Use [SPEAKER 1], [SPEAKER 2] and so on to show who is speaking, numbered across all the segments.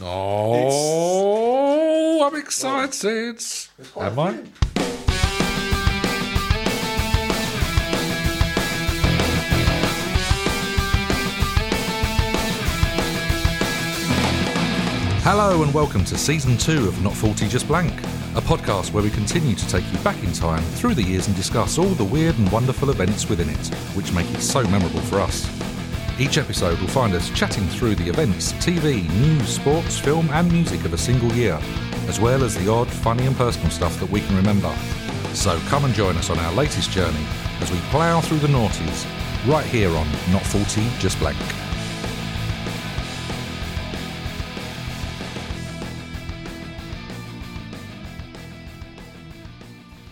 [SPEAKER 1] Oh, excited.
[SPEAKER 2] quite
[SPEAKER 1] Am
[SPEAKER 2] a
[SPEAKER 1] I?
[SPEAKER 2] few.
[SPEAKER 1] Hello and welcome to season two of Not 40 Just Blank, a podcast where we continue to take you back in time through the years and discuss all the weird and wonderful events within it, which make it so memorable for us. Each episode will find us chatting through the events, TV, news, sports, film, and music of a single year, as well as the odd, funny, and personal stuff that we can remember. So come and join us on our latest journey as we plough through the noughties, right here on Not 40 Just Blank.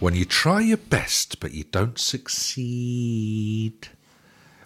[SPEAKER 1] When you try your best but you don't succeed.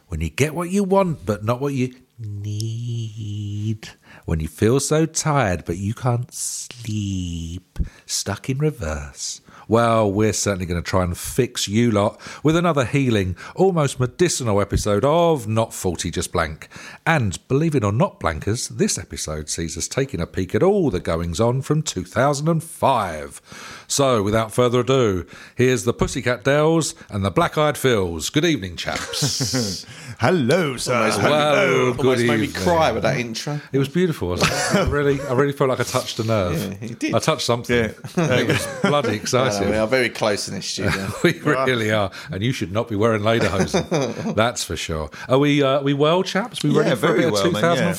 [SPEAKER 1] When you get what you want but not what you need. When you feel so tired but you can't sleep. Stuck in reverse. Well, we're certainly going to try and fix you lot with another healing, almost medicinal episode of Not Faulty Just Blank. And believe it or not, Blankers, this episode sees us taking a peek at all the goings on from 2005. So, without further ado, here's the Pussycat Dells and the Black Eyed Phils. Good evening, chaps.
[SPEAKER 2] Hello, sir.
[SPEAKER 1] Uh, Well,
[SPEAKER 2] Hello.
[SPEAKER 1] good
[SPEAKER 3] Almost made me
[SPEAKER 1] evening.
[SPEAKER 3] cry with that intro.
[SPEAKER 1] It was beautiful, wasn't it? I really, I really felt like I touched a nerve.
[SPEAKER 3] Yeah, you did.
[SPEAKER 1] I touched something.
[SPEAKER 2] Yeah.
[SPEAKER 1] It was bloody
[SPEAKER 3] I know, Uh, we
[SPEAKER 1] exciting.
[SPEAKER 3] are very close in this studio.
[SPEAKER 1] We really are, and you should not be wearing lederhosen. That's for sure. Are we? Uh, we well, chaps? We
[SPEAKER 2] Yeah,
[SPEAKER 1] ready for a
[SPEAKER 2] very
[SPEAKER 1] bit
[SPEAKER 2] well,
[SPEAKER 1] of
[SPEAKER 2] man,
[SPEAKER 1] two
[SPEAKER 2] yeah.
[SPEAKER 1] thousand and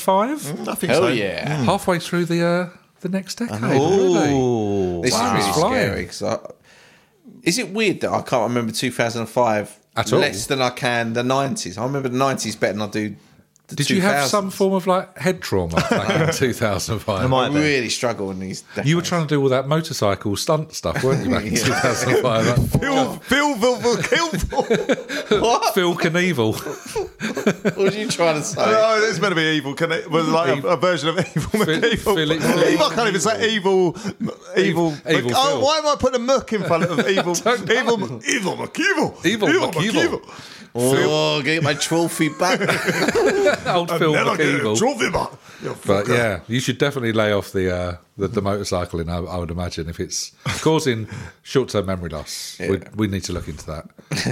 [SPEAKER 1] five?
[SPEAKER 2] I think so.
[SPEAKER 3] Hell yeah.
[SPEAKER 1] Halfway through the uh, the next decade. really.
[SPEAKER 3] Oh, this
[SPEAKER 1] Wow. It's
[SPEAKER 3] is really
[SPEAKER 1] flying.
[SPEAKER 3] scary. 'cause I, is it weird that I can't remember 2005
[SPEAKER 1] At all?
[SPEAKER 3] less than I can the 90s? I remember the 90s better than I do the
[SPEAKER 1] Did you have
[SPEAKER 3] 2000s.
[SPEAKER 1] some form of like head trauma back in two thousand and
[SPEAKER 2] Am
[SPEAKER 1] five?
[SPEAKER 2] I
[SPEAKER 3] I
[SPEAKER 2] then?
[SPEAKER 3] really struggle in these decades.
[SPEAKER 1] You were trying to do all that motorcycle stunt stuff, weren't you, back in
[SPEAKER 3] Yeah.
[SPEAKER 1] 2005? Like,
[SPEAKER 2] Phil, Phil, Phil, Phil, Phil, Phil.
[SPEAKER 3] What?
[SPEAKER 1] Phil Knievel.
[SPEAKER 3] what were you trying to say?
[SPEAKER 2] Oh, it's meant to be evil. Can it was like a, a version of evil medieval.
[SPEAKER 1] Philip-
[SPEAKER 2] evil. I can't even say evil. m- Evil.
[SPEAKER 1] Evil
[SPEAKER 2] oh,
[SPEAKER 1] Phil.
[SPEAKER 2] why am I putting a muck in front of evil? evil. Evil McEvil.
[SPEAKER 1] Evil McEvil.
[SPEAKER 3] Oh, get my trophy back.
[SPEAKER 1] Old Phil
[SPEAKER 2] Never get a
[SPEAKER 1] McEvil.
[SPEAKER 2] trophy back. You
[SPEAKER 1] But
[SPEAKER 2] fucker.
[SPEAKER 1] yeah, you should definitely lay off the uh, the, the motorcycling. I, I would imagine if it's causing short term memory loss, we, we need to look into that.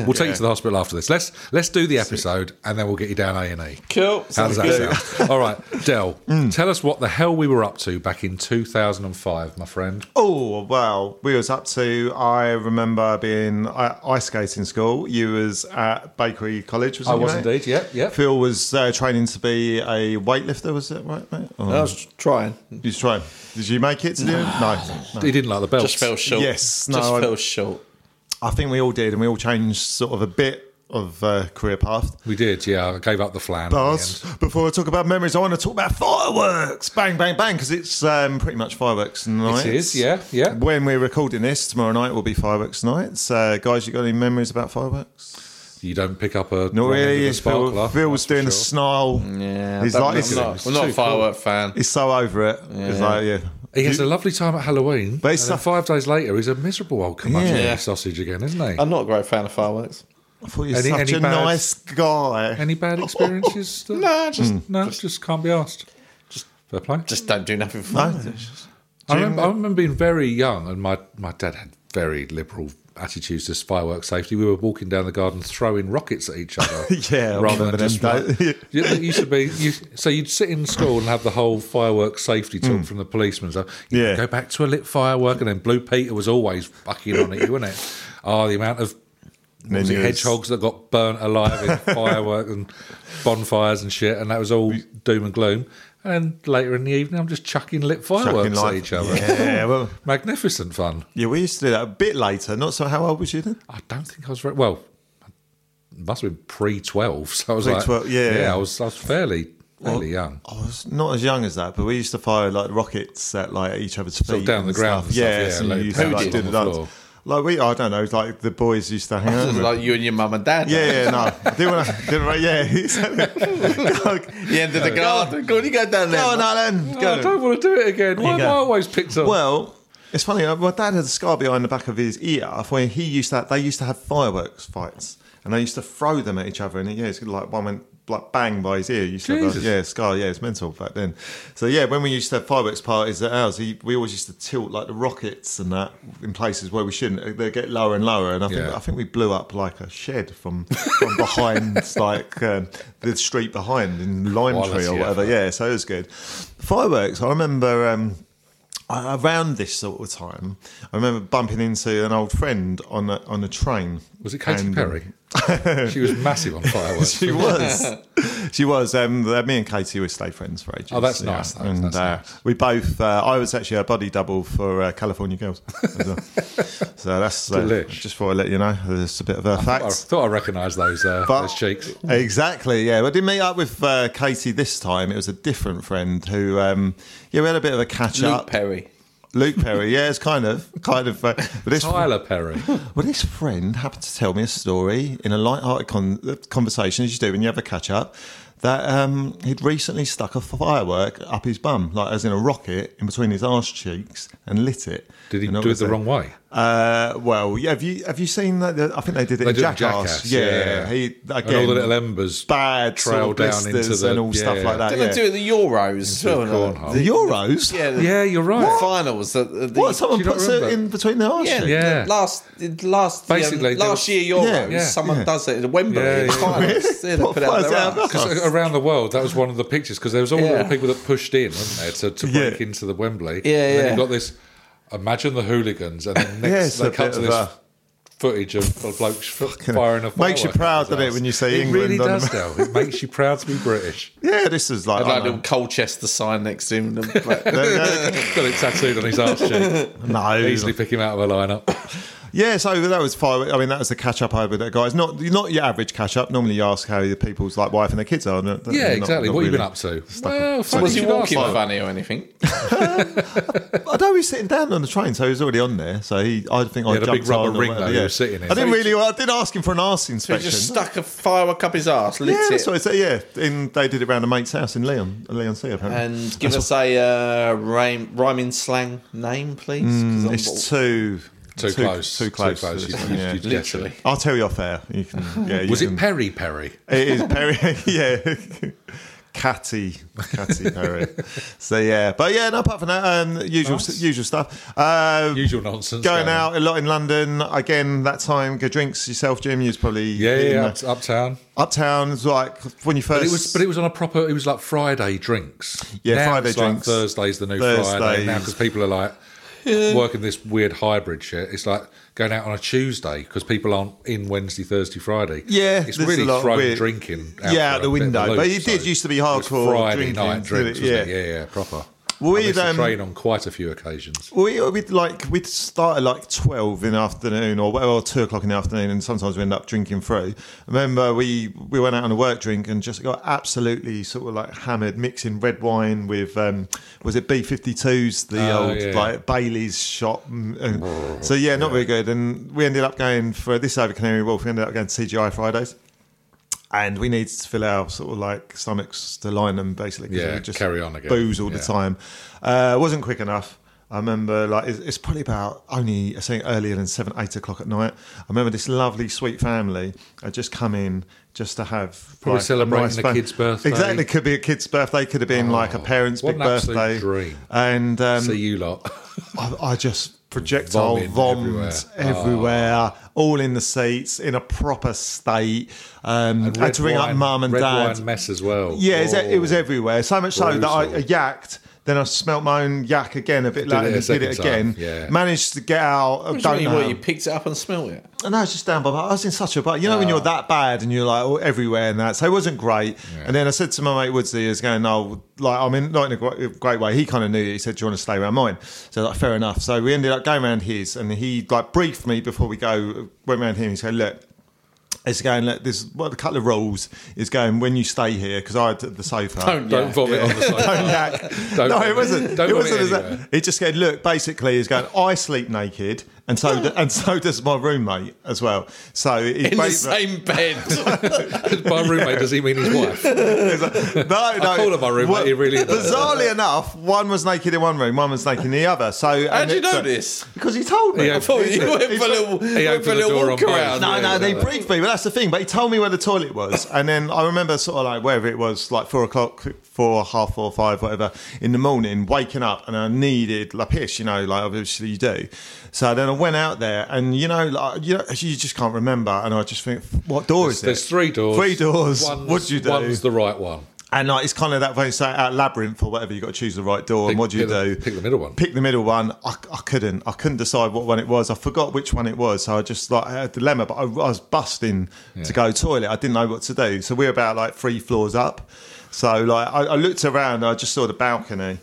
[SPEAKER 1] We'll take you to the hospital after this. Let's let's do the episode and then we'll get you down A and E.
[SPEAKER 3] cool.
[SPEAKER 1] How does
[SPEAKER 3] Sounds good.
[SPEAKER 1] that sound? All right, Dell,
[SPEAKER 2] Mm.
[SPEAKER 1] tell us what the hell we were up to back in two thousand and five, my friend.
[SPEAKER 2] Oh well, we was up to. I remember being uh, ice skating school. You was at Bakery College. Was
[SPEAKER 1] I
[SPEAKER 2] it,
[SPEAKER 1] was
[SPEAKER 2] mate?
[SPEAKER 1] indeed. Yep, yep.
[SPEAKER 2] Phil was uh, training to be a weightlifter. Was it right, mate? Or-
[SPEAKER 1] Oh.
[SPEAKER 3] I was trying.
[SPEAKER 2] You was trying. Did you make it to the end? No.
[SPEAKER 1] He didn't like the belt.
[SPEAKER 3] Just fell short.
[SPEAKER 2] Yes, no,
[SPEAKER 3] Just
[SPEAKER 2] I-
[SPEAKER 3] fell short.
[SPEAKER 2] I think we all did, and we all changed sort of a bit of uh, career path.
[SPEAKER 1] We did. Yeah, I gave up the flan. at the
[SPEAKER 2] But
[SPEAKER 1] end.
[SPEAKER 2] before I talk about memories, I want to talk about fireworks. Bang, bang, bang, because it's um, pretty much fireworks night.
[SPEAKER 1] is, yeah, yeah.
[SPEAKER 2] When we're recording this, tomorrow night will be fireworks night. So, guys, you got any memories about fireworks?
[SPEAKER 1] You don't pick up a wrong
[SPEAKER 2] Not
[SPEAKER 1] end of
[SPEAKER 2] really.
[SPEAKER 1] a
[SPEAKER 2] It's Phil,
[SPEAKER 1] sparkler, that's
[SPEAKER 2] Phil was
[SPEAKER 1] for
[SPEAKER 2] doing a
[SPEAKER 1] sure.
[SPEAKER 2] snarl.
[SPEAKER 3] Yeah.
[SPEAKER 2] He's
[SPEAKER 3] I'm
[SPEAKER 2] like,
[SPEAKER 3] not-
[SPEAKER 2] it's,
[SPEAKER 3] I'm not, I'm
[SPEAKER 1] It's
[SPEAKER 3] not
[SPEAKER 1] too
[SPEAKER 3] a firework fan.
[SPEAKER 2] he's so over it. He's like, yeah.
[SPEAKER 1] He has a lovely time at Halloween,
[SPEAKER 2] But it's
[SPEAKER 1] and then
[SPEAKER 2] so-
[SPEAKER 1] five days later, he's a miserable old curmudgeon
[SPEAKER 2] Yeah.
[SPEAKER 1] with his sausage again, isn't he?
[SPEAKER 3] I'm not a great fan of fireworks.
[SPEAKER 2] I thought you were
[SPEAKER 1] Any-
[SPEAKER 2] such
[SPEAKER 1] any
[SPEAKER 2] a
[SPEAKER 1] bad-
[SPEAKER 2] nice guy.
[SPEAKER 1] Any bad experiences? that-
[SPEAKER 3] No, just
[SPEAKER 1] no, just, can't be asked. Just fair play.
[SPEAKER 3] just don't do nothing for
[SPEAKER 2] No?
[SPEAKER 3] fireworks.
[SPEAKER 1] I, remember, I remember being very young, and my, my dad had very liberal attitudes to fireworks safety. We were walking down the garden throwing rockets at each other.
[SPEAKER 2] Yeah, I
[SPEAKER 1] rather
[SPEAKER 2] remember
[SPEAKER 1] than just
[SPEAKER 2] them days.
[SPEAKER 1] like- Yeah, it used to be. You, so you'd sit in school and have the whole fireworks safety talk from the policemen. So you
[SPEAKER 2] Hmm. Yeah.
[SPEAKER 1] go back to a lit firework, and then Blue Peter was always fucking on at you, wasn't it? Oh, the amount of what was it,
[SPEAKER 2] Menus.
[SPEAKER 1] hedgehogs that got burnt alive in fireworks and bonfires and shit, and that was all doom and gloom. And then later in the evening, I'm just chucking lit fireworks
[SPEAKER 2] Fucking
[SPEAKER 1] at
[SPEAKER 2] life.
[SPEAKER 1] each other.
[SPEAKER 2] Yeah, well,
[SPEAKER 1] Magnificent fun.
[SPEAKER 2] yeah, we used to do that a bit later. Not so. How old was you then?
[SPEAKER 1] I don't think I was very well. It must have been pre twelve, so I was like,
[SPEAKER 2] Pre-twelve, yeah, yeah.
[SPEAKER 1] I was, I was fairly, fairly young.
[SPEAKER 2] I was not as young as that, but we used to fire like rockets at like each other's feet,
[SPEAKER 1] of down
[SPEAKER 2] and
[SPEAKER 1] the ground and
[SPEAKER 2] Stuff.
[SPEAKER 1] stuff,
[SPEAKER 2] yeah,
[SPEAKER 1] yeah,
[SPEAKER 2] so
[SPEAKER 1] like
[SPEAKER 2] you used to
[SPEAKER 1] pounded
[SPEAKER 2] like, do
[SPEAKER 1] on
[SPEAKER 2] the
[SPEAKER 1] the
[SPEAKER 2] dance.
[SPEAKER 1] floor.
[SPEAKER 2] Like we, I don't know, like the boys used to hang out. with.
[SPEAKER 3] like you and your mum and dad.
[SPEAKER 2] yeah, yeah, no, I didn't want to, didn't want yeah. exactly.
[SPEAKER 3] The end of the garden. Go on, you go down there.
[SPEAKER 2] Go on,
[SPEAKER 3] mate.
[SPEAKER 2] Alan.
[SPEAKER 1] Oh,
[SPEAKER 2] Go
[SPEAKER 1] I don't want to do it again. Why am I
[SPEAKER 2] go.
[SPEAKER 1] always picked up?
[SPEAKER 2] Well, it's funny. uh, My dad had a scar behind the back of his ear. When he used to, have, they used to have fireworks fights. and they used to throw them at each other. And yeah, it's like one went like bang by his ear. You used to have a,
[SPEAKER 1] Jesus.
[SPEAKER 2] yeah, scar. Yeah, it's mental back then. So yeah, when we used to have fireworks parties at ours, he, we always used to tilt like the rockets and that in places where we shouldn't. They get lower and lower, and I think
[SPEAKER 1] Yeah.
[SPEAKER 2] I think we blew up like a shed from from behind like um, the street behind in Lime Tree
[SPEAKER 1] Quality
[SPEAKER 2] or whatever.
[SPEAKER 1] effort.
[SPEAKER 2] Yeah, so it was good. Fireworks. I remember. Um, I- around this sort of time, I remember bumping into an old friend on a, on a train.
[SPEAKER 1] Was it Katy
[SPEAKER 2] And-
[SPEAKER 1] Perry? she was massive on fireworks.
[SPEAKER 2] She was. she was. Um, uh, me and Katie were stay friends for ages.
[SPEAKER 1] Oh, that's nice, though.
[SPEAKER 2] And
[SPEAKER 1] That's
[SPEAKER 2] uh,
[SPEAKER 1] nice.
[SPEAKER 2] we both. Uh, I was actually a body double for uh, California Girls. as well. so that's uh,
[SPEAKER 1] Delish.
[SPEAKER 2] just thought I'd let you know. There's a bit of a
[SPEAKER 1] I
[SPEAKER 2] fact.
[SPEAKER 1] thought I recognised those uh,
[SPEAKER 2] But-
[SPEAKER 1] those cheeks.
[SPEAKER 2] Exactly, yeah. I didn't meet up with uh, Katie this time. It was a different friend who, um, yeah, we had a bit of a catch
[SPEAKER 3] Luke
[SPEAKER 2] up.
[SPEAKER 3] Perry.
[SPEAKER 2] Luke Perry, yeah, it's kind of, kind of. Uh, but this
[SPEAKER 1] Tyler Perry.
[SPEAKER 2] well, this friend happened to tell me a story in a light-hearted con- conversation, as you do when you have a catch-up, that um, he'd recently stuck a firework up his bum, like as in a rocket, in between his arse cheeks, and lit it.
[SPEAKER 1] Did he
[SPEAKER 2] And
[SPEAKER 1] do it the
[SPEAKER 2] obviously-
[SPEAKER 1] wrong way?
[SPEAKER 2] Uh, well, yeah. Have you have you seen that? I think they did it
[SPEAKER 1] They
[SPEAKER 2] in
[SPEAKER 1] did it in
[SPEAKER 2] Jackass.
[SPEAKER 1] Jackass,
[SPEAKER 2] Yeah,
[SPEAKER 1] yeah.
[SPEAKER 2] he
[SPEAKER 1] And
[SPEAKER 2] again.
[SPEAKER 1] all the little embers.
[SPEAKER 2] bad trail
[SPEAKER 1] trail down into the-
[SPEAKER 2] and all
[SPEAKER 1] yeah,
[SPEAKER 2] stuff
[SPEAKER 1] yeah. Oh.
[SPEAKER 2] like that.
[SPEAKER 3] Didn't
[SPEAKER 2] Uh, yeah.
[SPEAKER 3] I do it at the Euros as well?
[SPEAKER 1] the
[SPEAKER 3] no?
[SPEAKER 1] cornhole.
[SPEAKER 2] the Euros?
[SPEAKER 3] Yeah, the
[SPEAKER 1] Yeah, you're right.
[SPEAKER 3] finals. The, the,
[SPEAKER 2] What? Someone
[SPEAKER 1] Do you not
[SPEAKER 2] puts it
[SPEAKER 1] remember?
[SPEAKER 2] in between their arse
[SPEAKER 3] yeah,
[SPEAKER 2] cheeks?
[SPEAKER 1] Yeah.
[SPEAKER 3] yeah. Last, last,
[SPEAKER 1] Basically,
[SPEAKER 3] Basically,
[SPEAKER 1] there was-
[SPEAKER 3] last year Euros,
[SPEAKER 2] Yeah,
[SPEAKER 3] someone
[SPEAKER 2] yeah.
[SPEAKER 3] does it at Wembley.
[SPEAKER 1] Yeah,
[SPEAKER 3] it's
[SPEAKER 1] yeah.
[SPEAKER 3] finals. Yeah, they
[SPEAKER 2] What
[SPEAKER 3] put out
[SPEAKER 2] flies
[SPEAKER 3] their
[SPEAKER 2] out of
[SPEAKER 3] arse.
[SPEAKER 2] us?
[SPEAKER 1] Because around the world, that was one of the pictures because there was all
[SPEAKER 3] Yeah.
[SPEAKER 1] the people that pushed in, weren't there, to, to
[SPEAKER 2] Yeah.
[SPEAKER 1] break into the Wembley.
[SPEAKER 3] Yeah,
[SPEAKER 1] and then
[SPEAKER 3] yeah.
[SPEAKER 1] you got this. Imagine the hooligans, and then
[SPEAKER 2] Yeah,
[SPEAKER 1] next
[SPEAKER 2] it's a
[SPEAKER 1] they cut
[SPEAKER 2] bit
[SPEAKER 1] to
[SPEAKER 2] of
[SPEAKER 1] this
[SPEAKER 2] a-
[SPEAKER 1] footage of of blokes f-
[SPEAKER 2] Can-
[SPEAKER 1] firing a firework.
[SPEAKER 2] Makes you
[SPEAKER 1] at
[SPEAKER 2] proud,
[SPEAKER 1] his
[SPEAKER 2] doesn't it,
[SPEAKER 1] ass.
[SPEAKER 2] when you see
[SPEAKER 1] it
[SPEAKER 2] England
[SPEAKER 1] Really
[SPEAKER 2] on
[SPEAKER 1] does,
[SPEAKER 2] the-
[SPEAKER 1] though. It makes you proud to be British.
[SPEAKER 2] Yeah, this is like,
[SPEAKER 3] Had,
[SPEAKER 2] I
[SPEAKER 3] Like
[SPEAKER 2] don't
[SPEAKER 3] a
[SPEAKER 2] know.
[SPEAKER 3] little Colchester sign next to him.
[SPEAKER 1] Got it tattooed on his arse cheek.
[SPEAKER 2] No,
[SPEAKER 1] Easily pick him out of a lineup.
[SPEAKER 2] yeah. So that was fire. I mean, that was the catch up I had with that guy. It's not you're not your average catch up. Normally, you ask how your people's like wife and their kids are. Not,
[SPEAKER 1] Yeah,
[SPEAKER 2] not-
[SPEAKER 1] exactly.
[SPEAKER 2] not
[SPEAKER 1] what have you been
[SPEAKER 2] really.
[SPEAKER 1] up to? Well,
[SPEAKER 2] So
[SPEAKER 1] funny
[SPEAKER 3] was
[SPEAKER 1] you
[SPEAKER 3] he
[SPEAKER 1] should ask
[SPEAKER 3] walking
[SPEAKER 1] that.
[SPEAKER 3] funny or anything?
[SPEAKER 2] I know he was sitting down on the train, so he was already on there. So he, I think I
[SPEAKER 1] had a
[SPEAKER 2] jumped
[SPEAKER 1] big rubber
[SPEAKER 2] on or
[SPEAKER 1] ring,
[SPEAKER 2] whatever,
[SPEAKER 1] though, he was sitting in.
[SPEAKER 2] I didn't
[SPEAKER 1] So
[SPEAKER 2] really. I did ask him for an arse
[SPEAKER 3] He
[SPEAKER 2] inspection.
[SPEAKER 3] just stuck a firework up his arse,
[SPEAKER 2] yeah,
[SPEAKER 3] lit it,
[SPEAKER 2] that's what I said. Yeah, in, they did it around a mate's house in Leon, Leon Sea, apparently.
[SPEAKER 3] and give us a uh, rhyme, rhyming slang name, please. 'cause I'm all-
[SPEAKER 2] Mm, it's too
[SPEAKER 1] Too close.
[SPEAKER 2] Too
[SPEAKER 1] Too
[SPEAKER 2] close.
[SPEAKER 1] close.
[SPEAKER 2] to
[SPEAKER 1] You-
[SPEAKER 2] this,
[SPEAKER 1] you-
[SPEAKER 2] yeah.
[SPEAKER 1] you- you-
[SPEAKER 3] literally.
[SPEAKER 2] I'll tell you off air. You can. Yeah, you
[SPEAKER 1] Was
[SPEAKER 2] can-
[SPEAKER 1] it Perry Perry?
[SPEAKER 2] It is Perry. yeah. Catty, catty Perry. So yeah, but yeah, no, apart from that, um, usual
[SPEAKER 1] Nice.
[SPEAKER 2] usual stuff. Uh,
[SPEAKER 1] Usual nonsense.
[SPEAKER 2] going
[SPEAKER 1] on.
[SPEAKER 2] out a lot in London again. That time, go drinks yourself, Jim. You was probably
[SPEAKER 1] Yeah, yeah,
[SPEAKER 2] you know,
[SPEAKER 1] yeah, up, uptown.
[SPEAKER 2] uptown. was like when you first.
[SPEAKER 1] But it was, but it was on a proper. It was like Friday drinks.
[SPEAKER 2] Yeah,
[SPEAKER 1] Now
[SPEAKER 2] Friday
[SPEAKER 1] it's like
[SPEAKER 2] drinks.
[SPEAKER 1] Thursday's the new Friday
[SPEAKER 2] Thursdays.
[SPEAKER 1] now because people are like working this weird hybrid shit. It's like going out on a Tuesday because people aren't in Wednesday, Thursday, Friday.
[SPEAKER 2] Yeah,
[SPEAKER 1] it's
[SPEAKER 2] there's
[SPEAKER 1] really
[SPEAKER 2] a lot of
[SPEAKER 1] thrown
[SPEAKER 2] weird-
[SPEAKER 1] drinking out
[SPEAKER 2] Yeah,
[SPEAKER 1] for
[SPEAKER 2] the
[SPEAKER 1] a bit of
[SPEAKER 2] window.
[SPEAKER 1] a loop,
[SPEAKER 2] But it did
[SPEAKER 1] so
[SPEAKER 2] used to be
[SPEAKER 1] it was
[SPEAKER 2] hardcore
[SPEAKER 1] Friday
[SPEAKER 2] drinking,
[SPEAKER 1] night
[SPEAKER 2] did
[SPEAKER 1] drinks.
[SPEAKER 2] it?
[SPEAKER 1] Wasn't it? Yeah, yeah, proper.
[SPEAKER 2] Well,
[SPEAKER 1] I missed
[SPEAKER 2] we'd,
[SPEAKER 1] the
[SPEAKER 2] um,
[SPEAKER 1] train on quite a few occasions.
[SPEAKER 2] We, uh, we'd like we'd start at like twelve in the afternoon or whatever, or two o'clock in the afternoon, and sometimes we end up drinking through. I remember we we went out on a work drink and just got absolutely sort of like hammered, mixing red wine with um, was it B fifty twos, the
[SPEAKER 1] Oh,
[SPEAKER 2] old
[SPEAKER 1] yeah.
[SPEAKER 2] like Bailey's shop. And, and- so yeah, not very good. And we ended up going for this over Canary Wolf. We ended up going to CGI Fridays. And we needed to fill our sort of like stomachs to line them basically. 'cause
[SPEAKER 1] Yeah,
[SPEAKER 2] we were just
[SPEAKER 1] carry on again.
[SPEAKER 2] Booze all the
[SPEAKER 1] Yeah.
[SPEAKER 2] time time. Uh, it wasn't quick enough. I remember like it's, it's probably about only I think earlier than seven, eight o'clock at night. I remember this lovely, sweet family had just come in just to have
[SPEAKER 1] Probably
[SPEAKER 2] like, a
[SPEAKER 1] celebrating
[SPEAKER 2] nice
[SPEAKER 1] the
[SPEAKER 2] fam-
[SPEAKER 1] kid's birthday. Oh,
[SPEAKER 2] Exactly, could be a kid's birthday, could have been like a parent's
[SPEAKER 1] what
[SPEAKER 2] big
[SPEAKER 1] an absolute
[SPEAKER 2] birthday.
[SPEAKER 1] dream.
[SPEAKER 2] And um,
[SPEAKER 1] See you lot.
[SPEAKER 2] I, I just projectile
[SPEAKER 1] Vomit
[SPEAKER 2] vomit everywhere,
[SPEAKER 1] Ah.
[SPEAKER 2] all in the seats, in a proper state. Um, had
[SPEAKER 1] Red
[SPEAKER 2] to ring up
[SPEAKER 1] wine-
[SPEAKER 2] mum and
[SPEAKER 1] red
[SPEAKER 2] dad.
[SPEAKER 1] wine mess as well.
[SPEAKER 2] Yeah, it's, e- it was
[SPEAKER 1] Oh.
[SPEAKER 2] everywhere. So much so that I, I
[SPEAKER 1] Brutal.
[SPEAKER 2] yacked. Then I smelt my own yak again a bit
[SPEAKER 1] it
[SPEAKER 2] later.
[SPEAKER 1] a
[SPEAKER 2] and Did
[SPEAKER 1] second
[SPEAKER 2] it
[SPEAKER 1] time,
[SPEAKER 2] again.
[SPEAKER 1] yeah.
[SPEAKER 2] Managed to get out. I
[SPEAKER 3] What do
[SPEAKER 2] don't
[SPEAKER 3] you mean,
[SPEAKER 2] know.
[SPEAKER 3] what, you picked it up and smelled it?
[SPEAKER 2] And I was just down by my, I was in such a bad, you know, when you're that bad and you're like all everywhere and that. So it wasn't great. And then I said to my mate Woodsy, he was going, oh, like, I mean, not in a great, great way. He kind of knew it. He said, do you want to stay around mine? So, like, fair enough. So we ended up going around his and he, like, briefed me before we go, went around him. He said, look, it's going, look, there's well, a couple of rules is going when you stay here, because I had the sofa.
[SPEAKER 3] Don't
[SPEAKER 1] Oh. Don't
[SPEAKER 3] yeah.
[SPEAKER 1] vomit on the
[SPEAKER 2] Don't
[SPEAKER 1] sofa.
[SPEAKER 2] yak.
[SPEAKER 1] Don't
[SPEAKER 2] no,
[SPEAKER 1] vomit.
[SPEAKER 2] it wasn't.
[SPEAKER 1] Don't
[SPEAKER 2] it wasn't.
[SPEAKER 1] vomit
[SPEAKER 2] as that-
[SPEAKER 1] anywhere.
[SPEAKER 2] It just said, look, basically, he's going, I sleep naked and so d- and so does my roommate as well. So he's
[SPEAKER 3] in
[SPEAKER 2] ba-
[SPEAKER 3] the same bed.
[SPEAKER 1] By roommate, does he mean his wife?
[SPEAKER 2] no, no.
[SPEAKER 1] call him my roommate,
[SPEAKER 2] Well,
[SPEAKER 1] he really does.
[SPEAKER 2] bizarrely enough, one was naked in one room, one was naked in the other. So
[SPEAKER 3] How
[SPEAKER 2] and
[SPEAKER 3] do you
[SPEAKER 2] it-
[SPEAKER 3] know this?
[SPEAKER 2] Because he told me.
[SPEAKER 1] Yeah.
[SPEAKER 3] I thought you went for a little,
[SPEAKER 1] He
[SPEAKER 3] went for a
[SPEAKER 1] opened the
[SPEAKER 3] little
[SPEAKER 1] door on
[SPEAKER 3] walk
[SPEAKER 1] both.
[SPEAKER 3] around.
[SPEAKER 1] Yeah,
[SPEAKER 2] No, no, they
[SPEAKER 1] yeah.
[SPEAKER 2] briefed me, but that's the thing. But he told me where the toilet was, and then I remember sort of like wherever it was, like four o'clock, four, half four, five, whatever, in the morning, waking up, and I needed la piss, you know, like obviously you do. So then I went out there, and you know, like you, know, you just can't remember, and I just think, what door is
[SPEAKER 1] There's
[SPEAKER 2] it?
[SPEAKER 1] three doors.
[SPEAKER 2] Three doors.
[SPEAKER 1] One's-
[SPEAKER 2] what do you do?
[SPEAKER 1] One's the right one.
[SPEAKER 2] And like it's kind of that very so out labyrinth or whatever. You got to choose the right door.
[SPEAKER 1] Pick-
[SPEAKER 2] and what do you
[SPEAKER 1] pick the-
[SPEAKER 2] do?
[SPEAKER 1] pick the middle one.
[SPEAKER 2] Pick the middle one. I, I couldn't. I couldn't decide what one it was. I forgot which one it was. So I just like I had a dilemma. But I, I was busting to go toilet. I didn't know what to do. So we were about like three floors up. So like I, I looked around. and I just saw the balcony.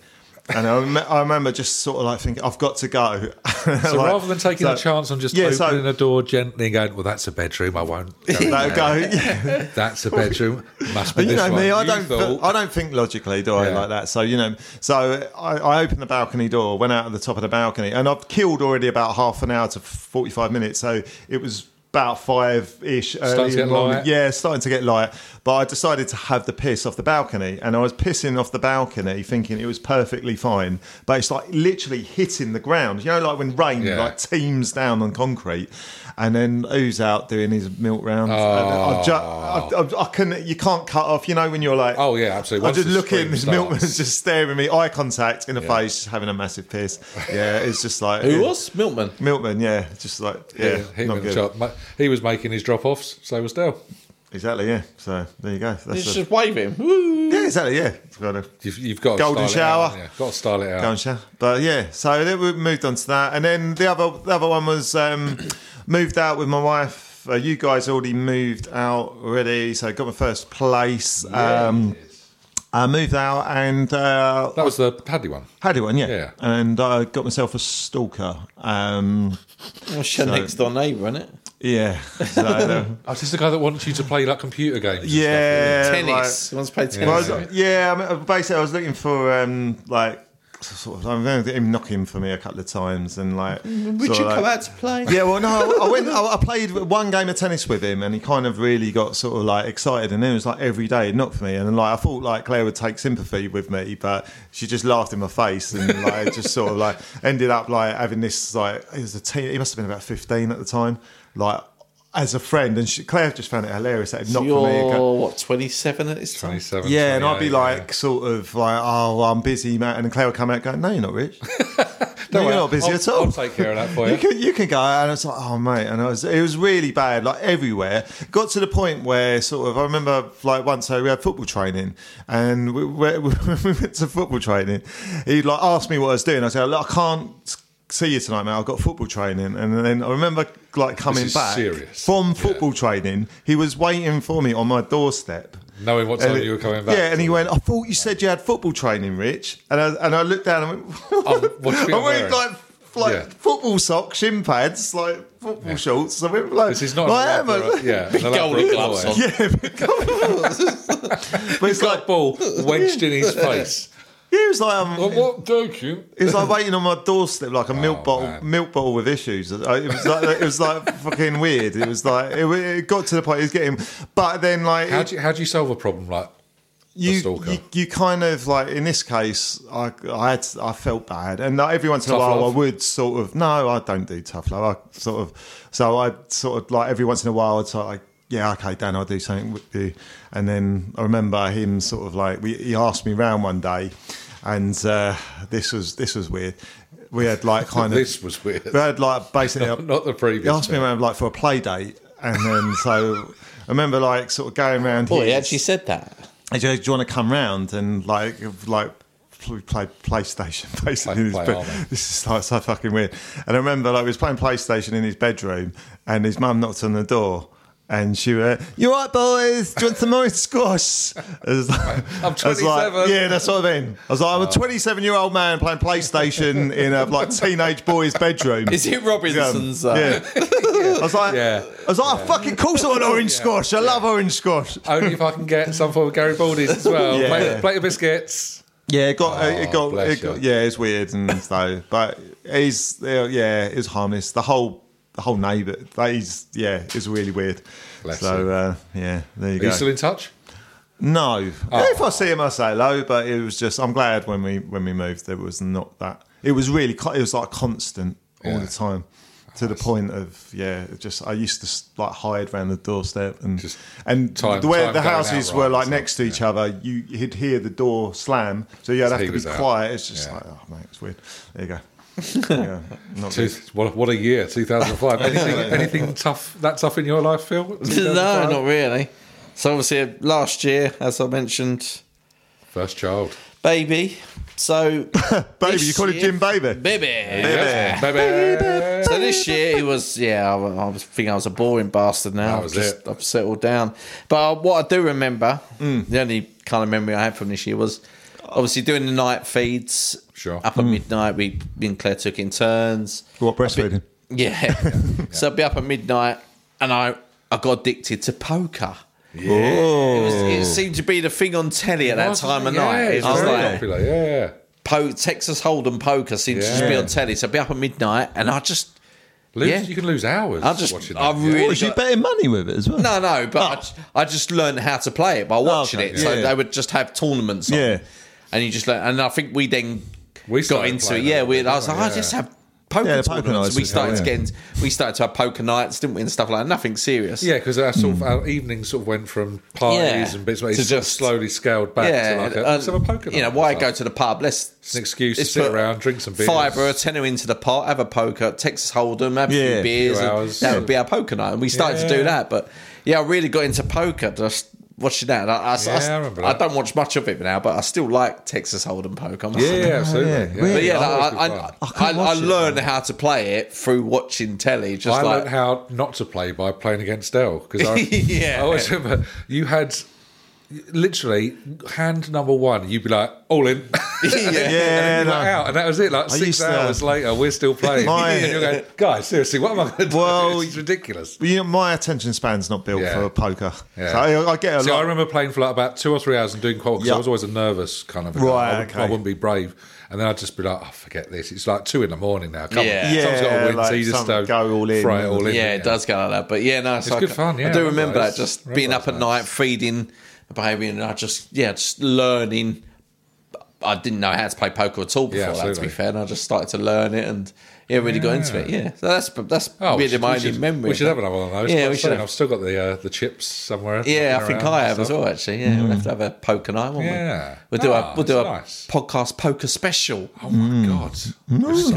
[SPEAKER 2] And I, rem- I remember just sort of like thinking, I've got to go. so
[SPEAKER 1] So rather than taking a chance on just
[SPEAKER 2] yeah, so-
[SPEAKER 1] opening a door gently and going, well, that's a bedroom, I won't. go in
[SPEAKER 2] no,
[SPEAKER 1] there."
[SPEAKER 2] go, yeah.
[SPEAKER 1] That's a bedroom. Must be
[SPEAKER 2] But you
[SPEAKER 1] this
[SPEAKER 2] know
[SPEAKER 1] one.
[SPEAKER 2] me, I
[SPEAKER 1] You
[SPEAKER 2] don't,
[SPEAKER 1] thought-
[SPEAKER 2] I don't think logically, do I
[SPEAKER 1] Yeah.
[SPEAKER 2] like that? So you know, so I, I opened the balcony door, went out at the top of the balcony, and I've killed already about half an hour to forty-five minutes. So it was about five-ish. early
[SPEAKER 1] to get
[SPEAKER 2] in the morning.
[SPEAKER 1] light.
[SPEAKER 2] Yeah, starting to get light. But I decided to have the piss off the balcony, and I was pissing off the balcony, thinking it was perfectly fine. But it's like literally hitting the ground. You know, like when rain
[SPEAKER 1] Yeah.
[SPEAKER 2] like teams down on concrete. And then who's out doing his milk round? I, ju- I, I, I couldn't. You can't cut off. You know when you're like,
[SPEAKER 1] Oh, yeah, absolutely.
[SPEAKER 2] I
[SPEAKER 1] Once
[SPEAKER 2] just
[SPEAKER 1] the
[SPEAKER 2] look in.
[SPEAKER 1] scream
[SPEAKER 2] This milkman's
[SPEAKER 1] starts.
[SPEAKER 2] just staring at me, eye contact in the face, just having a massive piss. Yeah, it's just like
[SPEAKER 3] Who
[SPEAKER 2] yeah.
[SPEAKER 3] was Milkman?
[SPEAKER 2] milkman? Yeah, just like yeah,
[SPEAKER 1] he,
[SPEAKER 2] not
[SPEAKER 1] went
[SPEAKER 2] good.
[SPEAKER 1] shop. Ma- he was making his drop offs, so was Dell.
[SPEAKER 2] Exactly. Yeah. So there you go.
[SPEAKER 3] You
[SPEAKER 2] That's a,
[SPEAKER 3] just wave him. Woo.
[SPEAKER 2] yeah, exactly. Yeah, it's got a
[SPEAKER 1] You've, you've got to
[SPEAKER 2] Golden
[SPEAKER 1] style It out,
[SPEAKER 2] shower.
[SPEAKER 1] haven't you? Got to style it out.
[SPEAKER 2] Gotcha. But yeah, so then we moved on to that, and then the other the other one was um, moved out with my wife. Uh, you guys already moved out already, so got my first place. Um, I moved out and uh,
[SPEAKER 1] that was the paddy one.
[SPEAKER 2] had one, yeah.
[SPEAKER 1] Yeah.
[SPEAKER 2] And I got myself a stalker. Um,
[SPEAKER 3] What's your next door neighbour, isn't it?
[SPEAKER 2] yeah. So, uh,
[SPEAKER 1] Oh, this is the guy that wants you to play like computer games. and
[SPEAKER 2] yeah. like-
[SPEAKER 3] Tennis. He wants to play
[SPEAKER 2] Well, I
[SPEAKER 3] tennis.
[SPEAKER 2] was- yeah, I mean, basically, I was looking for um, like sort of. I remember him knocking for me a couple of times, and like,
[SPEAKER 3] Would
[SPEAKER 2] sort of
[SPEAKER 3] you
[SPEAKER 2] like-
[SPEAKER 3] come out to play?
[SPEAKER 2] Yeah, well, no, I went. I I played one game of tennis with him, and he kind of really got sort of like excited, and it was like every day not for me, and then, like I thought like Claire would take sympathy with me, but she just laughed in my face, and like just sort of like ended up like having this like he was a teen, he must have been about fifteen at the time, like as a friend, and she, Claire just found it hilarious that it not for me.
[SPEAKER 3] You're what, 27 at this time?
[SPEAKER 1] 27,
[SPEAKER 2] Yeah, and I'd be
[SPEAKER 1] 28,
[SPEAKER 2] like, sort of like, oh, I'm busy, mate. And Claire would come out going, no, you're not rich. no,
[SPEAKER 1] yeah.
[SPEAKER 2] you're
[SPEAKER 1] Don't worry,
[SPEAKER 2] not busy
[SPEAKER 1] I'll-
[SPEAKER 2] at all.
[SPEAKER 1] I'll take care of that for
[SPEAKER 2] You
[SPEAKER 1] you.
[SPEAKER 2] can you can go, and it's like, oh mate, and I was it was really bad, like everywhere. Got to the point where sort of I remember like once so we had football training, and we, we, we went to football training. He'd like ask me what I was doing. I said, look, I can't see you tonight, mate. I've got football training, and then I remember like coming
[SPEAKER 1] is
[SPEAKER 2] back
[SPEAKER 1] serious.
[SPEAKER 2] from football training. He was waiting for me on my doorstep.
[SPEAKER 1] Knowing what time
[SPEAKER 2] And it-
[SPEAKER 1] you were coming back.
[SPEAKER 2] Yeah, and he went, I thought you said you had football training, Rich. And I, and I looked down and went,
[SPEAKER 1] Oh, what do you think
[SPEAKER 2] I
[SPEAKER 1] I'm
[SPEAKER 2] went
[SPEAKER 1] wearing?
[SPEAKER 2] like, like
[SPEAKER 1] Yeah.
[SPEAKER 2] football socks, shin pads, like football shorts. I went, like,
[SPEAKER 1] This is not.
[SPEAKER 2] I
[SPEAKER 1] an
[SPEAKER 2] am.
[SPEAKER 1] elaborate-
[SPEAKER 2] a-
[SPEAKER 1] yeah, an elaborate
[SPEAKER 3] golden gloves
[SPEAKER 1] lie.
[SPEAKER 3] on.
[SPEAKER 2] Yeah, but it's
[SPEAKER 1] Got
[SPEAKER 2] like,
[SPEAKER 1] a ball wedged in his face.
[SPEAKER 2] he was like, um,
[SPEAKER 1] Well, what joke you?
[SPEAKER 2] it was like waiting on my doorstep, like a milk bottle,
[SPEAKER 1] man.
[SPEAKER 2] milk bottle with issues. I- It was like, it was like fucking weird. It was like, it, it got to the point he was getting, but then like,
[SPEAKER 1] How do you, how do you solve a problem like? the
[SPEAKER 2] you,
[SPEAKER 1] stalker.
[SPEAKER 2] you you kind of like in this case I I, had, I felt bad and like, every once in a
[SPEAKER 1] Tough
[SPEAKER 2] while
[SPEAKER 1] love?
[SPEAKER 2] I would sort of no I don't do tough love I sort of so I sort of like every once in a while I'd sort of like yeah okay Dan I'll do something with you and then I remember him sort of like we, he asked me round one day and uh, this was this was weird we had like kind of
[SPEAKER 1] This was weird.
[SPEAKER 2] we had like basically a-
[SPEAKER 1] Not the previous.
[SPEAKER 2] he asked me
[SPEAKER 1] bit.
[SPEAKER 2] around like for a play date and then so I remember like sort of going around
[SPEAKER 3] Boy, he
[SPEAKER 2] his-
[SPEAKER 3] actually said that.
[SPEAKER 2] I said, do you want to come round and like like we played PlayStation basically? in his
[SPEAKER 1] play
[SPEAKER 2] bed.
[SPEAKER 1] Army.
[SPEAKER 2] this is like so fucking weird. And I remember like we was playing PlayStation in his bedroom, and his mum knocked on the door. And she went, "You all right, boys? Do you want some more squash?" I was like,
[SPEAKER 1] I'm
[SPEAKER 2] I was like,
[SPEAKER 1] 27.
[SPEAKER 2] yeah, that's what I mean. I was like, I'm a 27 year old man playing PlayStation in a like teenage boy's bedroom.
[SPEAKER 3] Is it Robinson's? Uh,
[SPEAKER 2] Yeah. I was like,
[SPEAKER 1] Yeah.
[SPEAKER 2] I was like, I fucking course I want orange squash. I love orange scosh.
[SPEAKER 1] Only if I can get some form of Garibaldi's as well.
[SPEAKER 2] Yeah.
[SPEAKER 1] Plate, plate of biscuits.
[SPEAKER 2] Yeah, it got, it,
[SPEAKER 1] Oh,
[SPEAKER 2] got
[SPEAKER 1] bless
[SPEAKER 2] it got,
[SPEAKER 1] you.
[SPEAKER 2] yeah, it's weird and so, but he's uh, yeah, it's harmless. The whole the whole neighbour, he's yeah, it's really weird.
[SPEAKER 1] Bless
[SPEAKER 2] so
[SPEAKER 1] him.
[SPEAKER 2] uh, yeah, there you
[SPEAKER 1] Are
[SPEAKER 2] go.
[SPEAKER 1] you still in touch?
[SPEAKER 2] no,
[SPEAKER 1] Oh.
[SPEAKER 2] if I see him, I say hello. But it was just, I'm glad when we when we moved, there was not that. It was really, co- it was like constant all
[SPEAKER 1] Yeah.
[SPEAKER 2] the time. To the point of yeah, it just I used to s- like hide around the doorstep and
[SPEAKER 1] Just
[SPEAKER 2] and
[SPEAKER 1] time-
[SPEAKER 2] the way
[SPEAKER 1] time
[SPEAKER 2] the
[SPEAKER 1] going
[SPEAKER 2] houses
[SPEAKER 1] out
[SPEAKER 2] were
[SPEAKER 1] right
[SPEAKER 2] like
[SPEAKER 1] and
[SPEAKER 2] next to each other, you you'd hear the door slam, so you'd have
[SPEAKER 1] he
[SPEAKER 2] to be
[SPEAKER 1] was out.
[SPEAKER 2] quiet. It's just
[SPEAKER 1] Yeah.
[SPEAKER 2] like oh mate, it's weird. There you go. yeah, not
[SPEAKER 1] Two,
[SPEAKER 2] good.
[SPEAKER 1] what, what a year, 2005. Anything, anything tough that tough in your life, Phil?
[SPEAKER 3] no,
[SPEAKER 1] 2005?
[SPEAKER 3] not really. So obviously, uh, last year, as I mentioned,
[SPEAKER 1] First child.
[SPEAKER 3] baby. So
[SPEAKER 2] baby.
[SPEAKER 3] this
[SPEAKER 2] You call it
[SPEAKER 3] year-
[SPEAKER 2] Jim Baby.
[SPEAKER 3] Baby.
[SPEAKER 1] Yeah. Baby.
[SPEAKER 3] So this year it was yeah I, I was thinking I was a boring bastard now
[SPEAKER 1] That
[SPEAKER 3] I've
[SPEAKER 1] was
[SPEAKER 3] just
[SPEAKER 1] it. Mm.
[SPEAKER 3] I've settled down but uh, what I do remember the only kind of memory I had from this year was obviously doing the night feeds
[SPEAKER 1] Sure. Mm.
[SPEAKER 3] up at midnight we me and Claire took in turns
[SPEAKER 2] What breastfeeding?
[SPEAKER 3] yeah, so I'd be up at midnight and I I got addicted to poker it, was, it
[SPEAKER 1] Oh.
[SPEAKER 2] Oh.
[SPEAKER 3] seemed to be the thing on telly at that
[SPEAKER 1] Wasn't
[SPEAKER 3] time of
[SPEAKER 1] it? Yeah,
[SPEAKER 3] night
[SPEAKER 1] It's
[SPEAKER 3] I was
[SPEAKER 1] very
[SPEAKER 3] like,
[SPEAKER 1] popular. Yeah.
[SPEAKER 3] po- Texas Hold'em poker seems to just be
[SPEAKER 1] Yeah.
[SPEAKER 3] on telly so I'd be up at midnight and I just
[SPEAKER 1] Lose,
[SPEAKER 3] Yeah.
[SPEAKER 1] You can lose hours
[SPEAKER 3] I just
[SPEAKER 1] watching
[SPEAKER 3] I
[SPEAKER 1] that.
[SPEAKER 3] really
[SPEAKER 1] Yeah.
[SPEAKER 2] Was you Oh, betting money with it as well?
[SPEAKER 3] No, no, but I j- I, just learned how to play it by watching
[SPEAKER 2] Oh. okay.
[SPEAKER 3] it. So
[SPEAKER 2] Yeah.
[SPEAKER 3] they would just have tournaments. On,
[SPEAKER 2] Yeah.
[SPEAKER 3] and you just learn. And I think we then
[SPEAKER 1] We
[SPEAKER 3] got
[SPEAKER 1] started
[SPEAKER 3] into it.
[SPEAKER 1] playing
[SPEAKER 3] Yeah,
[SPEAKER 1] that,
[SPEAKER 3] we.
[SPEAKER 1] didn't
[SPEAKER 3] I was
[SPEAKER 1] we?
[SPEAKER 3] like, I
[SPEAKER 1] Yeah.
[SPEAKER 3] just have poker
[SPEAKER 2] Yeah, the poker
[SPEAKER 3] tournaments.
[SPEAKER 2] nights
[SPEAKER 3] We
[SPEAKER 2] as
[SPEAKER 3] started
[SPEAKER 2] well,
[SPEAKER 3] to
[SPEAKER 2] yeah.
[SPEAKER 3] get. into- we started to have poker nights, didn't we, and stuff like that. Nothing serious.
[SPEAKER 1] Yeah, because our sort of our evenings sort of went from parties
[SPEAKER 3] Hmm. Yeah.
[SPEAKER 1] and bits, but
[SPEAKER 3] To
[SPEAKER 1] it's just
[SPEAKER 3] just-
[SPEAKER 1] slowly scaled back
[SPEAKER 3] Yeah,
[SPEAKER 1] to like a,
[SPEAKER 3] and-
[SPEAKER 1] let's have a poker.
[SPEAKER 3] you know,
[SPEAKER 1] night
[SPEAKER 3] why
[SPEAKER 1] or
[SPEAKER 3] go
[SPEAKER 1] something.
[SPEAKER 3] to the pub? Let's
[SPEAKER 1] It's an excuse to sit
[SPEAKER 3] put
[SPEAKER 1] around, drink some beers.
[SPEAKER 3] Five or a tenner into the pot, have a poker, Texas Hold'em, have a
[SPEAKER 2] Yeah.
[SPEAKER 3] few beers.
[SPEAKER 1] Few
[SPEAKER 3] and
[SPEAKER 1] hours.
[SPEAKER 3] that would be our poker night, and we started to
[SPEAKER 1] Yeah.
[SPEAKER 3] do that. But yeah, I really got into poker just watching that. And I, I,
[SPEAKER 1] Yeah,
[SPEAKER 3] I,
[SPEAKER 1] I remember
[SPEAKER 3] I
[SPEAKER 1] that.
[SPEAKER 3] don't watch much of it now, but I still like Texas Hold'em poker. I must
[SPEAKER 1] Yeah,
[SPEAKER 3] admit.
[SPEAKER 1] yeah, absolutely.
[SPEAKER 2] yeah.
[SPEAKER 1] yeah.
[SPEAKER 2] Really?
[SPEAKER 3] But yeah,
[SPEAKER 1] It's always
[SPEAKER 3] like,
[SPEAKER 1] good
[SPEAKER 3] I,
[SPEAKER 1] fun.
[SPEAKER 3] I, I,
[SPEAKER 2] I can't
[SPEAKER 3] I,
[SPEAKER 2] watch it,
[SPEAKER 3] learned how to play it through watching telly. Just
[SPEAKER 1] I
[SPEAKER 3] like
[SPEAKER 1] learned how not to play by playing against Dell because I,
[SPEAKER 3] Yeah.
[SPEAKER 1] I always remember you had literally hand number one. You'd be like all in,
[SPEAKER 3] yeah.
[SPEAKER 2] Yeah,
[SPEAKER 1] and then you'd be
[SPEAKER 2] no.
[SPEAKER 1] like, out, and that was it. Like six
[SPEAKER 2] used to-
[SPEAKER 1] hours later, we're still playing.
[SPEAKER 2] My-
[SPEAKER 1] and you're going, guys, seriously, what am I going to do?
[SPEAKER 2] Well,
[SPEAKER 1] It's ridiculous.
[SPEAKER 2] But, You know, my attention span's not built
[SPEAKER 1] Yeah.
[SPEAKER 2] for poker.
[SPEAKER 1] Yeah.
[SPEAKER 2] So I, I get a
[SPEAKER 1] See,
[SPEAKER 2] lot.
[SPEAKER 1] I remember playing for like about two or three hours and doing quite because
[SPEAKER 2] Yeah.
[SPEAKER 1] I was always a nervous kind of a guy.
[SPEAKER 2] Right,
[SPEAKER 1] I, wouldn't- I
[SPEAKER 2] okay.
[SPEAKER 1] wouldn't be brave, and then I'd just be like, oh, forget this. It's like two in the morning now. Come
[SPEAKER 3] Yeah.
[SPEAKER 1] on, someone's got to
[SPEAKER 2] Yeah,
[SPEAKER 1] win, so
[SPEAKER 2] like,
[SPEAKER 1] you just
[SPEAKER 2] some
[SPEAKER 1] don't
[SPEAKER 2] go all in.
[SPEAKER 1] throw it all in.
[SPEAKER 3] Yeah,
[SPEAKER 1] don't
[SPEAKER 3] it
[SPEAKER 1] you?
[SPEAKER 3] does go like that. But yeah, no, it's
[SPEAKER 1] good fun, yeah,
[SPEAKER 3] I
[SPEAKER 1] I
[SPEAKER 3] do
[SPEAKER 1] remember
[SPEAKER 3] remember
[SPEAKER 1] those.
[SPEAKER 3] that. Just
[SPEAKER 1] Remember
[SPEAKER 3] being up
[SPEAKER 1] those
[SPEAKER 3] at night, feeding the baby, and I just yeah, just learning. I didn't know how to play poker at all before
[SPEAKER 1] Yeah,
[SPEAKER 3] that. To be
[SPEAKER 1] absolutely.
[SPEAKER 3] fair, and I just started to learn it, and yeah, really got into it. Yeah, so that's that's
[SPEAKER 1] Oh, we
[SPEAKER 3] really
[SPEAKER 1] should-
[SPEAKER 3] my
[SPEAKER 1] we
[SPEAKER 3] only
[SPEAKER 1] should,
[SPEAKER 3] memory.
[SPEAKER 1] We should have another one of those.
[SPEAKER 3] Yeah,
[SPEAKER 1] Like
[SPEAKER 3] we
[SPEAKER 1] I
[SPEAKER 3] should
[SPEAKER 1] say,
[SPEAKER 3] have.
[SPEAKER 1] I've still got the uh, the chips somewhere.
[SPEAKER 3] Yeah, I
[SPEAKER 1] knocking
[SPEAKER 3] think
[SPEAKER 1] around
[SPEAKER 3] I
[SPEAKER 1] and
[SPEAKER 3] have as
[SPEAKER 1] stuff. Hmm.
[SPEAKER 3] well. Actually, yeah, we'll have to have a poker night. Won't
[SPEAKER 1] Yeah.
[SPEAKER 3] we? we'll do
[SPEAKER 1] Ah,
[SPEAKER 3] a we'll do a
[SPEAKER 1] that's nice.
[SPEAKER 3] podcast poker special.
[SPEAKER 1] Oh
[SPEAKER 2] Mm.
[SPEAKER 1] my god! It's-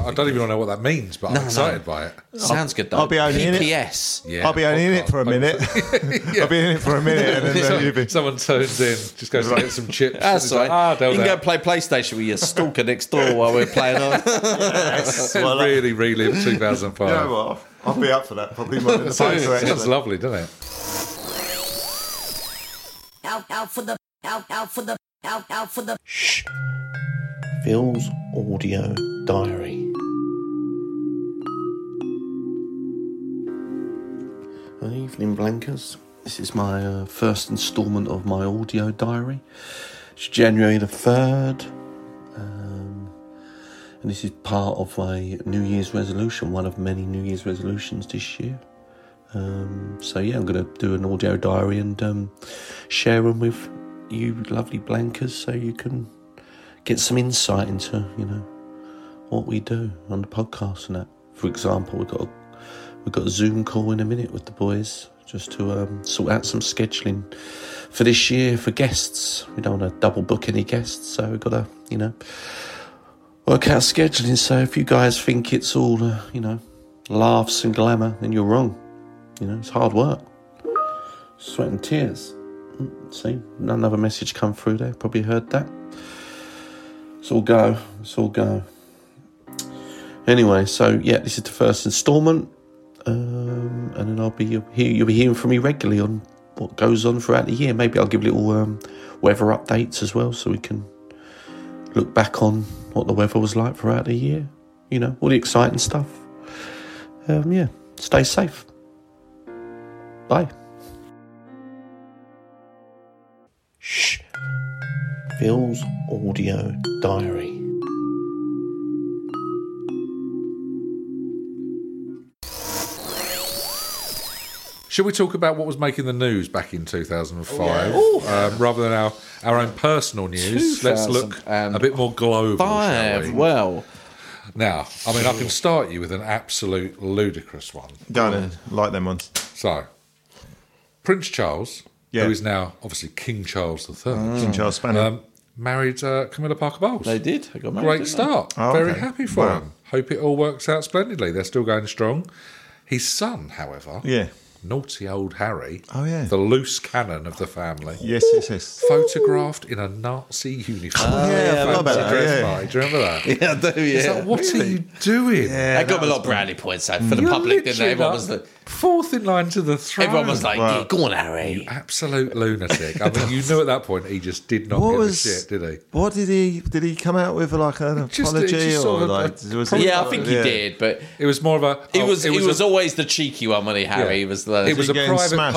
[SPEAKER 1] I don't even know what that means, but I'm excited by it.
[SPEAKER 3] Sounds good though.
[SPEAKER 2] I'll be only in it.
[SPEAKER 3] PPS.
[SPEAKER 1] Yeah,
[SPEAKER 2] I'll be only in it for a minute. I'll be in it for a minute, and then uh,
[SPEAKER 1] Someone,
[SPEAKER 2] you'll be.
[SPEAKER 1] someone turns in, just goes to get some chips. and
[SPEAKER 3] That's
[SPEAKER 1] it's
[SPEAKER 3] right.
[SPEAKER 1] like, ah,
[SPEAKER 3] you
[SPEAKER 1] Dell's
[SPEAKER 3] can go
[SPEAKER 1] out.
[SPEAKER 3] play PlayStation with your stalker next door while we're playing on.
[SPEAKER 2] Well, like,
[SPEAKER 1] really relive
[SPEAKER 2] you know
[SPEAKER 1] 2005.
[SPEAKER 2] what? I'll be up for that probably more than the poker.
[SPEAKER 1] Sounds
[SPEAKER 2] actually.
[SPEAKER 1] lovely, doesn't it?
[SPEAKER 4] out, out for the, out, out for the, out, out for the.
[SPEAKER 5] Phil's audio diary.
[SPEAKER 3] Good evening, Blankers. This is my uh, first instalment of my audio diary. It's January the 3rd, um, and this is part of my New Year's resolution, one of many New Year's resolutions this year. Um, so, yeah, I'm going to do an audio diary and um, share them with you, lovely Blankers, so you can get some insight into, you know, what we do on the podcast and that. For example, we've got a We've got a Zoom call in a minute with the boys just to um, sort out some scheduling for this year for guests. We don't want to double book any guests, so we've got to, you know, work out scheduling. So if you guys think it's all, uh, you know, laughs and glamour, then you're wrong. You know, it's hard work, sweat and tears. Mm, See, another message come through there. Probably heard that. It's all go. It's all go. Anyway, so yeah, this is the first instalment um, and then I'll be you'll hear you'll be hearing from me regularly on what goes on throughout the year. Maybe I'll give little um, weather updates as well, so we can look back on what the weather was like throughout the year. You know, all the exciting stuff. Um, yeah, stay safe. Bye. Shh.
[SPEAKER 6] Phil's Audio Diary.
[SPEAKER 1] Should we talk about what was making the news back in 2005?
[SPEAKER 2] Oh,
[SPEAKER 1] Um, rather than our, our own personal news, let's look a bit more global. shall we?
[SPEAKER 7] Five. Well,
[SPEAKER 1] Now, I mean, I can start you with an absolute ludicrous one.
[SPEAKER 2] Go on then. Like them ones.
[SPEAKER 1] So, Prince Charles,
[SPEAKER 2] Yeah. Mm.
[SPEAKER 1] who is now obviously King Charles III,
[SPEAKER 2] King Charles Spaniel.
[SPEAKER 1] um, married uh, Camilla Parker Bowles.
[SPEAKER 7] they did. I got married.
[SPEAKER 1] Great
[SPEAKER 7] didn't
[SPEAKER 1] start.
[SPEAKER 2] Oh,
[SPEAKER 1] Very
[SPEAKER 2] okay.
[SPEAKER 1] happy for
[SPEAKER 2] Wow.
[SPEAKER 1] him. Hope it all works out splendidly. They're still going strong. His son, however,
[SPEAKER 2] yeah.
[SPEAKER 1] naughty old Harry,
[SPEAKER 2] Oh, yeah.
[SPEAKER 1] the loose cannon of the family,
[SPEAKER 2] Yes, yes, yes.
[SPEAKER 1] photographed in a Nazi uniform.
[SPEAKER 2] Oh, yeah, I forgot about that,
[SPEAKER 1] Dress
[SPEAKER 2] yeah.
[SPEAKER 1] by- Do you remember that?
[SPEAKER 7] they? Yeah, I do,
[SPEAKER 1] It's
[SPEAKER 7] yeah.
[SPEAKER 1] like, what are you doing?
[SPEAKER 7] that got me a lot of brownie points out for the
[SPEAKER 1] You're
[SPEAKER 7] public, didn't
[SPEAKER 1] literally
[SPEAKER 7] they? Everyone
[SPEAKER 1] like
[SPEAKER 7] was, like,
[SPEAKER 1] fourth in line to the throne.
[SPEAKER 7] everyone was like,
[SPEAKER 2] Wow.
[SPEAKER 7] yeah, go on, Harry.
[SPEAKER 1] absolute lunatic. I mean, you knew at that point he just did not
[SPEAKER 2] What
[SPEAKER 1] give
[SPEAKER 2] was-
[SPEAKER 1] a shit, did he?
[SPEAKER 2] What did he did he come out with like an
[SPEAKER 1] Just-
[SPEAKER 2] apology
[SPEAKER 1] just
[SPEAKER 2] or
[SPEAKER 1] sort of
[SPEAKER 2] like
[SPEAKER 1] a-
[SPEAKER 2] was
[SPEAKER 7] Yeah, I think he
[SPEAKER 2] yeah.
[SPEAKER 7] did, but
[SPEAKER 1] It was more of a.
[SPEAKER 7] he
[SPEAKER 1] oh,
[SPEAKER 7] was he was
[SPEAKER 1] a-
[SPEAKER 7] always the cheeky one when he Harry
[SPEAKER 1] Yeah.
[SPEAKER 7] was the
[SPEAKER 1] it was a
[SPEAKER 2] getting
[SPEAKER 1] private
[SPEAKER 2] smashed,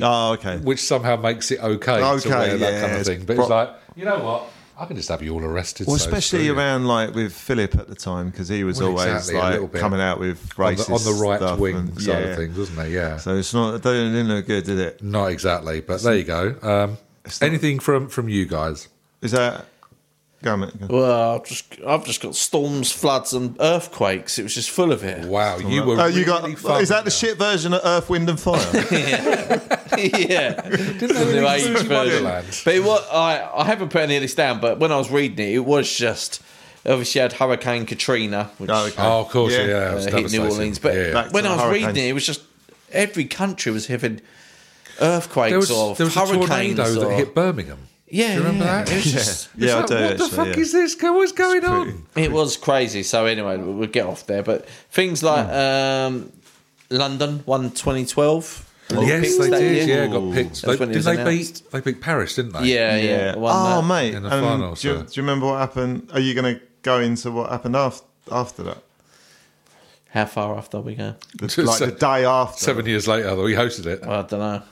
[SPEAKER 1] party.
[SPEAKER 2] it? Oh, okay.
[SPEAKER 1] Which somehow makes it okay, to
[SPEAKER 2] Okay,
[SPEAKER 1] wear that
[SPEAKER 2] yeah,
[SPEAKER 1] kind of
[SPEAKER 2] it's
[SPEAKER 1] thing. But
[SPEAKER 2] pro-
[SPEAKER 1] it's like, you know what? I can just have you all arrested.
[SPEAKER 2] Well,
[SPEAKER 1] so
[SPEAKER 2] especially
[SPEAKER 1] screw you.
[SPEAKER 2] around like with Philip at the time because he was
[SPEAKER 1] Well,
[SPEAKER 2] always
[SPEAKER 1] exactly, a little
[SPEAKER 2] like
[SPEAKER 1] bit.
[SPEAKER 2] coming out with
[SPEAKER 1] on
[SPEAKER 2] racist
[SPEAKER 1] the, on the right
[SPEAKER 2] stuff
[SPEAKER 1] wing
[SPEAKER 2] and-
[SPEAKER 1] side
[SPEAKER 2] yeah.
[SPEAKER 1] of things, wasn't they? Yeah.
[SPEAKER 2] So it's not it didn't didn't look good, did it?
[SPEAKER 1] not exactly, but there you go. Um, anything from from you guys?
[SPEAKER 2] Is that go on, mate, go on.
[SPEAKER 6] Well, I've just, I've just got storms, floods, and earthquakes. It was just full of it.
[SPEAKER 1] Wow, you were.
[SPEAKER 2] Oh, you
[SPEAKER 1] really
[SPEAKER 2] got
[SPEAKER 1] fun.
[SPEAKER 2] is that the shit version of Earth, Wind and Fire?
[SPEAKER 6] yeah.
[SPEAKER 1] Didn't they
[SPEAKER 6] New
[SPEAKER 1] really
[SPEAKER 6] Age
[SPEAKER 1] include
[SPEAKER 6] version.
[SPEAKER 1] Wonderland?
[SPEAKER 6] But it was, I, I haven't put any of this down, but when I was reading it, it was just obviously you had Hurricane Katrina, which
[SPEAKER 2] Oh, okay.
[SPEAKER 1] Oh, of course, yeah.
[SPEAKER 2] Yeah.
[SPEAKER 1] yeah it
[SPEAKER 6] uh,
[SPEAKER 1] was
[SPEAKER 6] hit New
[SPEAKER 1] devastating.
[SPEAKER 6] Orleans. But
[SPEAKER 1] Yeah.
[SPEAKER 2] Back to
[SPEAKER 6] when
[SPEAKER 2] the
[SPEAKER 6] I was
[SPEAKER 2] hurricanes.
[SPEAKER 6] reading it, it was just every country was having earthquakes
[SPEAKER 1] there was,
[SPEAKER 6] or
[SPEAKER 1] there was a
[SPEAKER 6] hurricanes.
[SPEAKER 1] tornado that
[SPEAKER 6] or-
[SPEAKER 1] hit Birmingham.
[SPEAKER 6] yeah,
[SPEAKER 1] Do you remember
[SPEAKER 6] yeah,
[SPEAKER 1] that?
[SPEAKER 6] It was, just,
[SPEAKER 2] Yeah, I
[SPEAKER 1] It's
[SPEAKER 2] do,
[SPEAKER 1] like, What the
[SPEAKER 2] actually,
[SPEAKER 1] fuck
[SPEAKER 2] yeah.
[SPEAKER 1] is this? Go- What's going on?
[SPEAKER 6] it was crazy. So anyway, we- we'll get off there. But things like
[SPEAKER 1] Hmm.
[SPEAKER 6] um, London won 2012.
[SPEAKER 1] Yes,
[SPEAKER 6] Olympics
[SPEAKER 1] they
[SPEAKER 6] that
[SPEAKER 1] did.
[SPEAKER 6] year.
[SPEAKER 1] Yeah, got picked. They,
[SPEAKER 6] That's when it
[SPEAKER 1] did
[SPEAKER 6] was
[SPEAKER 1] they
[SPEAKER 6] announced.
[SPEAKER 1] beat? They beat Paris, didn't they?
[SPEAKER 6] Yeah, yeah. won
[SPEAKER 2] Oh,
[SPEAKER 6] that.
[SPEAKER 2] mate.
[SPEAKER 1] In the
[SPEAKER 2] and
[SPEAKER 1] final,
[SPEAKER 2] do, you,
[SPEAKER 1] so-
[SPEAKER 2] do you remember what happened? Are you going to go into what happened after after that?
[SPEAKER 6] How far after we go?
[SPEAKER 2] The, like the
[SPEAKER 1] Se-
[SPEAKER 2] day after.
[SPEAKER 1] Seven years later, though, he hosted it.
[SPEAKER 6] Well, I don't know.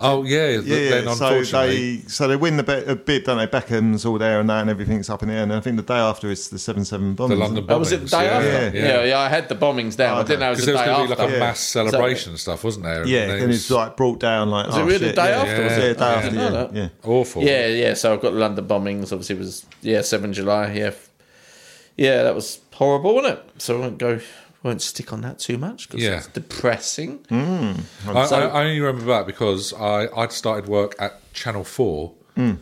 [SPEAKER 1] Oh yeah, th-
[SPEAKER 2] Yeah,
[SPEAKER 1] then
[SPEAKER 2] so
[SPEAKER 1] unfortunately,
[SPEAKER 2] they so they win the bet, a bid, don't they? Beckham's all there and that, and everything's up in the air. And I think the day after it's the seven seven bomb.
[SPEAKER 1] the London bombings.
[SPEAKER 6] Oh, was it the day
[SPEAKER 1] yeah,
[SPEAKER 6] after?
[SPEAKER 1] Yeah,
[SPEAKER 6] Yeah. yeah, I had the bombings down.
[SPEAKER 2] Oh,
[SPEAKER 6] I didn't know it
[SPEAKER 1] Because
[SPEAKER 6] was the
[SPEAKER 1] there
[SPEAKER 6] day
[SPEAKER 1] was going to
[SPEAKER 6] after.
[SPEAKER 1] be like a
[SPEAKER 2] Yeah.
[SPEAKER 1] mass celebration and stuff, wasn't there?
[SPEAKER 2] Yeah,
[SPEAKER 1] And
[SPEAKER 2] then it's like brought down. Like, oh,
[SPEAKER 6] Was it really the day
[SPEAKER 2] yeah,
[SPEAKER 6] after?
[SPEAKER 1] was
[SPEAKER 2] Yeah,
[SPEAKER 1] it?
[SPEAKER 2] the day
[SPEAKER 1] Yeah.
[SPEAKER 6] I
[SPEAKER 2] after.
[SPEAKER 6] didn't know
[SPEAKER 2] Yeah,
[SPEAKER 6] that.
[SPEAKER 2] yeah.
[SPEAKER 1] awful.
[SPEAKER 6] Yeah, yeah. So I've got the London bombings. Obviously, it was yeah, seven July. Yeah, F- yeah, that was horrible, wasn't it? So I won't go, won't stick on that too much because
[SPEAKER 1] Yeah. Hmm?
[SPEAKER 6] it's depressing.
[SPEAKER 1] I, I, I only remember that because I I'd started work at Channel Four.
[SPEAKER 2] Hmm.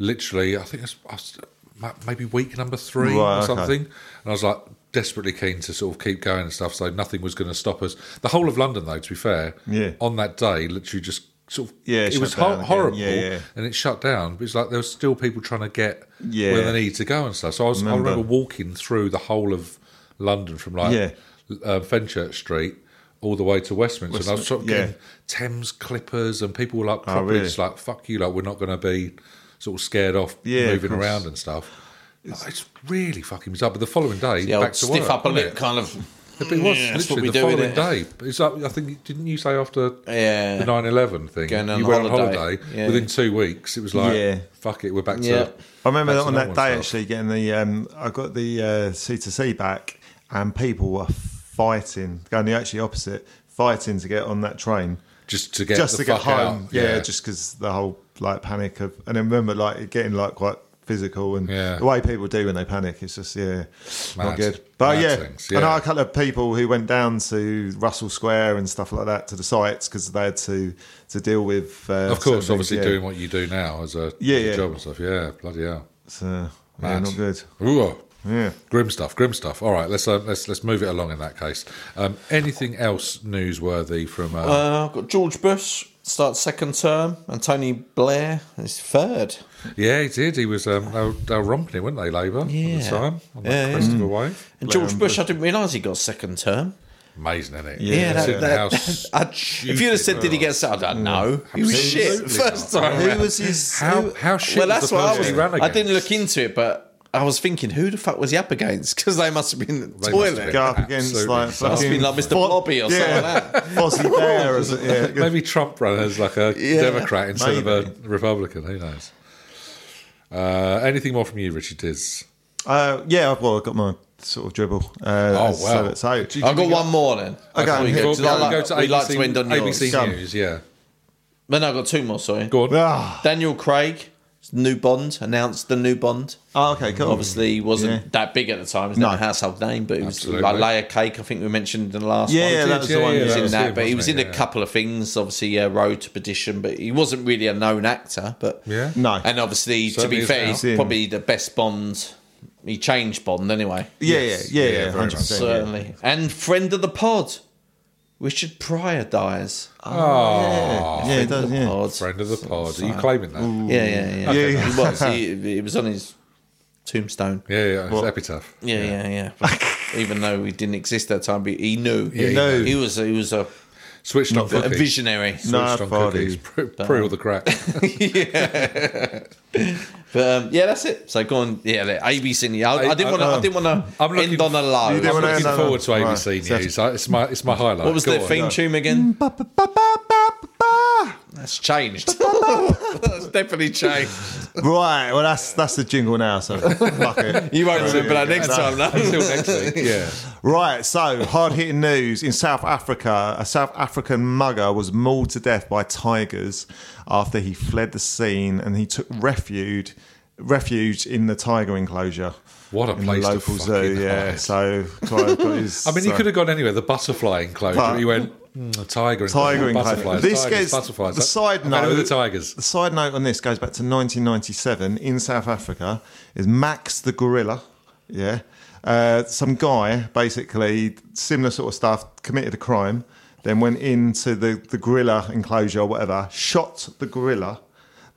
[SPEAKER 1] Literally, I think it was, I was ma- maybe week number three or
[SPEAKER 2] Right, okay.
[SPEAKER 1] something, and I was like desperately keen to sort of keep going and stuff. So nothing was going to stop us. The whole of London, though, to be fair,
[SPEAKER 2] Yeah.
[SPEAKER 1] on that day, literally just sort of
[SPEAKER 2] Yeah,
[SPEAKER 1] it
[SPEAKER 2] shut
[SPEAKER 1] was
[SPEAKER 2] down
[SPEAKER 1] hor-
[SPEAKER 2] again.
[SPEAKER 1] horrible,
[SPEAKER 2] Yeah, yeah.
[SPEAKER 1] and it shut down. But it's like there was still people trying to get
[SPEAKER 2] Yeah.
[SPEAKER 1] where they need to go and stuff. So I was I
[SPEAKER 2] Remember.
[SPEAKER 1] remember walking through the whole of London from like
[SPEAKER 2] Yeah.
[SPEAKER 1] uh, Fenchurch Street all the way to Westminster. and I was sort of
[SPEAKER 2] yeah.
[SPEAKER 1] getting Thames Clippers and people were like properly
[SPEAKER 2] Oh, really?
[SPEAKER 1] just like, fuck you, like we're not going to be sort of scared off
[SPEAKER 2] Yeah, of
[SPEAKER 1] moving
[SPEAKER 2] course.
[SPEAKER 1] around and stuff. It's, really fucking bizarre. But the following day,
[SPEAKER 6] The old
[SPEAKER 1] back to
[SPEAKER 6] stiff
[SPEAKER 1] work.
[SPEAKER 6] upper
[SPEAKER 1] wasn't
[SPEAKER 6] lip
[SPEAKER 1] it?
[SPEAKER 6] kind of.
[SPEAKER 1] But it was
[SPEAKER 6] Yeah, that's what
[SPEAKER 1] literally
[SPEAKER 6] we
[SPEAKER 1] the
[SPEAKER 6] do,
[SPEAKER 1] following
[SPEAKER 6] innit?
[SPEAKER 1] day. It's like I think didn't you say after
[SPEAKER 6] Yeah.
[SPEAKER 1] the 9-11 thing?
[SPEAKER 6] Going on
[SPEAKER 1] you went on
[SPEAKER 6] holiday.
[SPEAKER 1] holiday
[SPEAKER 6] Yeah.
[SPEAKER 1] within two weeks. It was like
[SPEAKER 2] Yeah.
[SPEAKER 1] fuck it, we're back to.
[SPEAKER 6] Yeah.
[SPEAKER 2] I remember
[SPEAKER 1] back
[SPEAKER 2] that
[SPEAKER 1] to
[SPEAKER 2] on that
[SPEAKER 1] normal
[SPEAKER 2] day
[SPEAKER 1] stuff.
[SPEAKER 2] actually getting the um, I got the uh, C to C back, and people were fighting, going the actually opposite, fighting to get on that train.
[SPEAKER 1] just to get
[SPEAKER 2] just
[SPEAKER 1] the
[SPEAKER 2] to get
[SPEAKER 1] fuck out.
[SPEAKER 2] home. Yeah, just because the whole like panic of, and I remember like it getting like quite physical and
[SPEAKER 1] Yeah.
[SPEAKER 2] the way people do when they panic. It's just yeah,
[SPEAKER 1] Mad.
[SPEAKER 2] not good. But
[SPEAKER 1] Mad
[SPEAKER 2] yeah,
[SPEAKER 1] things,
[SPEAKER 2] I know
[SPEAKER 1] yeah.
[SPEAKER 2] a couple of people who went down to Russell Square and stuff like that to the sites because they had to to deal with. Uh,
[SPEAKER 1] of course,
[SPEAKER 2] certain
[SPEAKER 1] obviously
[SPEAKER 2] things, yeah.
[SPEAKER 1] doing what you do now as a,
[SPEAKER 2] Yeah,
[SPEAKER 1] as a
[SPEAKER 2] yeah.
[SPEAKER 1] job and stuff. Yeah, bloody hell.
[SPEAKER 2] So, yeah,
[SPEAKER 1] Mad.
[SPEAKER 2] not good.
[SPEAKER 1] Ooh.
[SPEAKER 2] Yeah.
[SPEAKER 1] Grim stuff, grim stuff. All right, let's um, let's let's move it along in that case. Um, anything else newsworthy from? Uh,
[SPEAKER 6] Uh, I've got George Bush starts second term and Tony Blair is third.
[SPEAKER 1] yeah, he did. He was um, they were, they were romping it, weren't they? Labour at the
[SPEAKER 6] Yeah.
[SPEAKER 1] time on that
[SPEAKER 6] Yeah,
[SPEAKER 1] crest of a wave.
[SPEAKER 6] And George Bush, I didn't realise he got second term.
[SPEAKER 1] Amazing, isn't it?
[SPEAKER 2] Yeah,
[SPEAKER 6] Yeah,
[SPEAKER 1] It's
[SPEAKER 6] that,
[SPEAKER 1] in
[SPEAKER 6] that-
[SPEAKER 1] how
[SPEAKER 6] I-
[SPEAKER 1] stupid
[SPEAKER 6] if you'd have said, did he
[SPEAKER 1] it
[SPEAKER 6] get second? I don't know. He was shit
[SPEAKER 1] Absolutely
[SPEAKER 6] first
[SPEAKER 1] not.
[SPEAKER 6] time.
[SPEAKER 1] Who
[SPEAKER 6] round.
[SPEAKER 2] was his?
[SPEAKER 1] How
[SPEAKER 2] who-
[SPEAKER 1] how shit
[SPEAKER 6] Well,
[SPEAKER 1] was
[SPEAKER 6] that's
[SPEAKER 1] the
[SPEAKER 6] what I
[SPEAKER 1] party
[SPEAKER 6] was.
[SPEAKER 1] he ran
[SPEAKER 6] I
[SPEAKER 1] against?
[SPEAKER 6] didn't look into it, but I was thinking, who the fuck was he up against? Because they must have been in the
[SPEAKER 1] They must have
[SPEAKER 6] toilet.
[SPEAKER 1] been
[SPEAKER 2] Go up against
[SPEAKER 1] Absolutely.
[SPEAKER 2] like
[SPEAKER 1] Must have
[SPEAKER 6] Must have
[SPEAKER 2] fucking
[SPEAKER 6] been like Mr.
[SPEAKER 2] Fo-
[SPEAKER 6] Blobby or something
[SPEAKER 2] yeah,
[SPEAKER 6] like that.
[SPEAKER 2] Fozzie Bear, is it? Yeah,
[SPEAKER 1] Maybe Trump ran as like a Democrat instead of a Republican. Who knows? Uh, anything more from you, Richard? Is
[SPEAKER 2] Uh, yeah, well, I've got my sort of dribble. Uh,
[SPEAKER 1] Oh, wow.
[SPEAKER 2] So, Um, so-
[SPEAKER 6] I've got one more then.
[SPEAKER 2] Okay.
[SPEAKER 6] we
[SPEAKER 2] Yeah,
[SPEAKER 6] go,
[SPEAKER 1] Well,
[SPEAKER 6] to, I like,
[SPEAKER 1] we go to
[SPEAKER 6] we
[SPEAKER 1] ABC,
[SPEAKER 6] like to end on yours.
[SPEAKER 1] ABC
[SPEAKER 2] Come.
[SPEAKER 1] News. Yeah,
[SPEAKER 6] No, no, I've got two more, sorry.
[SPEAKER 1] go on.
[SPEAKER 2] Ah,
[SPEAKER 6] Daniel Craig, new Bond, announced the new Bond.
[SPEAKER 2] oh, okay, cool.
[SPEAKER 6] Obviously, he wasn't
[SPEAKER 2] Yeah.
[SPEAKER 6] that big at the time. It was
[SPEAKER 2] No.
[SPEAKER 6] not a household name, but it was
[SPEAKER 1] Absolutely.
[SPEAKER 6] like Layer Cake, I think we mentioned in the last
[SPEAKER 2] Yeah,
[SPEAKER 6] one.
[SPEAKER 2] yeah, that was the
[SPEAKER 1] Yeah,
[SPEAKER 2] one.
[SPEAKER 1] yeah,
[SPEAKER 6] He was
[SPEAKER 1] that
[SPEAKER 6] in
[SPEAKER 1] was
[SPEAKER 6] that,
[SPEAKER 1] it,
[SPEAKER 6] but he
[SPEAKER 1] wasn't
[SPEAKER 6] was
[SPEAKER 1] it?
[SPEAKER 6] in
[SPEAKER 1] Yeah.
[SPEAKER 6] a couple of things. Obviously, uh, Road to Perdition, but he wasn't really a known actor. But
[SPEAKER 1] Yeah.
[SPEAKER 2] No.
[SPEAKER 6] and obviously,
[SPEAKER 1] Certainly
[SPEAKER 6] to be
[SPEAKER 1] is
[SPEAKER 6] fair,
[SPEAKER 1] now.
[SPEAKER 6] he's
[SPEAKER 2] Yeah.
[SPEAKER 6] probably the best Bond. He changed Bond anyway,
[SPEAKER 2] Yeah,
[SPEAKER 1] Yes.
[SPEAKER 2] yeah,
[SPEAKER 1] Yeah,
[SPEAKER 2] yeah, yeah,
[SPEAKER 1] very much
[SPEAKER 2] hundred percent.
[SPEAKER 1] so.
[SPEAKER 2] yeah.
[SPEAKER 6] certainly, and friend of the pod, Richard Pryor dies.
[SPEAKER 2] Oh, yeah, yeah, it does.
[SPEAKER 6] Friend of the
[SPEAKER 2] Yeah,
[SPEAKER 6] pod.
[SPEAKER 1] Ah, Friend of the pod. Are you claiming that?
[SPEAKER 6] Yeah, yeah, yeah.
[SPEAKER 2] Okay, Yeah, yeah.
[SPEAKER 6] He was. He, it was on his tombstone.
[SPEAKER 1] Yeah, yeah. It's epitaph.
[SPEAKER 6] Yeah, yeah, yeah. But even though he didn't exist at that time, but he knew.
[SPEAKER 1] he
[SPEAKER 6] he
[SPEAKER 2] knew.
[SPEAKER 6] He was. He was a,
[SPEAKER 1] Switched on
[SPEAKER 6] a
[SPEAKER 1] cookies.
[SPEAKER 6] visionary.
[SPEAKER 2] No,
[SPEAKER 1] Switched on
[SPEAKER 2] Fardy.
[SPEAKER 1] cookies. Prue prue all the crack.
[SPEAKER 6] But um, yeah, that's it. So go on. Yeah, like, ABC. News. I, E. I didn't want to. I didn't want
[SPEAKER 1] I'm
[SPEAKER 6] to
[SPEAKER 1] looking-
[SPEAKER 6] end on a low.
[SPEAKER 2] You didn't
[SPEAKER 1] I'm
[SPEAKER 2] wanna
[SPEAKER 1] looking
[SPEAKER 2] end on-
[SPEAKER 1] forward to
[SPEAKER 2] Right,
[SPEAKER 1] ABC
[SPEAKER 2] so-
[SPEAKER 1] News. I- It's my it's my highlight.
[SPEAKER 6] What was
[SPEAKER 1] Go
[SPEAKER 6] their
[SPEAKER 1] on.
[SPEAKER 6] theme tune
[SPEAKER 2] Mm.
[SPEAKER 6] again? That's changed. that's definitely changed.
[SPEAKER 2] Right, well, that's that's the jingle now. So fuck it.
[SPEAKER 6] You won't remember that
[SPEAKER 2] Yeah,
[SPEAKER 6] next
[SPEAKER 2] no.
[SPEAKER 6] time, though.
[SPEAKER 1] Until next week. Yeah.
[SPEAKER 2] Right, so hard hitting news in South Africa. A South African mugger was mauled to death by tigers after he fled the scene and he took refuge refuge in the tiger enclosure.
[SPEAKER 1] What a
[SPEAKER 2] in
[SPEAKER 1] place
[SPEAKER 2] the
[SPEAKER 1] to
[SPEAKER 2] local zoo,
[SPEAKER 1] fucking
[SPEAKER 2] yeah.
[SPEAKER 1] hide.
[SPEAKER 2] So Clive got his.
[SPEAKER 1] I mean, he
[SPEAKER 2] so-
[SPEAKER 1] could have gone anywhere. The butterfly enclosure.
[SPEAKER 2] But-
[SPEAKER 1] he went mm, a tiger enclosure.
[SPEAKER 2] Tiger enclosure.
[SPEAKER 1] butterflies.
[SPEAKER 2] This
[SPEAKER 1] tigers,
[SPEAKER 2] gets-
[SPEAKER 1] butterflies.
[SPEAKER 2] the side
[SPEAKER 1] I'm going
[SPEAKER 2] note-
[SPEAKER 1] with the tigers.
[SPEAKER 2] The side note on this goes back to 1997 in South Africa. Is Max the gorilla? Yeah, uh, some guy basically similar sort of stuff committed a crime, then went into the the gorilla enclosure or whatever, shot the gorilla.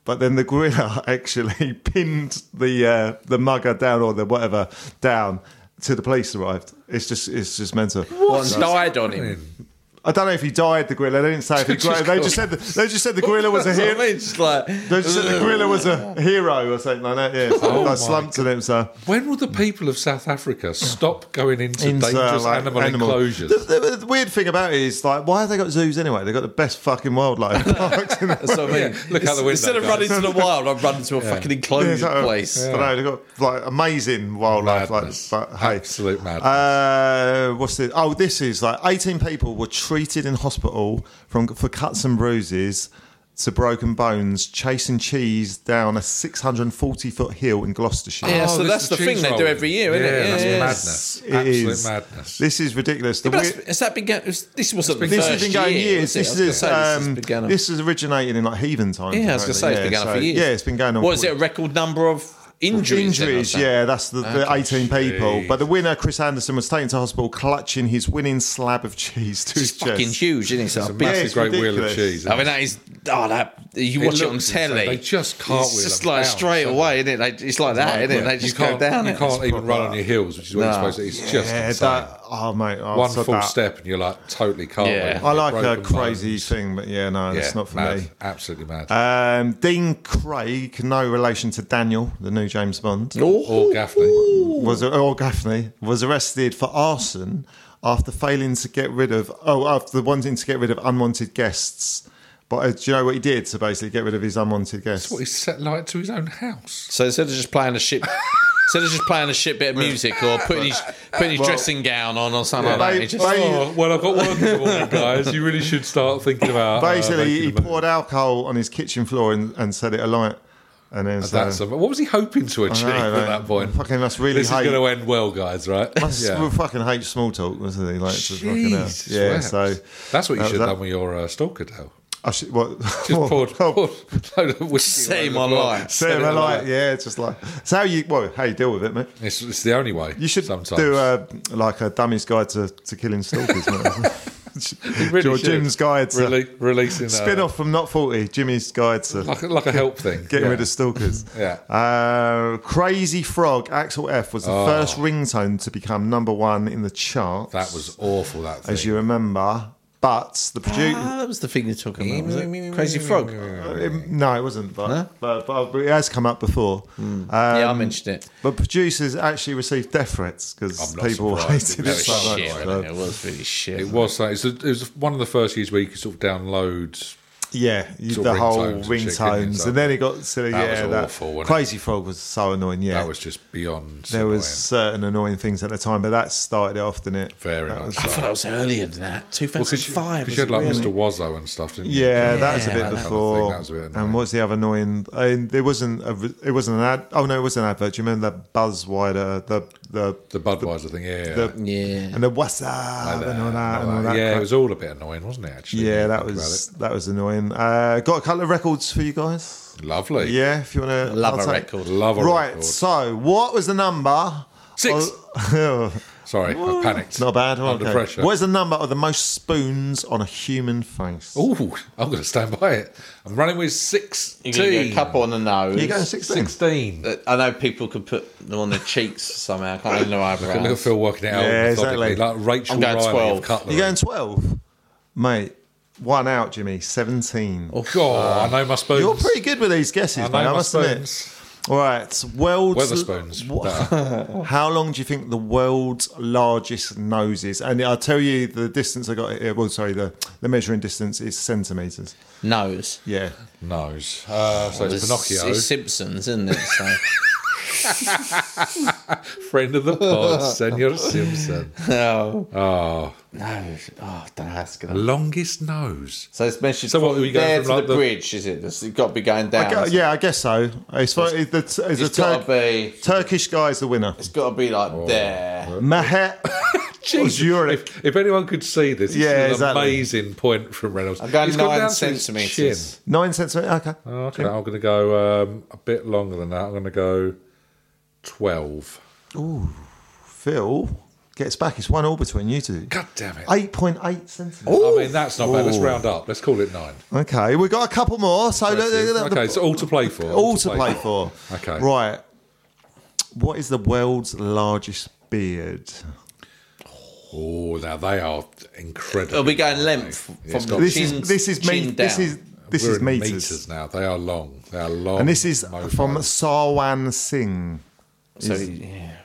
[SPEAKER 2] But then the gorilla actually pinned the uh, the mugger down or the whatever down till the police arrived. It's just it's just mental.
[SPEAKER 6] One died on him.
[SPEAKER 2] I don't know if he died the gorilla. They didn't say if he died. They just said the, they just said the gorilla was a
[SPEAKER 6] That's what I
[SPEAKER 2] hero.
[SPEAKER 6] mean. Just like
[SPEAKER 2] They just said the gorilla was a hero or something like that. Yeah, so
[SPEAKER 1] Oh my
[SPEAKER 2] I slumped on him. So
[SPEAKER 1] When will the people of South Africa stop going into,
[SPEAKER 2] Into,
[SPEAKER 1] dangerous
[SPEAKER 2] uh, like,
[SPEAKER 1] animal,
[SPEAKER 2] animal-
[SPEAKER 1] enclosures?
[SPEAKER 2] the, the- the weird thing about it is like, why have they got zoos anyway? They've got the best fucking wildlife parks. In the world.
[SPEAKER 6] That's what I mean.
[SPEAKER 1] Yeah, look out the window,
[SPEAKER 6] Instead of
[SPEAKER 1] guys.
[SPEAKER 6] running to the wild, I'm running to a fucking
[SPEAKER 2] Yeah,
[SPEAKER 6] enclosure
[SPEAKER 2] it's like,
[SPEAKER 6] place.
[SPEAKER 2] I don't know. They've got like amazing wildlife. Like,
[SPEAKER 1] Madness.
[SPEAKER 2] but hey,
[SPEAKER 1] Absolute madness.
[SPEAKER 2] Uh, what's the? Oh, this is like 18 people were treated in hospital from for cuts and bruises to broken bones, chasing cheese down a 640 foot hill in Gloucestershire.
[SPEAKER 6] Yeah,
[SPEAKER 1] Oh,
[SPEAKER 6] so
[SPEAKER 1] this
[SPEAKER 6] that's
[SPEAKER 1] is
[SPEAKER 6] the thing
[SPEAKER 1] cheese
[SPEAKER 6] they do
[SPEAKER 1] rolling.
[SPEAKER 6] every year, isn't
[SPEAKER 1] yeah,
[SPEAKER 6] it? Yeah,
[SPEAKER 1] that's
[SPEAKER 6] yeah.
[SPEAKER 1] madness.
[SPEAKER 2] It
[SPEAKER 1] Absolute
[SPEAKER 2] is.
[SPEAKER 1] madness.
[SPEAKER 2] This is ridiculous. The
[SPEAKER 6] But
[SPEAKER 2] weird-
[SPEAKER 6] that's, has that been going? This wasn't the
[SPEAKER 2] this
[SPEAKER 6] first
[SPEAKER 2] has been going
[SPEAKER 6] year,
[SPEAKER 2] years.
[SPEAKER 6] was it? I
[SPEAKER 2] This
[SPEAKER 6] was gonna
[SPEAKER 2] is
[SPEAKER 6] say, this has
[SPEAKER 2] um,
[SPEAKER 6] been going on.
[SPEAKER 2] this is originated in like heathen times.
[SPEAKER 6] Yeah, I was going to say
[SPEAKER 2] apparently.
[SPEAKER 6] it's been going on for
[SPEAKER 2] Yeah,
[SPEAKER 6] years.
[SPEAKER 2] so- Yeah, it's been going on.
[SPEAKER 6] What is
[SPEAKER 2] for-
[SPEAKER 6] it? A record number of injuries? then,
[SPEAKER 2] Injuries,
[SPEAKER 6] I think?
[SPEAKER 2] yeah, that's the, the 18 people.
[SPEAKER 1] jeez.
[SPEAKER 2] But the winner, Chris Anderson, was taken to hospital clutching his winning slab of cheese to his
[SPEAKER 6] It's
[SPEAKER 2] chest.
[SPEAKER 6] fucking huge, isn't it? So big-
[SPEAKER 1] Massive
[SPEAKER 2] it's
[SPEAKER 1] great wheel of
[SPEAKER 2] ridiculous.
[SPEAKER 1] cheese.
[SPEAKER 6] I mean, that is. Oh, that you
[SPEAKER 1] It
[SPEAKER 6] watch it, on
[SPEAKER 1] looks insane.
[SPEAKER 6] telly.
[SPEAKER 1] They just cartwheel
[SPEAKER 6] It's just
[SPEAKER 1] and
[SPEAKER 6] like
[SPEAKER 1] bounce,
[SPEAKER 6] straight
[SPEAKER 1] don't
[SPEAKER 6] away, isn't it? They, it's like that, isn't it? They
[SPEAKER 1] you
[SPEAKER 6] just go
[SPEAKER 1] can't,
[SPEAKER 6] down.
[SPEAKER 1] you
[SPEAKER 6] it.
[SPEAKER 1] can't even run
[SPEAKER 2] proper-
[SPEAKER 1] on your heels, which is what you're
[SPEAKER 6] No.
[SPEAKER 1] supposed to. It's just
[SPEAKER 2] Yeah,
[SPEAKER 1] insane.
[SPEAKER 2] that, oh mate, oh,
[SPEAKER 1] one
[SPEAKER 2] so
[SPEAKER 1] full
[SPEAKER 2] that-
[SPEAKER 1] step and you're like totally can't.
[SPEAKER 6] Yeah.
[SPEAKER 2] I like a crazy thing, but yeah, no,
[SPEAKER 1] Yeah,
[SPEAKER 2] that's not for
[SPEAKER 1] mad.
[SPEAKER 2] me.
[SPEAKER 1] Absolutely mad.
[SPEAKER 2] Um, Dean Craig, no relation to Daniel, the new James Bond.
[SPEAKER 1] or Gaffney.
[SPEAKER 2] was or Gaffney was arrested for arson after failing to get rid of oh after wanting to get rid of unwanted guests. But uh, do you know what he did to basically get rid of his unwanted guests?
[SPEAKER 1] What he uh, set light to his own house.
[SPEAKER 6] So instead of just playing a shit, instead of just playing a shit bit of music or putting his putting his dressing gown on or something like that,
[SPEAKER 2] they-
[SPEAKER 6] he just,
[SPEAKER 2] they-
[SPEAKER 1] Oh, well, I've got work in the morning, guys. You really should start thinking about. uh,
[SPEAKER 2] Basically,
[SPEAKER 1] making
[SPEAKER 2] he
[SPEAKER 1] a move.
[SPEAKER 2] poured alcohol on his kitchen floor and, and set it alight. And then so,
[SPEAKER 1] That's a, what was he hoping to achieve
[SPEAKER 2] know,
[SPEAKER 1] at
[SPEAKER 2] mate.
[SPEAKER 1] that point?
[SPEAKER 2] Fucking must really
[SPEAKER 1] This
[SPEAKER 2] hate-
[SPEAKER 1] is going to end well, guys. Right?
[SPEAKER 2] must fucking hate small talk, wasn't he? Like, to fucking hell.
[SPEAKER 1] Jesus
[SPEAKER 2] yeah.
[SPEAKER 1] wept.
[SPEAKER 2] So
[SPEAKER 1] that's what you
[SPEAKER 2] that-
[SPEAKER 1] should
[SPEAKER 2] that-
[SPEAKER 1] have done with your uh, stalker, Dale.
[SPEAKER 2] I should, what,
[SPEAKER 1] Just poured, poured a load of whiskey
[SPEAKER 6] Set
[SPEAKER 1] all
[SPEAKER 6] him
[SPEAKER 1] over the
[SPEAKER 6] on
[SPEAKER 1] floor.
[SPEAKER 6] light.
[SPEAKER 2] Set him alight. Yeah, it's just like it's how you well how you deal with it, mate.
[SPEAKER 1] It's, it's the only way.
[SPEAKER 2] You should
[SPEAKER 1] sometimes.
[SPEAKER 2] do uh, a, like a dummy's guide to, to killing stalkers. mate.
[SPEAKER 1] really
[SPEAKER 2] Or
[SPEAKER 1] should.
[SPEAKER 2] Jim's guide to
[SPEAKER 1] Rele- releasing
[SPEAKER 2] spin
[SPEAKER 1] uh,
[SPEAKER 2] off from Not Forty. Jimmy's guide to
[SPEAKER 1] like, a- like a help thing.
[SPEAKER 2] getting
[SPEAKER 1] Yeah.
[SPEAKER 2] rid of stalkers.
[SPEAKER 1] Yeah.
[SPEAKER 2] Uh, Crazy Frog. Axel F was the
[SPEAKER 1] Oh.
[SPEAKER 2] first ringtone to become number one in the charts,
[SPEAKER 1] that was awful. That thing.
[SPEAKER 2] as you remember. But the producer.
[SPEAKER 6] ah, that was the thing you're talking about. Was it? Crazy frog.
[SPEAKER 2] It- no, it wasn't, but, but, but it has come up before. Um,
[SPEAKER 6] Yeah, I mentioned it.
[SPEAKER 2] But producers actually received death threats because
[SPEAKER 1] I'm not
[SPEAKER 2] people
[SPEAKER 1] surprised.
[SPEAKER 2] hated
[SPEAKER 1] That
[SPEAKER 2] it
[SPEAKER 1] was
[SPEAKER 2] so much.
[SPEAKER 6] Shit,
[SPEAKER 2] so-
[SPEAKER 6] it was really shit.
[SPEAKER 1] uh, It was that. It was one of the first years where you could sort of download
[SPEAKER 2] Yeah, you-
[SPEAKER 1] Sort
[SPEAKER 2] the
[SPEAKER 1] of
[SPEAKER 2] whole
[SPEAKER 1] ringtones and shit, didn't it?
[SPEAKER 2] ringtones, and then it got silly.
[SPEAKER 1] That
[SPEAKER 2] yeah,
[SPEAKER 1] was
[SPEAKER 2] that
[SPEAKER 1] awful, wasn't it?
[SPEAKER 2] Crazy Frog was so annoying. Yeah,
[SPEAKER 1] That was just beyond.
[SPEAKER 2] there was
[SPEAKER 1] annoying.
[SPEAKER 2] certain annoying things at the time, but that started it off, didn't it?
[SPEAKER 1] Very
[SPEAKER 2] That
[SPEAKER 1] much.
[SPEAKER 2] was-
[SPEAKER 6] I thought that was earlier than
[SPEAKER 1] Well,
[SPEAKER 6] that.
[SPEAKER 1] because you, 'cause
[SPEAKER 6] 2005.
[SPEAKER 1] you
[SPEAKER 6] was
[SPEAKER 1] had like
[SPEAKER 6] really-
[SPEAKER 1] Mr. Wazzo and stuff, didn't you?
[SPEAKER 2] Yeah, that was a
[SPEAKER 6] Yeah,
[SPEAKER 2] bit
[SPEAKER 6] that kind of
[SPEAKER 1] thing,
[SPEAKER 2] before.
[SPEAKER 1] that was a bit annoying.
[SPEAKER 2] and what's the other annoying? And it wasn't a. It wasn't an ad. Oh no, it was an advert. Do you remember the Buzzwider? The the
[SPEAKER 1] The Budweiser thing, yeah. yeah.
[SPEAKER 2] the
[SPEAKER 6] Yeah.
[SPEAKER 2] and the what's up and all that and all that.
[SPEAKER 1] yeah,
[SPEAKER 2] crap.
[SPEAKER 1] it was all a bit annoying, wasn't it? Actually, when
[SPEAKER 2] yeah, that
[SPEAKER 1] you think
[SPEAKER 2] was that was annoying. Uh, got a couple of records for you guys.
[SPEAKER 1] about it. lovely.
[SPEAKER 2] Yeah, if you want to
[SPEAKER 6] Love a record.
[SPEAKER 1] love a
[SPEAKER 2] Right.
[SPEAKER 1] record.
[SPEAKER 2] So, what was the number?
[SPEAKER 1] Six.
[SPEAKER 2] Oh,
[SPEAKER 1] Sorry, I panicked.
[SPEAKER 2] not bad.
[SPEAKER 1] Under
[SPEAKER 2] okay.
[SPEAKER 1] pressure.
[SPEAKER 2] What is the number of the most spoons on a human face?
[SPEAKER 1] Ooh, I'm going to stand by it. I'm running with sixteen.
[SPEAKER 6] You get a couple on the nose.
[SPEAKER 2] you go sixteen.
[SPEAKER 1] Sixteen.
[SPEAKER 6] Uh, I know people could put them on their cheeks somehow. I can't even know
[SPEAKER 1] Look at
[SPEAKER 6] eyebrows.
[SPEAKER 1] Phil working it out.
[SPEAKER 2] Yeah,
[SPEAKER 1] methodically,
[SPEAKER 2] exactly.
[SPEAKER 1] Like Rachel
[SPEAKER 6] I'm going
[SPEAKER 1] Riley
[SPEAKER 6] 12.
[SPEAKER 1] of Cutler.
[SPEAKER 2] You going twelve, mate? One out, Jimmy. Seventeen.
[SPEAKER 1] God, I know my spoons.
[SPEAKER 2] You're pretty good with these
[SPEAKER 1] Oh. I
[SPEAKER 2] guesses,
[SPEAKER 1] know
[SPEAKER 2] mate. I
[SPEAKER 1] my
[SPEAKER 2] must admit.
[SPEAKER 1] spoons.
[SPEAKER 2] All right, world's
[SPEAKER 1] Weatherspoons.
[SPEAKER 2] Wha- How long do you think the world's largest nose is? And I'll tell you the distance I got. Here, well, sorry, the, the measuring distance is centimeters.
[SPEAKER 6] Nose.
[SPEAKER 2] Yeah,
[SPEAKER 1] Nose. Uh, so it's
[SPEAKER 6] It's,
[SPEAKER 1] Pinocchio,
[SPEAKER 6] it's Simpsons, isn't it? So,
[SPEAKER 1] friend of the pod, Senor Simpson.
[SPEAKER 6] no,
[SPEAKER 1] Oh,
[SPEAKER 6] no. Oh, don't ask it.
[SPEAKER 1] longest nose.
[SPEAKER 6] So it's measured
[SPEAKER 1] So what,
[SPEAKER 6] from
[SPEAKER 1] are we going
[SPEAKER 6] there
[SPEAKER 1] from,
[SPEAKER 6] to
[SPEAKER 1] like,
[SPEAKER 6] the,
[SPEAKER 1] the-
[SPEAKER 6] bridge, is it? It's got to be going down.
[SPEAKER 2] I gu-
[SPEAKER 6] It's-
[SPEAKER 2] yeah, I guess so. It's, fo- it's, the, it's, the
[SPEAKER 6] it's got to
[SPEAKER 2] Turk-
[SPEAKER 6] be.
[SPEAKER 2] Turkish guy's the winner.
[SPEAKER 6] It's got to be like
[SPEAKER 1] Oh,
[SPEAKER 6] there.
[SPEAKER 2] Maher Oh, Ozurek.
[SPEAKER 1] If, if anyone could see this, this
[SPEAKER 2] Yeah,
[SPEAKER 1] is an
[SPEAKER 2] exactly.
[SPEAKER 1] amazing point from Reynolds.
[SPEAKER 6] I'm going
[SPEAKER 1] He's gone
[SPEAKER 6] nine
[SPEAKER 1] down to his
[SPEAKER 6] centimetres.
[SPEAKER 2] Nine centimeters. Okay.
[SPEAKER 1] chin. Okay, I'm going to go um, a bit longer than that. I'm going to go 12.
[SPEAKER 2] Phil gets back. It's one all between you two.
[SPEAKER 1] God damn it.
[SPEAKER 2] 8.8 centimeters.
[SPEAKER 1] I mean, that's not bad. Let's round up. Let's call it nine.
[SPEAKER 2] Okay, we've got a couple more. So look, look, look,
[SPEAKER 1] okay,
[SPEAKER 2] the-
[SPEAKER 1] so all to play for.
[SPEAKER 2] all to play for.
[SPEAKER 1] Okay.
[SPEAKER 2] Right. What is the world's largest beard?
[SPEAKER 1] Oh, now they are incredible.
[SPEAKER 6] Are we going length
[SPEAKER 1] Yeah,
[SPEAKER 6] from
[SPEAKER 1] it's got-
[SPEAKER 6] the
[SPEAKER 2] This
[SPEAKER 6] chin-
[SPEAKER 2] is this is
[SPEAKER 6] chin
[SPEAKER 2] me- this
[SPEAKER 6] down?
[SPEAKER 2] is this
[SPEAKER 1] We're
[SPEAKER 2] is
[SPEAKER 1] in
[SPEAKER 2] meters.
[SPEAKER 1] now. They are long. They are long.
[SPEAKER 2] And this is
[SPEAKER 1] mofos.
[SPEAKER 2] from Sarwan Singh.
[SPEAKER 6] So, yeah.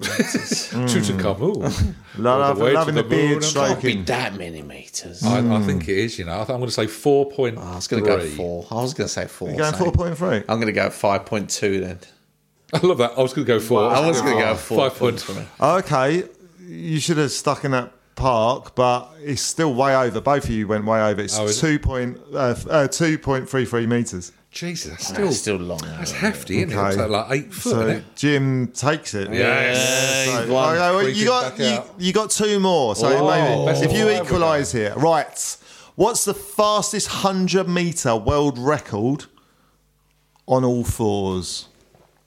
[SPEAKER 2] Mm.
[SPEAKER 1] Tutankhamun.
[SPEAKER 2] Love,
[SPEAKER 1] the way to
[SPEAKER 2] loving
[SPEAKER 1] the
[SPEAKER 2] the,
[SPEAKER 1] moon
[SPEAKER 2] beard
[SPEAKER 1] and
[SPEAKER 6] Can't be
[SPEAKER 2] stroking.
[SPEAKER 6] that many meters. Oh,
[SPEAKER 1] I, I think it is. You know, I th- I'm going to say four point.
[SPEAKER 2] Ah,
[SPEAKER 6] I was going to go four. I was going to say four.
[SPEAKER 2] You're going
[SPEAKER 6] so-
[SPEAKER 2] four point three.
[SPEAKER 6] I'm going to go 5.2 then.
[SPEAKER 1] I love that. I was going to go four.
[SPEAKER 6] I was going to go four.
[SPEAKER 1] Five point.
[SPEAKER 2] Okay, you should have stuck in that park, but it's still way over. Both of you went way over. It's
[SPEAKER 1] Oh, is it?
[SPEAKER 2] two point uh, f- uh, two point three three meters.
[SPEAKER 1] Jesus, that's still,
[SPEAKER 6] Still, still long.
[SPEAKER 1] that's hefty, isn't
[SPEAKER 2] Okay.
[SPEAKER 1] it? It's like eight foot.
[SPEAKER 2] So
[SPEAKER 1] isn't
[SPEAKER 2] Jim takes it.
[SPEAKER 1] it? Yes.
[SPEAKER 2] So,
[SPEAKER 6] he's won.
[SPEAKER 2] okay, well,
[SPEAKER 1] Creeping
[SPEAKER 2] you got
[SPEAKER 1] back
[SPEAKER 2] you,
[SPEAKER 1] out.
[SPEAKER 2] you got two more. So
[SPEAKER 1] Best
[SPEAKER 2] maybe if
[SPEAKER 1] of
[SPEAKER 2] you
[SPEAKER 1] five
[SPEAKER 2] equalise here, right? What's the fastest hundred meter world record on all fours?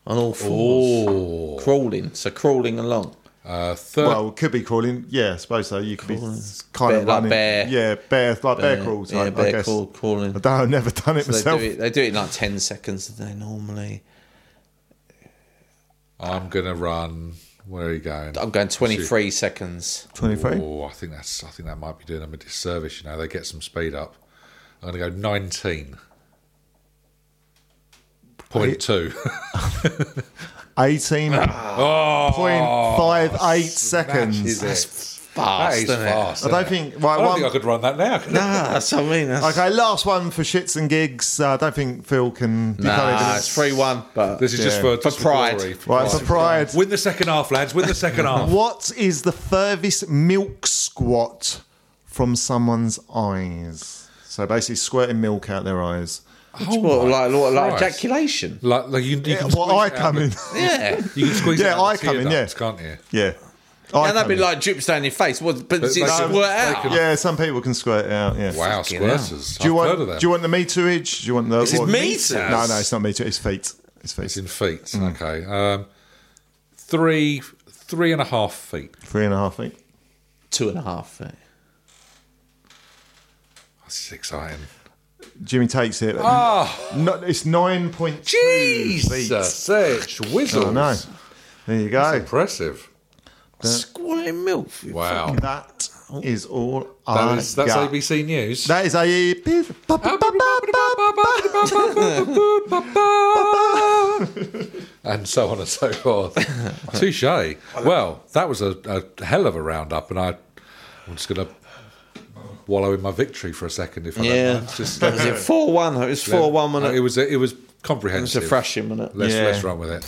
[SPEAKER 6] On all fours.
[SPEAKER 1] Oh,
[SPEAKER 6] Crawling. So crawling along.
[SPEAKER 1] uh, third.
[SPEAKER 2] Well, could be crawling. Yeah, I suppose so. You could be kind
[SPEAKER 6] Bear-
[SPEAKER 2] of
[SPEAKER 6] like
[SPEAKER 2] running.
[SPEAKER 6] bear.
[SPEAKER 2] yeah, bear like bear,
[SPEAKER 6] Uh,
[SPEAKER 2] crawls.
[SPEAKER 6] Yeah,
[SPEAKER 2] I, I
[SPEAKER 6] bear
[SPEAKER 2] guess.
[SPEAKER 6] crawl, crawling.
[SPEAKER 2] I don't, I've never done it
[SPEAKER 6] They do,
[SPEAKER 2] myself.
[SPEAKER 6] it, they do it in like 10 seconds, do they normally?
[SPEAKER 1] I'm going to run. Where are you going?
[SPEAKER 6] I'm going 23 seconds.
[SPEAKER 2] Twenty three.
[SPEAKER 1] Oh, I think that's. I think that might be doing them a disservice. You know, they get some speed up. I'm going to go nineteen point two.
[SPEAKER 6] Ah.
[SPEAKER 2] 18.58
[SPEAKER 1] Oh,
[SPEAKER 2] seconds.
[SPEAKER 1] That's
[SPEAKER 6] fast,
[SPEAKER 1] That is
[SPEAKER 6] isn't it?
[SPEAKER 1] fast.
[SPEAKER 2] I
[SPEAKER 1] isn't
[SPEAKER 2] don't
[SPEAKER 1] it?
[SPEAKER 2] think.
[SPEAKER 1] I
[SPEAKER 2] Right,
[SPEAKER 1] don't
[SPEAKER 2] one,
[SPEAKER 1] think I could run that now. could I?
[SPEAKER 6] Ah, that's what I mean. That's,
[SPEAKER 2] okay, last one for shits and gigs. Uh, I don't think Phil can. you can't
[SPEAKER 6] nah,
[SPEAKER 2] even-
[SPEAKER 6] it's 3 1. But
[SPEAKER 1] This is just
[SPEAKER 2] Yeah.
[SPEAKER 1] for,
[SPEAKER 6] For
[SPEAKER 1] just
[SPEAKER 6] pride.
[SPEAKER 1] glory,
[SPEAKER 2] Right, for pride.
[SPEAKER 1] Win the second half, lads. Win the second half.
[SPEAKER 2] What is the furthest milk squat from someone's eyes? So basically, squirting milk out their eyes.
[SPEAKER 1] Oh
[SPEAKER 6] what,
[SPEAKER 1] my
[SPEAKER 6] like, like, like
[SPEAKER 1] Christ.
[SPEAKER 6] ejaculation.
[SPEAKER 1] Like, like you, you
[SPEAKER 2] Yeah,
[SPEAKER 1] can
[SPEAKER 2] well,
[SPEAKER 1] squeeze
[SPEAKER 2] eye
[SPEAKER 1] it out
[SPEAKER 2] coming.
[SPEAKER 1] the-
[SPEAKER 6] Yeah.
[SPEAKER 1] You can squeeze
[SPEAKER 2] Yeah,
[SPEAKER 1] it out
[SPEAKER 2] eye
[SPEAKER 1] the tear
[SPEAKER 2] coming, yeah.
[SPEAKER 1] ducts, can't you?
[SPEAKER 2] yeah.
[SPEAKER 6] and that'd be like drips down your face. What, but it's
[SPEAKER 1] they
[SPEAKER 6] squirt
[SPEAKER 1] can- they
[SPEAKER 6] out.
[SPEAKER 1] can-
[SPEAKER 2] Yeah, some people can squirt it out. Yeah.
[SPEAKER 1] Wow,
[SPEAKER 6] Fucking hell.
[SPEAKER 1] squirters.
[SPEAKER 2] Do you
[SPEAKER 1] I've
[SPEAKER 2] want?
[SPEAKER 1] heard of them.
[SPEAKER 2] Do you want the meterage? Do you want the?
[SPEAKER 6] is
[SPEAKER 2] what-
[SPEAKER 6] meters.
[SPEAKER 2] No, no, it's not meter. It's feet. It's feet.
[SPEAKER 1] It's in feet.
[SPEAKER 2] Hmm.
[SPEAKER 1] Okay. Um, three, three and a half feet.
[SPEAKER 2] Three and a half feet.
[SPEAKER 6] Two and a half. eh?
[SPEAKER 1] This is exciting.
[SPEAKER 2] Jimmy takes it.
[SPEAKER 1] Ah.
[SPEAKER 2] No, it's nine point two.
[SPEAKER 1] Jesus, such whizzles.
[SPEAKER 2] Oh no! There you go.
[SPEAKER 1] Impressive.
[SPEAKER 6] Squirting milk.
[SPEAKER 1] Wow.
[SPEAKER 2] That is all. I
[SPEAKER 1] That is, that's
[SPEAKER 2] got.
[SPEAKER 1] ABC News.
[SPEAKER 2] That is
[SPEAKER 1] Oh,
[SPEAKER 2] a.
[SPEAKER 1] and so on and so forth. Touche. Well, that was a, a hell of a roundup, and I, I'm just going to wallow in my victory for a second if I
[SPEAKER 6] Yeah.
[SPEAKER 1] don't mind. Just,
[SPEAKER 6] Was it 4 1? It was 4 1 when
[SPEAKER 1] Uh,
[SPEAKER 6] it,
[SPEAKER 1] it was it was
[SPEAKER 6] was
[SPEAKER 1] comprehensive.
[SPEAKER 6] a thrashing, wasn't it?
[SPEAKER 1] Let's
[SPEAKER 2] Yeah.
[SPEAKER 1] let's run with it.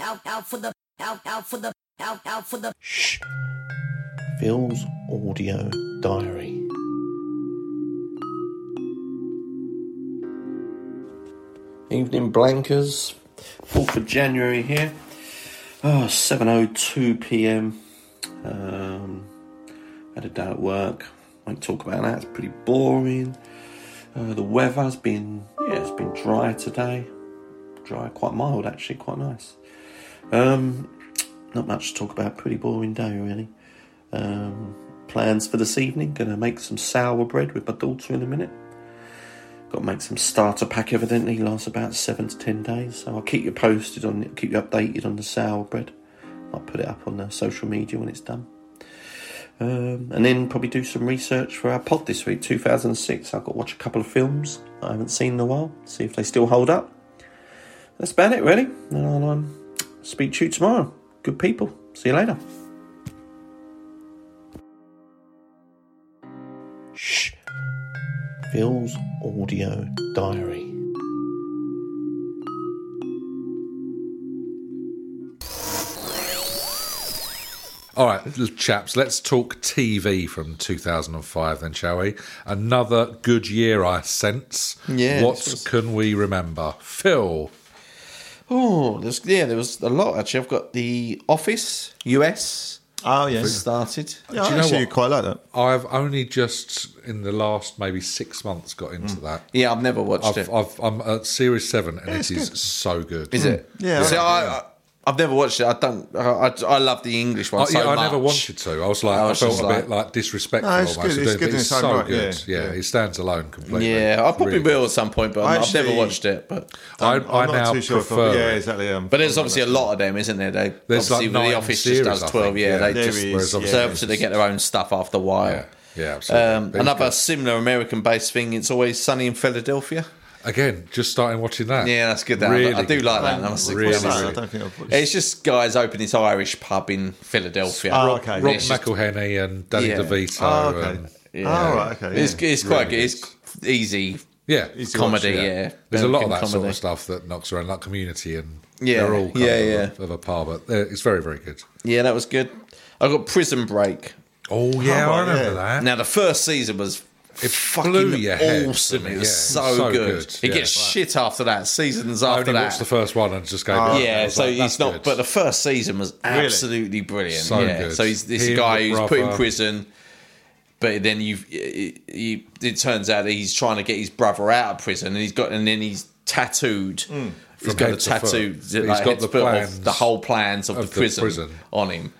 [SPEAKER 8] out, out for the, out, out for the, out, out for the.
[SPEAKER 3] Phil's audio diary. Evening blankers, 4th of January here. Oh, 7.02 pm. Um, had a day at work. Won't talk about that, it's pretty boring. Uh, the weather's been, yeah, it's been dry today. Dry, quite mild actually, quite nice. Um, not much to talk about, pretty boring day really um, plans for this evening. Going to make some sour bread with my daughter in a minute. Got to make some starter pack. Evidently, lasts about seven to ten days. So I'll keep you posted on, keep you updated on the sour bread. I'll put it up on the social media when it's done. Um, and then probably do some research for our pod this week, 2006. I've got to watch a couple of films I haven't seen in a while, see if they still hold up. That's about it, really. And I'll um, speak to you tomorrow. Good people. See you later. Shh. Phil's audio diary.
[SPEAKER 1] All right, little chaps, let's talk TV from 2005 then, shall we? Another good year, I sense.
[SPEAKER 6] Yeah,
[SPEAKER 1] What
[SPEAKER 6] this was-
[SPEAKER 1] can we remember? Phil.
[SPEAKER 6] Oh, there's, yeah, there was a lot actually. I've got The Office, US,
[SPEAKER 2] Oh yes.
[SPEAKER 6] started.
[SPEAKER 1] Do
[SPEAKER 2] Yeah,
[SPEAKER 1] you
[SPEAKER 2] I
[SPEAKER 1] know
[SPEAKER 2] actually
[SPEAKER 1] what?
[SPEAKER 2] quite like that.
[SPEAKER 1] I've only just in the last maybe six months got into that.
[SPEAKER 6] Yeah, I've never watched it.
[SPEAKER 1] I've, I've, I'm at series seven and it is so good. Mm.
[SPEAKER 6] Is it?
[SPEAKER 2] Yeah,
[SPEAKER 6] See,
[SPEAKER 2] yeah.
[SPEAKER 6] I, I, I've never watched it. I don't. I, I, I love the English one.
[SPEAKER 1] I,
[SPEAKER 6] so
[SPEAKER 1] yeah, I
[SPEAKER 6] much.
[SPEAKER 1] never wanted to. I was like,
[SPEAKER 6] I
[SPEAKER 1] I,
[SPEAKER 6] was
[SPEAKER 1] felt
[SPEAKER 6] just
[SPEAKER 1] a
[SPEAKER 6] like-
[SPEAKER 1] bit like disrespectful
[SPEAKER 2] No, it's
[SPEAKER 1] almost.
[SPEAKER 2] good,
[SPEAKER 1] to
[SPEAKER 2] it's
[SPEAKER 1] do it,
[SPEAKER 2] good
[SPEAKER 1] but
[SPEAKER 2] in
[SPEAKER 1] it's
[SPEAKER 2] its own
[SPEAKER 1] so
[SPEAKER 2] right,
[SPEAKER 1] good.
[SPEAKER 2] yeah,
[SPEAKER 1] Yeah,
[SPEAKER 2] yeah.
[SPEAKER 1] it stands alone completely.
[SPEAKER 6] Yeah, I
[SPEAKER 1] It's
[SPEAKER 6] probably
[SPEAKER 1] really good.
[SPEAKER 6] will at some point, but
[SPEAKER 2] I
[SPEAKER 6] I'm- I've never
[SPEAKER 2] actually-
[SPEAKER 6] watched it. But um,
[SPEAKER 1] I,
[SPEAKER 2] I'm
[SPEAKER 1] I
[SPEAKER 2] not
[SPEAKER 1] now
[SPEAKER 2] too sure if I-
[SPEAKER 1] prefer.
[SPEAKER 2] yeah,
[SPEAKER 1] it.
[SPEAKER 2] exactly. Um,
[SPEAKER 6] but there's obviously a lot of them, isn't there? They
[SPEAKER 1] There's
[SPEAKER 6] obviously
[SPEAKER 1] like
[SPEAKER 6] the
[SPEAKER 1] nine
[SPEAKER 6] office
[SPEAKER 1] series,
[SPEAKER 6] just
[SPEAKER 1] I
[SPEAKER 6] does twelve.
[SPEAKER 1] think,
[SPEAKER 6] Yeah,
[SPEAKER 1] yeah.
[SPEAKER 6] they
[SPEAKER 2] There
[SPEAKER 6] just
[SPEAKER 2] is,
[SPEAKER 1] Whereas
[SPEAKER 2] yeah.
[SPEAKER 1] obviously
[SPEAKER 6] serve
[SPEAKER 1] it's
[SPEAKER 6] to they
[SPEAKER 1] just-
[SPEAKER 6] get their own stuff after a while.
[SPEAKER 1] Yeah, yeah, absolutely.
[SPEAKER 6] Um,
[SPEAKER 1] But it's
[SPEAKER 6] another
[SPEAKER 1] good.
[SPEAKER 6] similar American-based thing. It's always sunny in Philadelphia.
[SPEAKER 1] Again, just starting watching that.
[SPEAKER 6] Yeah, that's good. That
[SPEAKER 1] Really
[SPEAKER 6] I, I do
[SPEAKER 1] good.
[SPEAKER 6] like that. I must
[SPEAKER 1] Really,
[SPEAKER 6] I must-
[SPEAKER 2] I
[SPEAKER 1] really.
[SPEAKER 2] don't think I've watched
[SPEAKER 6] It's just guys open this Irish pub in Philadelphia.
[SPEAKER 2] Oh, okay.
[SPEAKER 1] Rob
[SPEAKER 6] It's just-
[SPEAKER 1] McElhenney and Danny
[SPEAKER 6] Yeah.
[SPEAKER 1] DeVito. um,
[SPEAKER 2] Oh, okay.
[SPEAKER 1] and-
[SPEAKER 2] Oh, right, okay.
[SPEAKER 6] It's,
[SPEAKER 2] yeah.
[SPEAKER 6] it's quite good. It's easy
[SPEAKER 1] yeah,
[SPEAKER 2] Easy
[SPEAKER 6] comedy.
[SPEAKER 2] watch,
[SPEAKER 6] yeah.
[SPEAKER 1] There's a lot of that
[SPEAKER 6] American
[SPEAKER 1] sort
[SPEAKER 6] comedy.
[SPEAKER 1] of stuff that knocks around, like Community, and
[SPEAKER 6] Yeah,
[SPEAKER 1] they're all kind
[SPEAKER 6] yeah,
[SPEAKER 1] of,
[SPEAKER 6] yeah.
[SPEAKER 1] A, of a par, but they're- it's very, very good.
[SPEAKER 6] Yeah, that was good. I got Prison Break.
[SPEAKER 1] Oh yeah,
[SPEAKER 2] Oh,
[SPEAKER 1] I remember
[SPEAKER 2] yeah.
[SPEAKER 1] that.
[SPEAKER 6] Now the first season was
[SPEAKER 1] It
[SPEAKER 6] fucking
[SPEAKER 1] blew your head,
[SPEAKER 6] awesome.
[SPEAKER 1] didn't it?
[SPEAKER 6] It was
[SPEAKER 1] Yeah, it
[SPEAKER 6] so,
[SPEAKER 1] was so
[SPEAKER 6] good.
[SPEAKER 1] good,
[SPEAKER 6] It
[SPEAKER 1] yeah.
[SPEAKER 6] gets shit after that. Seasons
[SPEAKER 1] I
[SPEAKER 6] after
[SPEAKER 1] only
[SPEAKER 6] that.
[SPEAKER 1] watched the first one and just
[SPEAKER 2] Oh,
[SPEAKER 1] go.
[SPEAKER 6] yeah, so he's not. But the first season was
[SPEAKER 2] Really?
[SPEAKER 6] absolutely brilliant.
[SPEAKER 1] So
[SPEAKER 6] yeah,
[SPEAKER 1] good.
[SPEAKER 6] so he's this
[SPEAKER 1] Him,
[SPEAKER 6] guy
[SPEAKER 1] the
[SPEAKER 6] who's put in
[SPEAKER 1] brother.
[SPEAKER 6] prison, but then you, it, it, it turns out that he's trying to get his brother out of prison, and he's got, and then he's tattooed. He's
[SPEAKER 1] Hmm. From
[SPEAKER 6] got
[SPEAKER 1] head
[SPEAKER 6] a
[SPEAKER 1] to foot.
[SPEAKER 6] tattoo.
[SPEAKER 1] He's
[SPEAKER 6] Like,
[SPEAKER 1] got
[SPEAKER 6] head
[SPEAKER 1] the
[SPEAKER 6] to foot of
[SPEAKER 1] plans
[SPEAKER 6] the whole plans of, the, prison on him,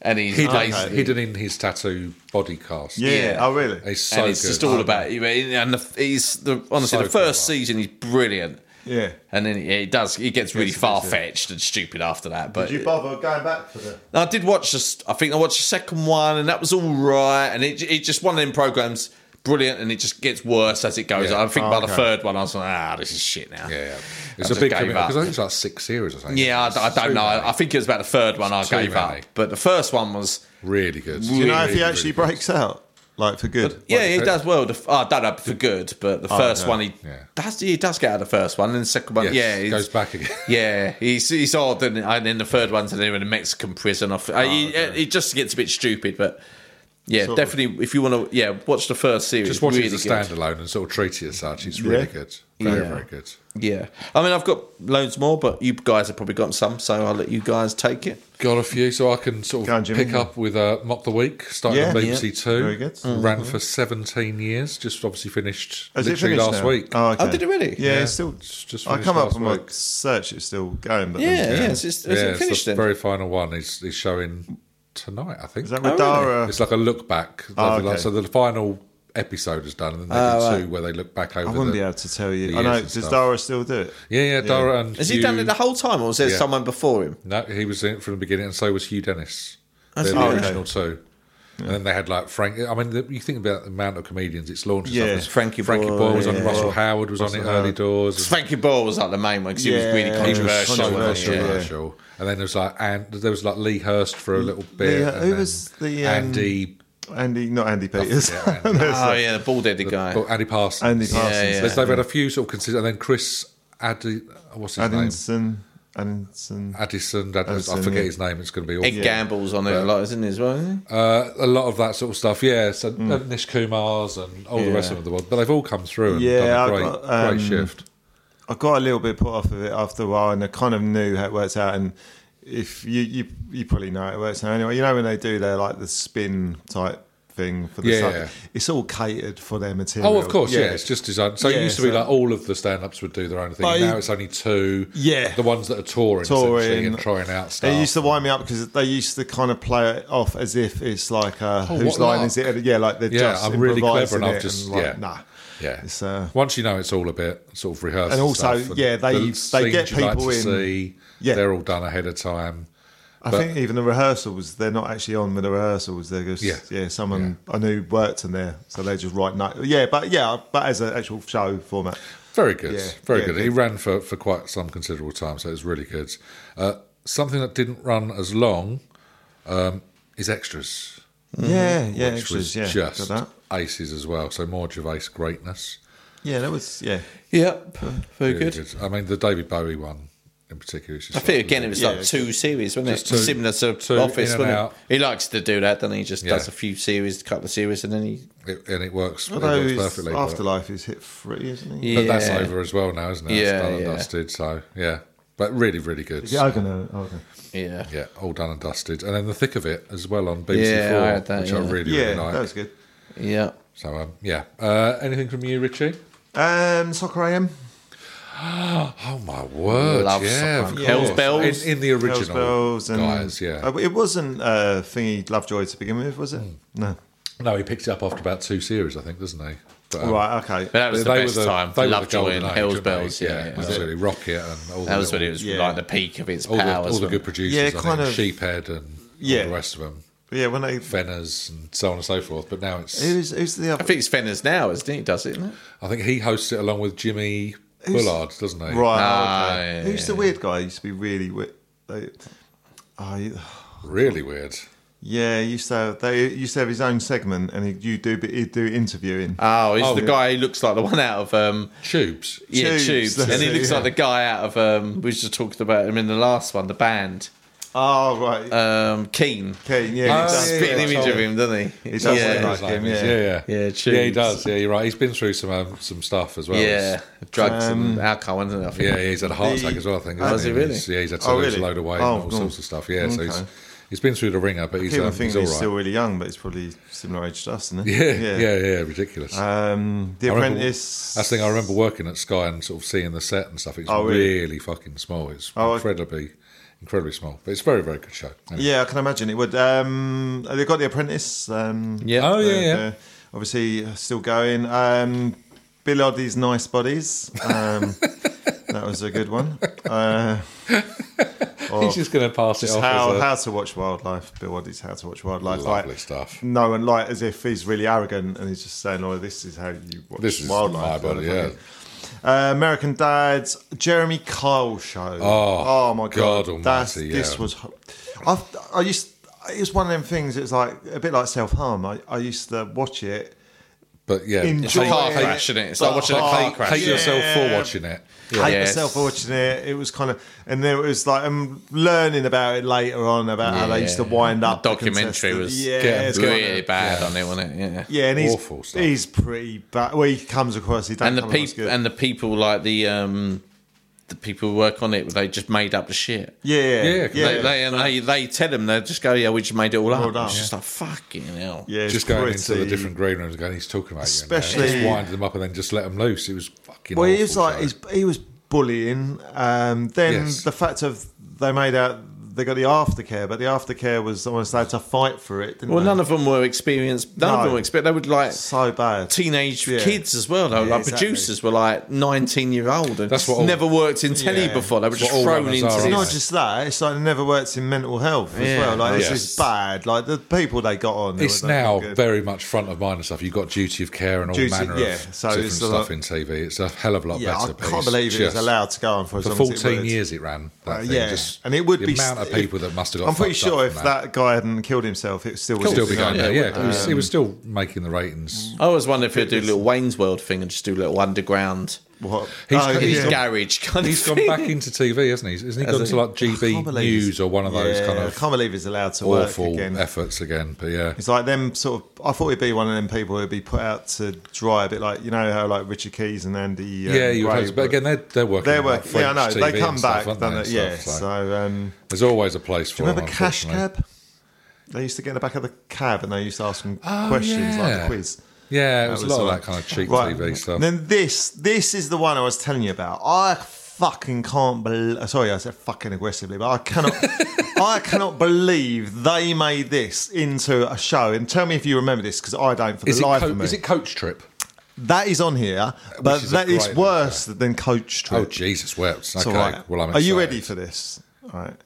[SPEAKER 6] and he's
[SPEAKER 1] hidden,
[SPEAKER 6] basically-
[SPEAKER 1] hidden in his tattoo body cast.
[SPEAKER 2] Yeah.
[SPEAKER 6] Yeah.
[SPEAKER 2] Oh, really?
[SPEAKER 1] it's so
[SPEAKER 6] and it's
[SPEAKER 1] good.
[SPEAKER 6] just all about you. And the, he's the honestly
[SPEAKER 1] So
[SPEAKER 6] the first
[SPEAKER 1] clever.
[SPEAKER 6] season is brilliant.
[SPEAKER 2] Yeah.
[SPEAKER 6] And then yeah, it does. It gets really
[SPEAKER 2] Yes, it does, yeah.
[SPEAKER 6] far fetched and stupid after that. But
[SPEAKER 2] Did you bother going back for the?
[SPEAKER 6] I did watch this. I think I watched the second one, and that was all right. And it it just one of them programs, brilliant, and it just gets worse as it goes.
[SPEAKER 1] Yeah.
[SPEAKER 6] I think
[SPEAKER 2] Oh,
[SPEAKER 6] by the
[SPEAKER 2] okay.
[SPEAKER 6] third one, I was like, ah, this is shit now.
[SPEAKER 1] Yeah, yeah.
[SPEAKER 6] I
[SPEAKER 1] it's a
[SPEAKER 6] just
[SPEAKER 1] big
[SPEAKER 6] gave
[SPEAKER 1] commitment
[SPEAKER 6] up.
[SPEAKER 1] because I think it's like six series or something.
[SPEAKER 6] Yeah, I, I
[SPEAKER 1] It's too
[SPEAKER 6] don't know.
[SPEAKER 1] many.
[SPEAKER 6] I think it was about the third one I
[SPEAKER 1] too
[SPEAKER 6] gave
[SPEAKER 1] many.
[SPEAKER 6] up, but the first one was.
[SPEAKER 1] really good.
[SPEAKER 2] Do you know if he actually breaks out, like for good?
[SPEAKER 6] Yeah,
[SPEAKER 1] the
[SPEAKER 6] he
[SPEAKER 1] fir- Oh,
[SPEAKER 6] does well. The, f- oh, I don't know for good, but the first
[SPEAKER 2] no.
[SPEAKER 6] one he
[SPEAKER 1] Yeah.
[SPEAKER 6] does. He does get out of the first one, and the second one,
[SPEAKER 1] Yes,
[SPEAKER 6] yeah, he's-
[SPEAKER 1] goes back again.
[SPEAKER 6] Yeah, he's he's odd, and, and then the third one's in a Mexican prison. Off, uh, he, he just gets a bit stupid, but yeah,
[SPEAKER 2] Sort of.
[SPEAKER 6] definitely. If you want to, yeah, watch the first series.
[SPEAKER 1] Just watch
[SPEAKER 6] really
[SPEAKER 1] it as a
[SPEAKER 6] good.
[SPEAKER 1] standalone and sort of treat it as such. It's really
[SPEAKER 2] Yeah.
[SPEAKER 1] good. Very,
[SPEAKER 6] Yeah.
[SPEAKER 1] very good.
[SPEAKER 6] Yeah, I mean, I've got loads more, but you guys have probably gotten some, so I'll let you guys take it.
[SPEAKER 1] Got a few, so I can sort
[SPEAKER 2] Go on,
[SPEAKER 1] of
[SPEAKER 2] Jimmy.
[SPEAKER 1] pick up with uh, Mock the Week, starting
[SPEAKER 2] Yeah.
[SPEAKER 1] on BBC Two.
[SPEAKER 2] Very good.
[SPEAKER 6] Mm-hmm.
[SPEAKER 1] Ran for 17 years, just obviously finished
[SPEAKER 2] Has it
[SPEAKER 1] literally
[SPEAKER 2] finished
[SPEAKER 1] last
[SPEAKER 2] now?
[SPEAKER 1] week.
[SPEAKER 2] Oh, okay.
[SPEAKER 6] Oh, did it really?
[SPEAKER 2] Yeah, it's still.
[SPEAKER 1] It's just
[SPEAKER 2] I
[SPEAKER 1] finished
[SPEAKER 2] come up
[SPEAKER 1] last
[SPEAKER 2] on my
[SPEAKER 1] week.
[SPEAKER 2] search; it's still going. But
[SPEAKER 6] Yeah, yeah,
[SPEAKER 2] then,
[SPEAKER 6] it's just it's
[SPEAKER 1] yeah,
[SPEAKER 6] finished
[SPEAKER 1] it's the
[SPEAKER 6] then.
[SPEAKER 1] very final one is, is showing tonight, I think.
[SPEAKER 2] is that with
[SPEAKER 6] Oh, really?
[SPEAKER 2] Dara?
[SPEAKER 1] It's like a look back.
[SPEAKER 2] Oh,
[SPEAKER 1] Like- like-
[SPEAKER 2] okay.
[SPEAKER 1] So the final episode is done, and then they
[SPEAKER 6] Ah,
[SPEAKER 1] do two where they look back over.
[SPEAKER 2] I wouldn't
[SPEAKER 1] the,
[SPEAKER 2] be able to tell
[SPEAKER 1] the
[SPEAKER 2] you. I
[SPEAKER 1] years
[SPEAKER 2] know.
[SPEAKER 1] and
[SPEAKER 2] Does
[SPEAKER 1] stuff.
[SPEAKER 2] Dara still do it?
[SPEAKER 1] Yeah, yeah, Dara and
[SPEAKER 6] Has
[SPEAKER 1] Hugh,
[SPEAKER 6] he done it the whole time, or was there
[SPEAKER 1] Yeah.
[SPEAKER 6] someone before him?
[SPEAKER 1] No, he was in it from the beginning, and so was Hugh Dennis.
[SPEAKER 6] That's
[SPEAKER 1] They're
[SPEAKER 6] right.
[SPEAKER 1] the original two. And then they had like Frank. I mean, the, you think about the amount of comedians it's launched. and
[SPEAKER 2] Yeah.
[SPEAKER 1] stuff. There's
[SPEAKER 6] Frankie
[SPEAKER 1] Frankie
[SPEAKER 6] Boyle,
[SPEAKER 1] Boyle was on.
[SPEAKER 6] yeah.
[SPEAKER 1] Russell Howard was on it early doors. and
[SPEAKER 6] Frankie Boyle was like the main one because he was really
[SPEAKER 2] Yeah, he was
[SPEAKER 1] He was
[SPEAKER 6] controversial.
[SPEAKER 1] so
[SPEAKER 2] Controversial, yeah.
[SPEAKER 1] controversial. And then there was like and there was like Lee Hurst for a little bit.
[SPEAKER 2] Lee-
[SPEAKER 1] and
[SPEAKER 2] who
[SPEAKER 1] then
[SPEAKER 2] was the, um,
[SPEAKER 1] Andy
[SPEAKER 2] Andy, not Andy Peters.
[SPEAKER 1] Yeah, Andy.
[SPEAKER 6] Oh yeah, the bald-headed guy.
[SPEAKER 1] But Andy Parsons.
[SPEAKER 2] Andy Parsons.
[SPEAKER 6] yeah.
[SPEAKER 1] There's- They've had a few sort of consistent. And then Chris Addy, what's his
[SPEAKER 2] Addison. Addison.
[SPEAKER 1] name? Addison. Addison, I
[SPEAKER 2] Addison,
[SPEAKER 1] forget
[SPEAKER 2] yeah.
[SPEAKER 1] his name. It's going to be
[SPEAKER 6] Ed
[SPEAKER 1] awful.
[SPEAKER 6] Gamble's on it a lot, isn't he? As well, isn't he?
[SPEAKER 1] Uh, a lot of that sort of stuff. Yeah. So uh,
[SPEAKER 2] Mm.
[SPEAKER 1] Nish Kumar's and all the rest
[SPEAKER 6] Yeah.
[SPEAKER 1] of them. the world. But they've all come through and
[SPEAKER 2] Yeah,
[SPEAKER 1] done a
[SPEAKER 2] I've
[SPEAKER 1] great,
[SPEAKER 2] got, um,
[SPEAKER 1] great shift.
[SPEAKER 2] I got a little bit put off of it after a while, and I kind of knew how it works out. And if you you, you probably know how it works out anyway, you know when they do their like the spin type thing for the
[SPEAKER 1] Yeah,
[SPEAKER 2] sucker,
[SPEAKER 1] yeah.
[SPEAKER 2] it's all catered for their material.
[SPEAKER 1] Oh, of course, yeah. It's just designed. So it
[SPEAKER 2] Yeah,
[SPEAKER 1] used to be
[SPEAKER 2] so-
[SPEAKER 1] like all of the stand-ups would do their own thing.
[SPEAKER 2] But
[SPEAKER 1] now
[SPEAKER 2] you-
[SPEAKER 1] it's only two.
[SPEAKER 2] Yeah.
[SPEAKER 1] the ones that are touring, essentially
[SPEAKER 2] Touring.
[SPEAKER 1] and trying out stuff.
[SPEAKER 2] It used to wind me up because they used to kind of play it off as if it's like uh, whose
[SPEAKER 1] Oh, what
[SPEAKER 2] line
[SPEAKER 1] luck.
[SPEAKER 2] is it? Yeah, like they're
[SPEAKER 1] Yeah,
[SPEAKER 2] just
[SPEAKER 1] I'm really clever
[SPEAKER 2] improvising
[SPEAKER 1] and I've
[SPEAKER 2] it
[SPEAKER 1] just-
[SPEAKER 2] like,
[SPEAKER 1] yeah.
[SPEAKER 2] nah.
[SPEAKER 1] yeah.
[SPEAKER 2] It's, uh,
[SPEAKER 1] Once you know it's all a bit sort of rehearsed,
[SPEAKER 2] And also,
[SPEAKER 1] stuff
[SPEAKER 2] yeah, they-
[SPEAKER 1] the
[SPEAKER 2] they
[SPEAKER 1] scenes
[SPEAKER 2] get
[SPEAKER 1] you like
[SPEAKER 2] people
[SPEAKER 1] to
[SPEAKER 2] in.
[SPEAKER 1] See,
[SPEAKER 2] Yeah.
[SPEAKER 1] they're all done ahead of time.
[SPEAKER 2] I
[SPEAKER 1] But-
[SPEAKER 2] think even the rehearsals, they're not actually on with the rehearsals. They're just,
[SPEAKER 1] Yeah.
[SPEAKER 2] yeah, someone I knew worked in there, so they just write notes. Yeah, but yeah, but as an actual show format.
[SPEAKER 1] Very good,
[SPEAKER 2] Yeah,
[SPEAKER 1] very
[SPEAKER 2] yeah,
[SPEAKER 1] good. He
[SPEAKER 2] good.
[SPEAKER 1] ran for, for quite some considerable time, so it was really good. Uh, something that didn't run as long um, is extras,
[SPEAKER 2] Yeah, yeah,
[SPEAKER 1] Mm-hmm. which
[SPEAKER 2] extras,
[SPEAKER 1] was
[SPEAKER 2] yeah.
[SPEAKER 1] just
[SPEAKER 2] got that.
[SPEAKER 1] aces as well. So more Gervais greatness.
[SPEAKER 2] Yeah, that was, yeah.
[SPEAKER 5] Yep. Very
[SPEAKER 1] Really
[SPEAKER 5] good.
[SPEAKER 1] good. I mean, the David Bowie one in particular. Is just
[SPEAKER 6] I think again it was
[SPEAKER 2] Yeah,
[SPEAKER 6] like two series, wasn't it?
[SPEAKER 1] Just two-
[SPEAKER 6] Similar to
[SPEAKER 1] two
[SPEAKER 6] Office,
[SPEAKER 1] in and
[SPEAKER 6] wasn't
[SPEAKER 1] out.
[SPEAKER 6] it? He likes to do that, doesn't he? He just
[SPEAKER 1] Yeah.
[SPEAKER 6] does a few series, a couple of series, and then he.
[SPEAKER 1] it, and it works, it
[SPEAKER 2] Although
[SPEAKER 1] works
[SPEAKER 2] his
[SPEAKER 1] perfectly. but-
[SPEAKER 2] afterlife is hit free, isn't he?
[SPEAKER 1] But that's
[SPEAKER 6] Yeah.
[SPEAKER 1] over as well now, isn't it? It's
[SPEAKER 6] Yeah,
[SPEAKER 1] done and
[SPEAKER 6] yeah.
[SPEAKER 1] dusted. So yeah, but really, really good.
[SPEAKER 2] Yeah, I'm gonna. Okay.
[SPEAKER 6] Yeah.
[SPEAKER 1] Yeah, all done and dusted, and then the thick of it as well on BBC
[SPEAKER 6] Yeah,
[SPEAKER 1] Four,
[SPEAKER 6] I had that,
[SPEAKER 1] which I
[SPEAKER 6] yeah.
[SPEAKER 1] really,
[SPEAKER 2] Yeah,
[SPEAKER 1] really like.
[SPEAKER 2] that was good.
[SPEAKER 6] Yeah.
[SPEAKER 1] So um, yeah, uh, anything from you, Richie?
[SPEAKER 2] Um, Soccer AM.
[SPEAKER 1] Oh my word!
[SPEAKER 6] Love
[SPEAKER 1] yeah, of
[SPEAKER 6] Soccer.
[SPEAKER 1] course.
[SPEAKER 6] Hell's Bells.
[SPEAKER 1] in, in the original
[SPEAKER 2] Bells, bells, and
[SPEAKER 1] guys. Yeah, Mm.
[SPEAKER 2] Uh, it wasn't uh, thingy Lovejoy to begin with, was it? No.
[SPEAKER 1] no, he picked it up after about two series, I think, doesn't he? But, um,
[SPEAKER 2] right. Okay.
[SPEAKER 6] But that was the best time.
[SPEAKER 1] they were the
[SPEAKER 6] Lovejoy and
[SPEAKER 1] golden age,
[SPEAKER 6] Hell's
[SPEAKER 1] weren't they?
[SPEAKER 6] Bells. Yeah. yeah.
[SPEAKER 1] absolutely. Rocket and all
[SPEAKER 6] That
[SPEAKER 1] the
[SPEAKER 6] was when it
[SPEAKER 1] little-
[SPEAKER 6] was
[SPEAKER 2] Yeah.
[SPEAKER 6] like the peak of its
[SPEAKER 1] all the,
[SPEAKER 6] powers.
[SPEAKER 1] all the
[SPEAKER 6] wasn't
[SPEAKER 1] good
[SPEAKER 6] it?
[SPEAKER 1] producers.
[SPEAKER 2] Yeah,
[SPEAKER 1] I think,
[SPEAKER 2] kind of-
[SPEAKER 1] Sheephead and all
[SPEAKER 2] Yeah.
[SPEAKER 1] the rest of them,
[SPEAKER 2] yeah, when they.
[SPEAKER 1] Fenners and so on and so forth. But now it's
[SPEAKER 2] Who's, who's the other?
[SPEAKER 6] I think it's Fenner's now, isn't he? Does it? Isn't it?
[SPEAKER 1] I think he hosts it along with Jimmy Bullard, doesn't he?
[SPEAKER 2] Right.
[SPEAKER 6] Ah,
[SPEAKER 2] okay.
[SPEAKER 6] yeah,
[SPEAKER 2] Who's the weird guy? He used to be really weird. They, I,
[SPEAKER 1] Really weird.
[SPEAKER 2] yeah, he used to have, they used to have his own segment, and he'd you do he'd do interviewing.
[SPEAKER 6] Oh, he's
[SPEAKER 1] Oh,
[SPEAKER 6] the
[SPEAKER 1] yeah.
[SPEAKER 6] guy who looks like the one out of um,
[SPEAKER 1] Tubes.
[SPEAKER 6] yeah,
[SPEAKER 2] Tubes,
[SPEAKER 6] Tubes,
[SPEAKER 2] that's
[SPEAKER 6] and he
[SPEAKER 2] it,
[SPEAKER 6] looks
[SPEAKER 2] yeah.
[SPEAKER 6] like the guy out of um, we just talked about him in the last one, the band,
[SPEAKER 2] oh right,
[SPEAKER 1] uh,
[SPEAKER 6] um, Keen.
[SPEAKER 2] Kane. Yeah, uh,
[SPEAKER 1] Oh,
[SPEAKER 2] he does.
[SPEAKER 1] yeah,
[SPEAKER 6] Spitting image
[SPEAKER 1] Tom.
[SPEAKER 6] of him, doesn't he?
[SPEAKER 2] He does
[SPEAKER 6] yeah,
[SPEAKER 2] look
[SPEAKER 1] His
[SPEAKER 2] like
[SPEAKER 1] name
[SPEAKER 2] him.
[SPEAKER 1] is,
[SPEAKER 2] Yeah.
[SPEAKER 1] yeah,
[SPEAKER 6] Yeah,
[SPEAKER 1] yeah, he
[SPEAKER 6] Tubes.
[SPEAKER 1] does. Yeah, you're right. He's been through some um, some stuff as well.
[SPEAKER 6] yeah, drugs and alcohol, isn't it? I think.
[SPEAKER 1] Yeah, he's had a heart
[SPEAKER 2] The-
[SPEAKER 1] attack as well, I think.
[SPEAKER 6] Has
[SPEAKER 1] hasn't
[SPEAKER 6] he really?
[SPEAKER 1] He's- yeah, he's had to
[SPEAKER 2] Oh,
[SPEAKER 1] lose
[SPEAKER 2] really?
[SPEAKER 1] a load of weight
[SPEAKER 2] Oh,
[SPEAKER 1] and all
[SPEAKER 2] God.
[SPEAKER 1] sorts of stuff. Yeah, so he's,
[SPEAKER 2] Okay.
[SPEAKER 1] he's been through the ringer, but he's,
[SPEAKER 2] People
[SPEAKER 1] um,
[SPEAKER 2] think
[SPEAKER 1] he's
[SPEAKER 2] he's,
[SPEAKER 1] all right.
[SPEAKER 2] still really young, but he's probably similar age to us, isn't he?
[SPEAKER 1] yeah, yeah, yeah, ridiculous.
[SPEAKER 2] Um, the
[SPEAKER 1] I remember-
[SPEAKER 2] Apprentice.
[SPEAKER 1] That's the thing I remember working at Sky and sort of seeing the set and stuff. It's
[SPEAKER 2] Oh,
[SPEAKER 1] really?
[SPEAKER 2] really?
[SPEAKER 1] fucking small. It's
[SPEAKER 2] Oh, I-
[SPEAKER 1] incredibly, incredibly small. But it's a very, very good show. Anyway.
[SPEAKER 2] Yeah, I can imagine it would. Um, they got the Apprentice. Um,
[SPEAKER 6] Yeah.
[SPEAKER 1] Oh yeah,
[SPEAKER 2] the-
[SPEAKER 1] yeah.
[SPEAKER 2] the- obviously still going. Um, Bill Oddie's nice bodies. Um, that was a good one. Uh,
[SPEAKER 1] He's just going to pass it off.
[SPEAKER 2] how
[SPEAKER 1] as a,
[SPEAKER 2] how to watch wildlife? Bill Oddie's how to watch wildlife.
[SPEAKER 1] lovely
[SPEAKER 2] Like,
[SPEAKER 1] stuff.
[SPEAKER 2] no, and like as if he's really arrogant and he's just saying, "Oh, this is how you watch
[SPEAKER 1] This is
[SPEAKER 2] wildlife."
[SPEAKER 1] my body, yeah.
[SPEAKER 2] Uh, American Dad's Jeremy Kyle show.
[SPEAKER 1] Oh,
[SPEAKER 2] my
[SPEAKER 1] God
[SPEAKER 2] god,
[SPEAKER 1] almighty,
[SPEAKER 2] That's-
[SPEAKER 1] yeah.
[SPEAKER 2] this was. I, I used. It was one of them things. It's like a bit like self harm. I, I used to watch it.
[SPEAKER 1] But yeah,
[SPEAKER 6] It's
[SPEAKER 2] Enjoy
[SPEAKER 6] a car
[SPEAKER 2] it.
[SPEAKER 6] crash, isn't it? It's like watching a
[SPEAKER 2] Oh,
[SPEAKER 6] car
[SPEAKER 1] hate,
[SPEAKER 6] crash.
[SPEAKER 1] hate
[SPEAKER 2] Yeah.
[SPEAKER 1] yourself for watching it.
[SPEAKER 2] hate
[SPEAKER 6] Yes.
[SPEAKER 2] myself for watching it. It was kind of, and then it was like I'm learning about it later on about how they used to
[SPEAKER 6] Yeah.
[SPEAKER 2] wind up.
[SPEAKER 6] The
[SPEAKER 2] the
[SPEAKER 6] documentary
[SPEAKER 2] contestant.
[SPEAKER 6] was
[SPEAKER 2] yeah,
[SPEAKER 1] getting
[SPEAKER 2] it's
[SPEAKER 6] really
[SPEAKER 2] kinda-
[SPEAKER 6] bad on it, wasn't it? Yeah.
[SPEAKER 2] Yeah, and he's
[SPEAKER 1] Awful stuff.
[SPEAKER 2] he's pretty bad. Well, he comes across. He don't
[SPEAKER 6] And the
[SPEAKER 2] come across
[SPEAKER 6] people
[SPEAKER 2] good.
[SPEAKER 6] and the people like the um, the people who work on it, they just made up the shit.
[SPEAKER 2] yeah,
[SPEAKER 1] Yeah,
[SPEAKER 2] yeah,
[SPEAKER 1] they-
[SPEAKER 6] They, they, and they, they tell them, they just go, yeah, we just made it all up.
[SPEAKER 2] All up.
[SPEAKER 6] It's just like, fucking hell.
[SPEAKER 2] yeah, it's
[SPEAKER 1] just going into the
[SPEAKER 2] pretty-
[SPEAKER 1] different green rooms and going, he's talking about you. And uh,
[SPEAKER 2] Especially-
[SPEAKER 1] just winded them up and then just let them loose. It was fucking.
[SPEAKER 2] Well, he
[SPEAKER 1] awful
[SPEAKER 2] was like
[SPEAKER 1] show.
[SPEAKER 2] he's, he was bullying. Um, then
[SPEAKER 1] Yes.
[SPEAKER 2] the fact of they made out they got the aftercare, but the aftercare was almost they had to fight for it. Didn't
[SPEAKER 6] Well,
[SPEAKER 2] they?
[SPEAKER 6] none of them were experienced. None of
[SPEAKER 2] No.
[SPEAKER 6] them were experienced. They would like
[SPEAKER 2] so bad.
[SPEAKER 6] teenage
[SPEAKER 2] Yeah.
[SPEAKER 6] kids as well. Though.
[SPEAKER 2] Yeah,
[SPEAKER 6] like
[SPEAKER 2] exactly.
[SPEAKER 6] producers were like nineteen year old and
[SPEAKER 1] That's what all-
[SPEAKER 6] never worked in telly
[SPEAKER 2] Yeah.
[SPEAKER 6] before. They were just
[SPEAKER 1] what all
[SPEAKER 6] thrown
[SPEAKER 1] runners
[SPEAKER 6] into
[SPEAKER 1] are,
[SPEAKER 2] It's
[SPEAKER 1] aren't
[SPEAKER 6] this.
[SPEAKER 2] not just that; it's like it never works in mental health as
[SPEAKER 6] Yeah.
[SPEAKER 2] well. Like
[SPEAKER 1] Yes.
[SPEAKER 2] this is bad. Like the people they got on, they
[SPEAKER 1] It's
[SPEAKER 2] were- they
[SPEAKER 1] now
[SPEAKER 2] were good.
[SPEAKER 1] very much front of mind and stuff. You've got duty of care and all
[SPEAKER 2] Duty-
[SPEAKER 1] manner
[SPEAKER 2] yeah,
[SPEAKER 1] of
[SPEAKER 2] so
[SPEAKER 1] different
[SPEAKER 2] it's a
[SPEAKER 1] stuff
[SPEAKER 2] lot-
[SPEAKER 1] in TV. It's a hell of a lot
[SPEAKER 2] yeah,
[SPEAKER 1] better.
[SPEAKER 2] I
[SPEAKER 1] but
[SPEAKER 2] can't
[SPEAKER 1] it's
[SPEAKER 2] believe it was
[SPEAKER 1] just-
[SPEAKER 2] allowed to go on for as
[SPEAKER 1] For
[SPEAKER 2] long as it
[SPEAKER 1] 14
[SPEAKER 2] would.
[SPEAKER 1] years it ran. That
[SPEAKER 2] Uh,
[SPEAKER 1] thing.
[SPEAKER 2] yeah.
[SPEAKER 1] Just
[SPEAKER 2] And it would
[SPEAKER 1] the
[SPEAKER 2] be
[SPEAKER 1] amount of of people that must have got.
[SPEAKER 2] I'm pretty
[SPEAKER 1] fucked up
[SPEAKER 2] sure if
[SPEAKER 1] from
[SPEAKER 2] that. guy hadn't killed himself, it um, still was
[SPEAKER 1] Still be
[SPEAKER 2] his
[SPEAKER 1] going
[SPEAKER 2] name.
[SPEAKER 1] there, yeah.
[SPEAKER 5] it
[SPEAKER 1] He was, he was still making the ratings.
[SPEAKER 5] I always wonder if he'll do a little Wayne's World thing and just do a little underground
[SPEAKER 2] What?
[SPEAKER 1] He's-
[SPEAKER 2] Oh,
[SPEAKER 1] he's
[SPEAKER 2] yeah.
[SPEAKER 1] gone-
[SPEAKER 5] garage kind
[SPEAKER 1] He's
[SPEAKER 5] of
[SPEAKER 1] gone back into TV, hasn't he? Isn't he gone to like
[SPEAKER 2] can't
[SPEAKER 1] GB
[SPEAKER 2] believe he's-
[SPEAKER 1] News or one of those
[SPEAKER 2] Yeah,
[SPEAKER 1] kind
[SPEAKER 2] I
[SPEAKER 1] of
[SPEAKER 2] can't believe he's allowed to work
[SPEAKER 1] awful
[SPEAKER 2] again.
[SPEAKER 1] efforts again? But yeah,
[SPEAKER 2] It's like them sort of. I thought he'd be one of them people who'd be put out to dry a bit, like you know how like Richard Keys and Andy. um,
[SPEAKER 1] yeah, you would
[SPEAKER 2] Ray
[SPEAKER 1] hope. But
[SPEAKER 2] were-
[SPEAKER 1] again, they're they're working.
[SPEAKER 2] they
[SPEAKER 1] on,
[SPEAKER 2] were.
[SPEAKER 1] like,
[SPEAKER 2] Yeah, I know
[SPEAKER 1] French TV
[SPEAKER 2] they
[SPEAKER 1] and
[SPEAKER 2] come back.
[SPEAKER 1] stuff, aren't
[SPEAKER 2] don't
[SPEAKER 1] they,
[SPEAKER 2] they?
[SPEAKER 1] and
[SPEAKER 2] Yeah.
[SPEAKER 1] stuff, so
[SPEAKER 2] So, um,
[SPEAKER 1] there's always a place for.
[SPEAKER 2] do you remember
[SPEAKER 1] them,
[SPEAKER 2] Cash
[SPEAKER 1] unfortunately.
[SPEAKER 2] Cab? They used to get in the back of the cab and they used to ask them
[SPEAKER 1] Oh,
[SPEAKER 2] questions like
[SPEAKER 1] yeah.
[SPEAKER 2] the quiz.
[SPEAKER 1] Yeah, it was,
[SPEAKER 2] was
[SPEAKER 1] a lot
[SPEAKER 2] like-
[SPEAKER 1] of that kind of cheap TV stuff.
[SPEAKER 2] Then this this is the one I was telling you about. I fucking can't believe. Sorry, I said fucking aggressively, but I cannot. I cannot believe they made this into a show. And tell me if you remember this, because I don't for the
[SPEAKER 1] is, it
[SPEAKER 2] life
[SPEAKER 1] co-
[SPEAKER 2] of me.
[SPEAKER 1] is it Coach Trip?
[SPEAKER 2] that is on here, but
[SPEAKER 1] is a
[SPEAKER 2] that is
[SPEAKER 1] great
[SPEAKER 2] worse than Coach Trip.
[SPEAKER 1] Oh Jesus, wept.
[SPEAKER 2] It's
[SPEAKER 1] Okay,
[SPEAKER 2] all right.
[SPEAKER 1] well I'm.
[SPEAKER 2] Are you
[SPEAKER 1] excited.
[SPEAKER 2] ready for this? All right.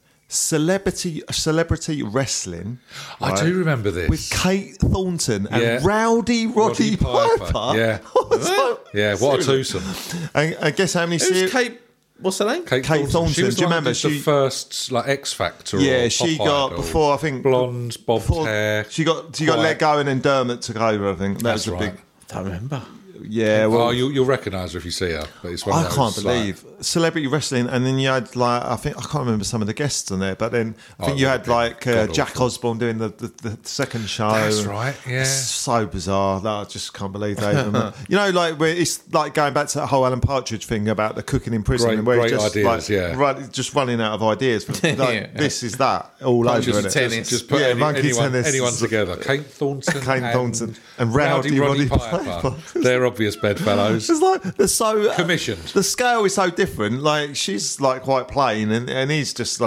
[SPEAKER 2] Celebrity celebrity wrestling.
[SPEAKER 1] I
[SPEAKER 2] right,
[SPEAKER 1] do remember this.
[SPEAKER 2] With Kate Thornton and
[SPEAKER 1] Yeah.
[SPEAKER 2] Rowdy
[SPEAKER 1] Roddy
[SPEAKER 2] Roddy,
[SPEAKER 1] Piper.
[SPEAKER 2] Piper.
[SPEAKER 1] Yeah.
[SPEAKER 2] I was like,
[SPEAKER 1] yeah, what
[SPEAKER 2] seriously?
[SPEAKER 1] a twosome.
[SPEAKER 2] I, I guess how many
[SPEAKER 5] Who's
[SPEAKER 2] series?
[SPEAKER 5] Kate? What's her name?
[SPEAKER 1] Kate,
[SPEAKER 2] Kate Thornton,
[SPEAKER 1] She was
[SPEAKER 2] do you
[SPEAKER 1] like
[SPEAKER 2] remember?
[SPEAKER 1] the
[SPEAKER 2] She-
[SPEAKER 1] first like X Factor.
[SPEAKER 2] Yeah,
[SPEAKER 1] or
[SPEAKER 2] she
[SPEAKER 1] Pop
[SPEAKER 2] got
[SPEAKER 1] Idol.
[SPEAKER 2] before I think
[SPEAKER 1] blonde bobbed
[SPEAKER 2] before-
[SPEAKER 1] hair.
[SPEAKER 2] She got she got
[SPEAKER 1] Quite-
[SPEAKER 2] let go and then Dermot took over. I think that
[SPEAKER 1] That's
[SPEAKER 2] was a
[SPEAKER 1] right.
[SPEAKER 2] big
[SPEAKER 5] I don't remember.
[SPEAKER 2] yeah. Well,
[SPEAKER 1] oh, you, you'll recognise her if you see her. But it's one
[SPEAKER 2] I
[SPEAKER 1] of those,
[SPEAKER 2] can't
[SPEAKER 1] like-
[SPEAKER 2] believe celebrity wrestling, and then you had like I think I can't remember some of the guests on there, but then I think
[SPEAKER 1] Oh,
[SPEAKER 2] you
[SPEAKER 1] it
[SPEAKER 2] had
[SPEAKER 1] would have
[SPEAKER 2] like
[SPEAKER 1] been
[SPEAKER 2] uh,
[SPEAKER 1] god
[SPEAKER 2] Jack
[SPEAKER 1] awful.
[SPEAKER 2] Osborne doing the, the, the second show.
[SPEAKER 1] That's right, yeah.
[SPEAKER 2] It's so bizarre. No, I just can't believe they. Even, you know, like where it's like going back to that whole Alan Partridge thing about the cooking in prison,
[SPEAKER 1] Great-
[SPEAKER 2] and where he's
[SPEAKER 1] great
[SPEAKER 2] just
[SPEAKER 1] ideas,
[SPEAKER 2] like,
[SPEAKER 1] yeah.
[SPEAKER 2] run- just running out of ideas. But like,
[SPEAKER 6] Yeah.
[SPEAKER 2] this is that all over
[SPEAKER 1] Just,
[SPEAKER 2] it.
[SPEAKER 1] tennis. just put
[SPEAKER 2] yeah,
[SPEAKER 1] any,
[SPEAKER 2] monkey
[SPEAKER 1] anyone,
[SPEAKER 2] tennis.
[SPEAKER 1] anyone together. Kate Thornton,
[SPEAKER 2] Kate
[SPEAKER 1] and
[SPEAKER 2] Thornton and Rowdy Roddy Piper.
[SPEAKER 1] They're obvious bedfellows.
[SPEAKER 2] It's like they're so
[SPEAKER 1] Commissioned.
[SPEAKER 2] The scale is so different. Like she's like quite plain, and, and he's just a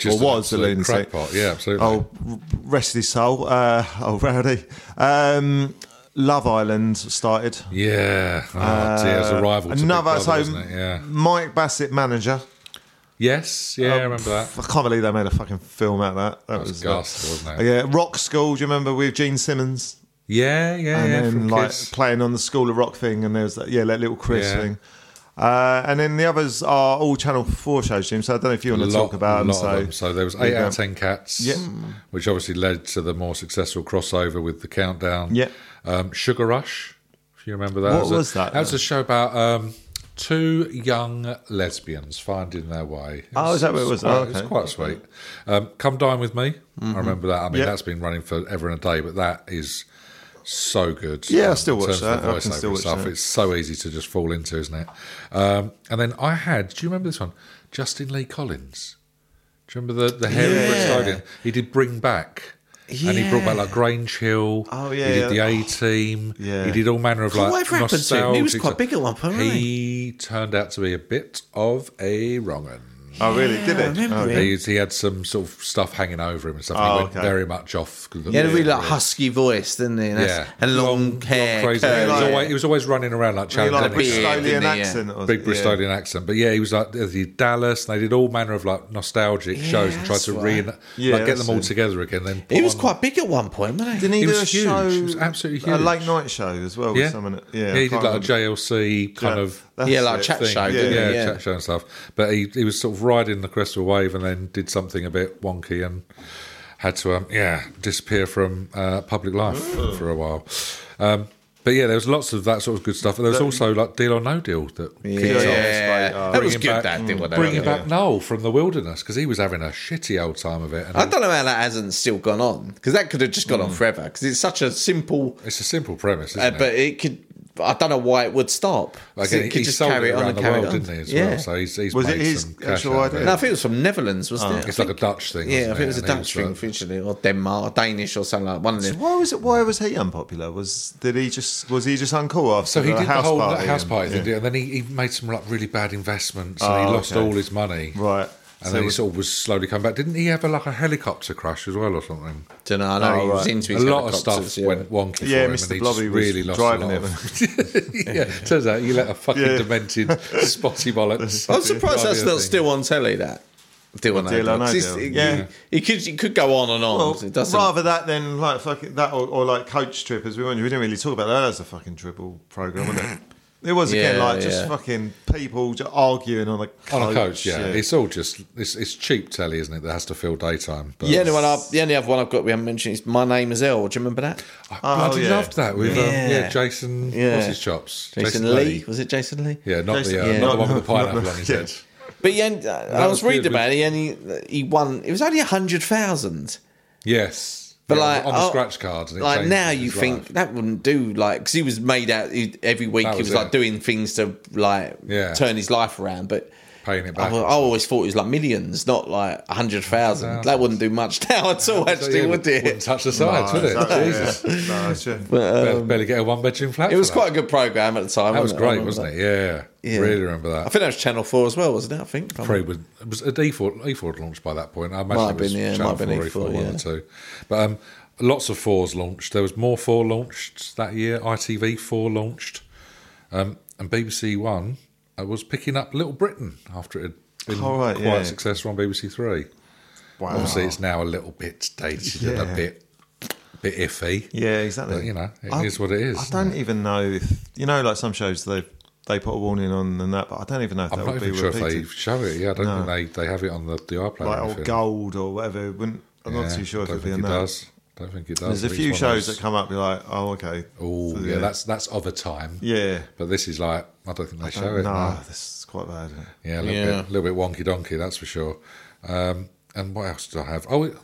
[SPEAKER 1] Just
[SPEAKER 2] or
[SPEAKER 1] an
[SPEAKER 2] was a
[SPEAKER 1] absolute
[SPEAKER 2] lunatic.
[SPEAKER 1] crackpot, yeah, absolutely.
[SPEAKER 2] Oh, rest his soul. Uh, oh, Rowdy. Um, Love Island started.
[SPEAKER 1] Yeah. Oh, dear. It was a rival to
[SPEAKER 2] Uh, Another
[SPEAKER 1] Big Brother,
[SPEAKER 2] so
[SPEAKER 1] wasn't it? Yeah.
[SPEAKER 2] Mike Bassett manager.
[SPEAKER 1] Yes. Yeah,
[SPEAKER 2] Oh.
[SPEAKER 1] I remember that.
[SPEAKER 2] I can't believe they made a fucking film out of that. That,
[SPEAKER 1] was
[SPEAKER 2] was uh,
[SPEAKER 1] ghastly, wasn't it?
[SPEAKER 2] Yeah, Rock School. Do you remember with Gene Simmons?
[SPEAKER 1] Yeah, yeah,
[SPEAKER 2] and
[SPEAKER 1] yeah.
[SPEAKER 2] then
[SPEAKER 1] from
[SPEAKER 2] like
[SPEAKER 1] Kiss.
[SPEAKER 2] playing on the School of Rock thing, and there was that yeah, that little Chris
[SPEAKER 1] Yeah.
[SPEAKER 2] thing. Uh, and then the others are all Channel Four shows, Jim. So I don't know if you want to talk about them.
[SPEAKER 1] lot
[SPEAKER 2] So
[SPEAKER 1] of them. So there was
[SPEAKER 2] you
[SPEAKER 1] eight
[SPEAKER 2] go.
[SPEAKER 1] out of ten cats,
[SPEAKER 2] Yep.
[SPEAKER 1] which obviously led to the more successful crossover with the countdown.
[SPEAKER 2] Yep.
[SPEAKER 1] Um, Sugar Rush, if you remember that.
[SPEAKER 2] What
[SPEAKER 1] It a-
[SPEAKER 2] was that?
[SPEAKER 1] That was a show about um, two young lesbians finding their way. It
[SPEAKER 2] Oh, is that what it was?
[SPEAKER 1] Quite,
[SPEAKER 2] Oh,
[SPEAKER 1] It was
[SPEAKER 2] okay. Mm-hmm.
[SPEAKER 1] quite sweet. Um, Come dine with me. I remember that. I mean,
[SPEAKER 2] Yep.
[SPEAKER 1] that's been running forever and a day, but that is. So good.
[SPEAKER 2] Yeah, I
[SPEAKER 1] Um,
[SPEAKER 2] still
[SPEAKER 1] in
[SPEAKER 2] watch
[SPEAKER 1] terms of the
[SPEAKER 2] that. I can
[SPEAKER 1] voiceover
[SPEAKER 2] still watch
[SPEAKER 1] stuff.
[SPEAKER 2] that.
[SPEAKER 1] It's so easy to just fall into, isn't it? Um, and then I had. Do you remember this one? Justin Lee Collins. Do you remember the, the hair yeah. He did Bring Back. And he brought back like Grange Hill.
[SPEAKER 2] Oh, yeah,
[SPEAKER 1] He did
[SPEAKER 2] yeah.
[SPEAKER 1] the A Team.
[SPEAKER 2] Yeah.
[SPEAKER 1] He did all manner of like.
[SPEAKER 5] Whatever happened to him? He was
[SPEAKER 1] nostalgic
[SPEAKER 5] quite big at one point, wasn't
[SPEAKER 1] He turned out to be a bit of a wrong'un.
[SPEAKER 2] oh really? Did it? Oh,
[SPEAKER 5] remember
[SPEAKER 1] He, he had some sort of stuff hanging over him and stuff.
[SPEAKER 2] Oh,
[SPEAKER 1] he went
[SPEAKER 2] okay.
[SPEAKER 1] very much off.
[SPEAKER 5] He had a really like, husky voice, didn't he? And, that's-
[SPEAKER 1] yeah.
[SPEAKER 5] and long, hair.
[SPEAKER 1] Crazy.
[SPEAKER 5] curly
[SPEAKER 1] hair. He, was
[SPEAKER 5] hair.
[SPEAKER 1] always, he was always running around like
[SPEAKER 2] He
[SPEAKER 1] challenging.
[SPEAKER 2] like a
[SPEAKER 1] everyone.
[SPEAKER 5] beard,
[SPEAKER 2] Bristolian
[SPEAKER 5] didn't he? Yeah.
[SPEAKER 2] accent, or
[SPEAKER 1] big
[SPEAKER 2] yeah.
[SPEAKER 1] Bristolian accent. But yeah, he was like they did Dallas, and they did all manner of like nostalgic shows and tried
[SPEAKER 5] that's
[SPEAKER 1] to
[SPEAKER 5] right.
[SPEAKER 1] re like,
[SPEAKER 2] Yeah,
[SPEAKER 1] get them
[SPEAKER 2] that's
[SPEAKER 1] all
[SPEAKER 2] it.
[SPEAKER 1] together again. Then
[SPEAKER 5] He
[SPEAKER 1] put
[SPEAKER 5] was
[SPEAKER 1] on-
[SPEAKER 5] quite big at one point, wasn't he?
[SPEAKER 2] Didn't he,
[SPEAKER 1] He
[SPEAKER 2] do
[SPEAKER 1] was
[SPEAKER 2] a
[SPEAKER 1] huge.
[SPEAKER 2] show?
[SPEAKER 1] He was absolutely
[SPEAKER 2] A
[SPEAKER 1] huge.
[SPEAKER 2] late night show as well.
[SPEAKER 1] yeah.
[SPEAKER 2] With someone, yeah, I
[SPEAKER 1] he did
[SPEAKER 2] can't
[SPEAKER 1] like a
[SPEAKER 2] remember.
[SPEAKER 1] JLC kind
[SPEAKER 2] Yeah,
[SPEAKER 1] of
[SPEAKER 2] that's
[SPEAKER 5] Yeah, like
[SPEAKER 2] it.
[SPEAKER 5] chat
[SPEAKER 1] thing.
[SPEAKER 5] show,
[SPEAKER 1] yeah,
[SPEAKER 5] didn't he?
[SPEAKER 1] yeah, chat show and stuff. But he he was sort of riding the crest of a wave, and then did something a bit wonky and had to um yeah disappear from uh, public life for a while. Um, but yeah, there was lots of that sort of good stuff. There was also like Deal or No Deal that kicked off.
[SPEAKER 2] Yeah.
[SPEAKER 6] Yeah, that was
[SPEAKER 1] Bringing
[SPEAKER 6] good.
[SPEAKER 1] back-
[SPEAKER 6] that thing, whatever.
[SPEAKER 1] Bringing back Noel from the wilderness because he was having a shitty old time of it. And
[SPEAKER 5] I don't know how that hasn't still gone on because that could have just
[SPEAKER 1] Mm.
[SPEAKER 5] gone on forever because it's such a simple,
[SPEAKER 1] It's a simple premise, isn't
[SPEAKER 5] uh,
[SPEAKER 1] it?
[SPEAKER 5] but it could. I don't know why it would stop. 'Cause
[SPEAKER 1] Again,
[SPEAKER 5] it
[SPEAKER 1] he
[SPEAKER 5] could just
[SPEAKER 1] sold
[SPEAKER 5] carry
[SPEAKER 1] it
[SPEAKER 5] it on
[SPEAKER 1] around
[SPEAKER 5] and
[SPEAKER 1] the
[SPEAKER 5] carry
[SPEAKER 1] world,
[SPEAKER 5] it on.
[SPEAKER 1] didn't he? As
[SPEAKER 5] yeah.
[SPEAKER 1] well, so he's, he's
[SPEAKER 2] Was
[SPEAKER 1] made
[SPEAKER 2] it his
[SPEAKER 1] some cash
[SPEAKER 2] actual
[SPEAKER 1] out of
[SPEAKER 2] idea?
[SPEAKER 1] it.
[SPEAKER 5] No, I think it was from Netherlands, wasn't it? I
[SPEAKER 1] Oh, it's
[SPEAKER 5] think-
[SPEAKER 1] like a Dutch thing.
[SPEAKER 5] yeah, I
[SPEAKER 1] wasn't
[SPEAKER 5] think it was a
[SPEAKER 1] And he uh,
[SPEAKER 5] Dutch thing,
[SPEAKER 1] like-
[SPEAKER 5] originally, or Denmark, or Danish, or something like one of them.
[SPEAKER 2] Why was it? Why was he unpopular? Was did he just was he just uncool after
[SPEAKER 1] So he
[SPEAKER 2] the
[SPEAKER 1] did the
[SPEAKER 2] house
[SPEAKER 1] whole
[SPEAKER 2] party?
[SPEAKER 1] house
[SPEAKER 2] and-
[SPEAKER 1] party
[SPEAKER 2] yeah.
[SPEAKER 1] thing, and then he, he made some like really bad investments, and
[SPEAKER 2] Oh,
[SPEAKER 1] he lost
[SPEAKER 2] okay.
[SPEAKER 1] all his money.
[SPEAKER 2] Right.
[SPEAKER 1] And
[SPEAKER 2] So
[SPEAKER 1] then
[SPEAKER 2] it
[SPEAKER 1] he
[SPEAKER 2] was-
[SPEAKER 1] sort of was slowly coming back. Didn't he have a, like a helicopter crash as well, or something?
[SPEAKER 5] Don't know. I know
[SPEAKER 2] Oh,
[SPEAKER 5] he was
[SPEAKER 2] right.
[SPEAKER 5] into
[SPEAKER 1] a
[SPEAKER 5] his
[SPEAKER 1] lot of
[SPEAKER 5] helicopters,
[SPEAKER 1] stuff
[SPEAKER 5] yeah.
[SPEAKER 1] went wonky.
[SPEAKER 2] Yeah,
[SPEAKER 1] for him,
[SPEAKER 2] Mr.
[SPEAKER 1] and he
[SPEAKER 2] Blobby
[SPEAKER 1] just
[SPEAKER 2] was
[SPEAKER 1] really lost
[SPEAKER 2] driving
[SPEAKER 1] a lot Of, yeah, turns out you let a fucking
[SPEAKER 2] Yeah.
[SPEAKER 1] demented spotty bollocks.
[SPEAKER 5] I'm surprised
[SPEAKER 1] drive
[SPEAKER 5] that's
[SPEAKER 1] your
[SPEAKER 5] not
[SPEAKER 1] thing.
[SPEAKER 5] still on telly. That deal or no
[SPEAKER 2] Deal
[SPEAKER 5] deal.
[SPEAKER 2] or No
[SPEAKER 5] 'Cause it's-
[SPEAKER 2] Deal.
[SPEAKER 5] it-
[SPEAKER 2] Yeah.
[SPEAKER 5] it could it could go on and on.
[SPEAKER 2] Well,
[SPEAKER 5] it doesn't.
[SPEAKER 2] rather that than like fucking that or, or like coach trip as we were. We didn't really talk about that as a fucking dribble program, wasn't it? It was again
[SPEAKER 6] Yeah,
[SPEAKER 2] like just
[SPEAKER 6] yeah.
[SPEAKER 2] fucking people just arguing on a coach.
[SPEAKER 1] On a coach, yeah.
[SPEAKER 2] yeah.
[SPEAKER 1] It's all just it's, it's cheap telly, isn't it? That has to fill daytime. But
[SPEAKER 6] The only one I've, the only other one I've got we haven't mentioned is My Name Is L. Do you remember that?
[SPEAKER 1] I bloody
[SPEAKER 2] yeah.
[SPEAKER 1] loved that with yeah, um, yeah
[SPEAKER 6] Yeah.
[SPEAKER 1] Jason. What's
[SPEAKER 6] Yeah.
[SPEAKER 1] his chops?
[SPEAKER 6] Jason Lee. Was it Jason Lee?
[SPEAKER 1] Yeah, not
[SPEAKER 2] Jason-
[SPEAKER 1] the uh,
[SPEAKER 2] yeah.
[SPEAKER 1] not the one
[SPEAKER 2] No,
[SPEAKER 1] with the
[SPEAKER 2] no,
[SPEAKER 1] pineapple
[SPEAKER 2] no,
[SPEAKER 1] on his
[SPEAKER 2] yeah.
[SPEAKER 1] head.
[SPEAKER 6] But he end, uh, I
[SPEAKER 1] was
[SPEAKER 6] was reading
[SPEAKER 1] good,
[SPEAKER 6] about it. He only he won. It was only hundred thousand.
[SPEAKER 1] Yes,
[SPEAKER 6] But
[SPEAKER 1] Yeah,
[SPEAKER 6] like
[SPEAKER 1] on the
[SPEAKER 6] oh,
[SPEAKER 1] scratch cards. and it
[SPEAKER 6] like
[SPEAKER 1] changes
[SPEAKER 6] now
[SPEAKER 1] his
[SPEAKER 6] you
[SPEAKER 1] life.
[SPEAKER 6] think that wouldn't do. Like because he was made out he, every week.
[SPEAKER 1] That
[SPEAKER 6] he
[SPEAKER 1] was
[SPEAKER 6] was
[SPEAKER 1] it.
[SPEAKER 6] like doing things to like
[SPEAKER 1] Yeah.
[SPEAKER 6] turn his life around. But
[SPEAKER 1] paying it
[SPEAKER 6] I,
[SPEAKER 1] back.
[SPEAKER 6] wa- I always thought it was like millions, not like a hundred thousand. That wouldn't do much now at all.
[SPEAKER 1] So,
[SPEAKER 6] Actually,
[SPEAKER 1] yeah,
[SPEAKER 6] would
[SPEAKER 1] Wouldn't
[SPEAKER 6] it?
[SPEAKER 1] touch the sides, would it?
[SPEAKER 2] Exactly,
[SPEAKER 1] Jesus,
[SPEAKER 2] yeah. No, it's true.
[SPEAKER 1] barely, barely get a one-bedroom flat.
[SPEAKER 6] It
[SPEAKER 1] for
[SPEAKER 6] was
[SPEAKER 1] that.
[SPEAKER 6] quite a good program at the time.
[SPEAKER 1] That was
[SPEAKER 6] wasn't it? I
[SPEAKER 1] great,
[SPEAKER 6] remember
[SPEAKER 1] wasn't
[SPEAKER 6] that.
[SPEAKER 1] it? Yeah,
[SPEAKER 6] Yeah.
[SPEAKER 1] really remember that.
[SPEAKER 6] I think that was Channel Four as well, wasn't it? I think. if I'm-
[SPEAKER 1] Probably was, it was uh, a D4, E4 E launched by that point. I imagine
[SPEAKER 6] Might have
[SPEAKER 1] it was
[SPEAKER 6] been, yeah,
[SPEAKER 1] Channel E
[SPEAKER 6] might have
[SPEAKER 1] 4, E4,
[SPEAKER 6] been E4,
[SPEAKER 1] one
[SPEAKER 6] yeah.
[SPEAKER 1] or two. But um, lots of 4s launched. There was more 4 launched that year. ITV4 launched. Um, and BBC One uh, was picking up Little Britain after it had been
[SPEAKER 2] Oh, right,
[SPEAKER 1] quite
[SPEAKER 2] yeah.
[SPEAKER 1] successful on BBC Three.
[SPEAKER 2] Wow.
[SPEAKER 1] Obviously, it's now a little bit dated and
[SPEAKER 2] Yeah.
[SPEAKER 1] a bit, bit iffy.
[SPEAKER 2] Yeah, exactly.
[SPEAKER 1] But, you know, it is
[SPEAKER 2] I-
[SPEAKER 1] what it is.
[SPEAKER 2] I don't even know if you know, like some shows they they put a warning on and that, but I don't even know if
[SPEAKER 1] I'm
[SPEAKER 2] that
[SPEAKER 1] not
[SPEAKER 2] would be
[SPEAKER 1] even sure if they
[SPEAKER 2] repeated.
[SPEAKER 1] show it. Yeah, I don't think they, they have it on the, the iPlayer.
[SPEAKER 2] like
[SPEAKER 1] or
[SPEAKER 2] or
[SPEAKER 1] anything.
[SPEAKER 2] gold or whatever. It wouldn't, I'm
[SPEAKER 1] Yeah,
[SPEAKER 2] not too sure if
[SPEAKER 1] don't
[SPEAKER 2] it'd be
[SPEAKER 1] think
[SPEAKER 2] on
[SPEAKER 1] it
[SPEAKER 2] that.
[SPEAKER 1] Does. Don't think it does.
[SPEAKER 2] There's a
[SPEAKER 1] It's
[SPEAKER 2] few
[SPEAKER 1] one of
[SPEAKER 2] shows
[SPEAKER 1] those-
[SPEAKER 2] that come up. You're like, oh, okay.
[SPEAKER 1] Oh
[SPEAKER 2] So,
[SPEAKER 1] yeah, that's that's other time.
[SPEAKER 2] yeah.
[SPEAKER 1] But this is like I don't think they show
[SPEAKER 2] No,
[SPEAKER 1] it. no.
[SPEAKER 2] this is quite bad. isn't it?
[SPEAKER 1] Yeah, a little,
[SPEAKER 6] Yeah.
[SPEAKER 1] Bit, little bit wonky donkey, that's for sure. Um, and what else did I have? Oh, it-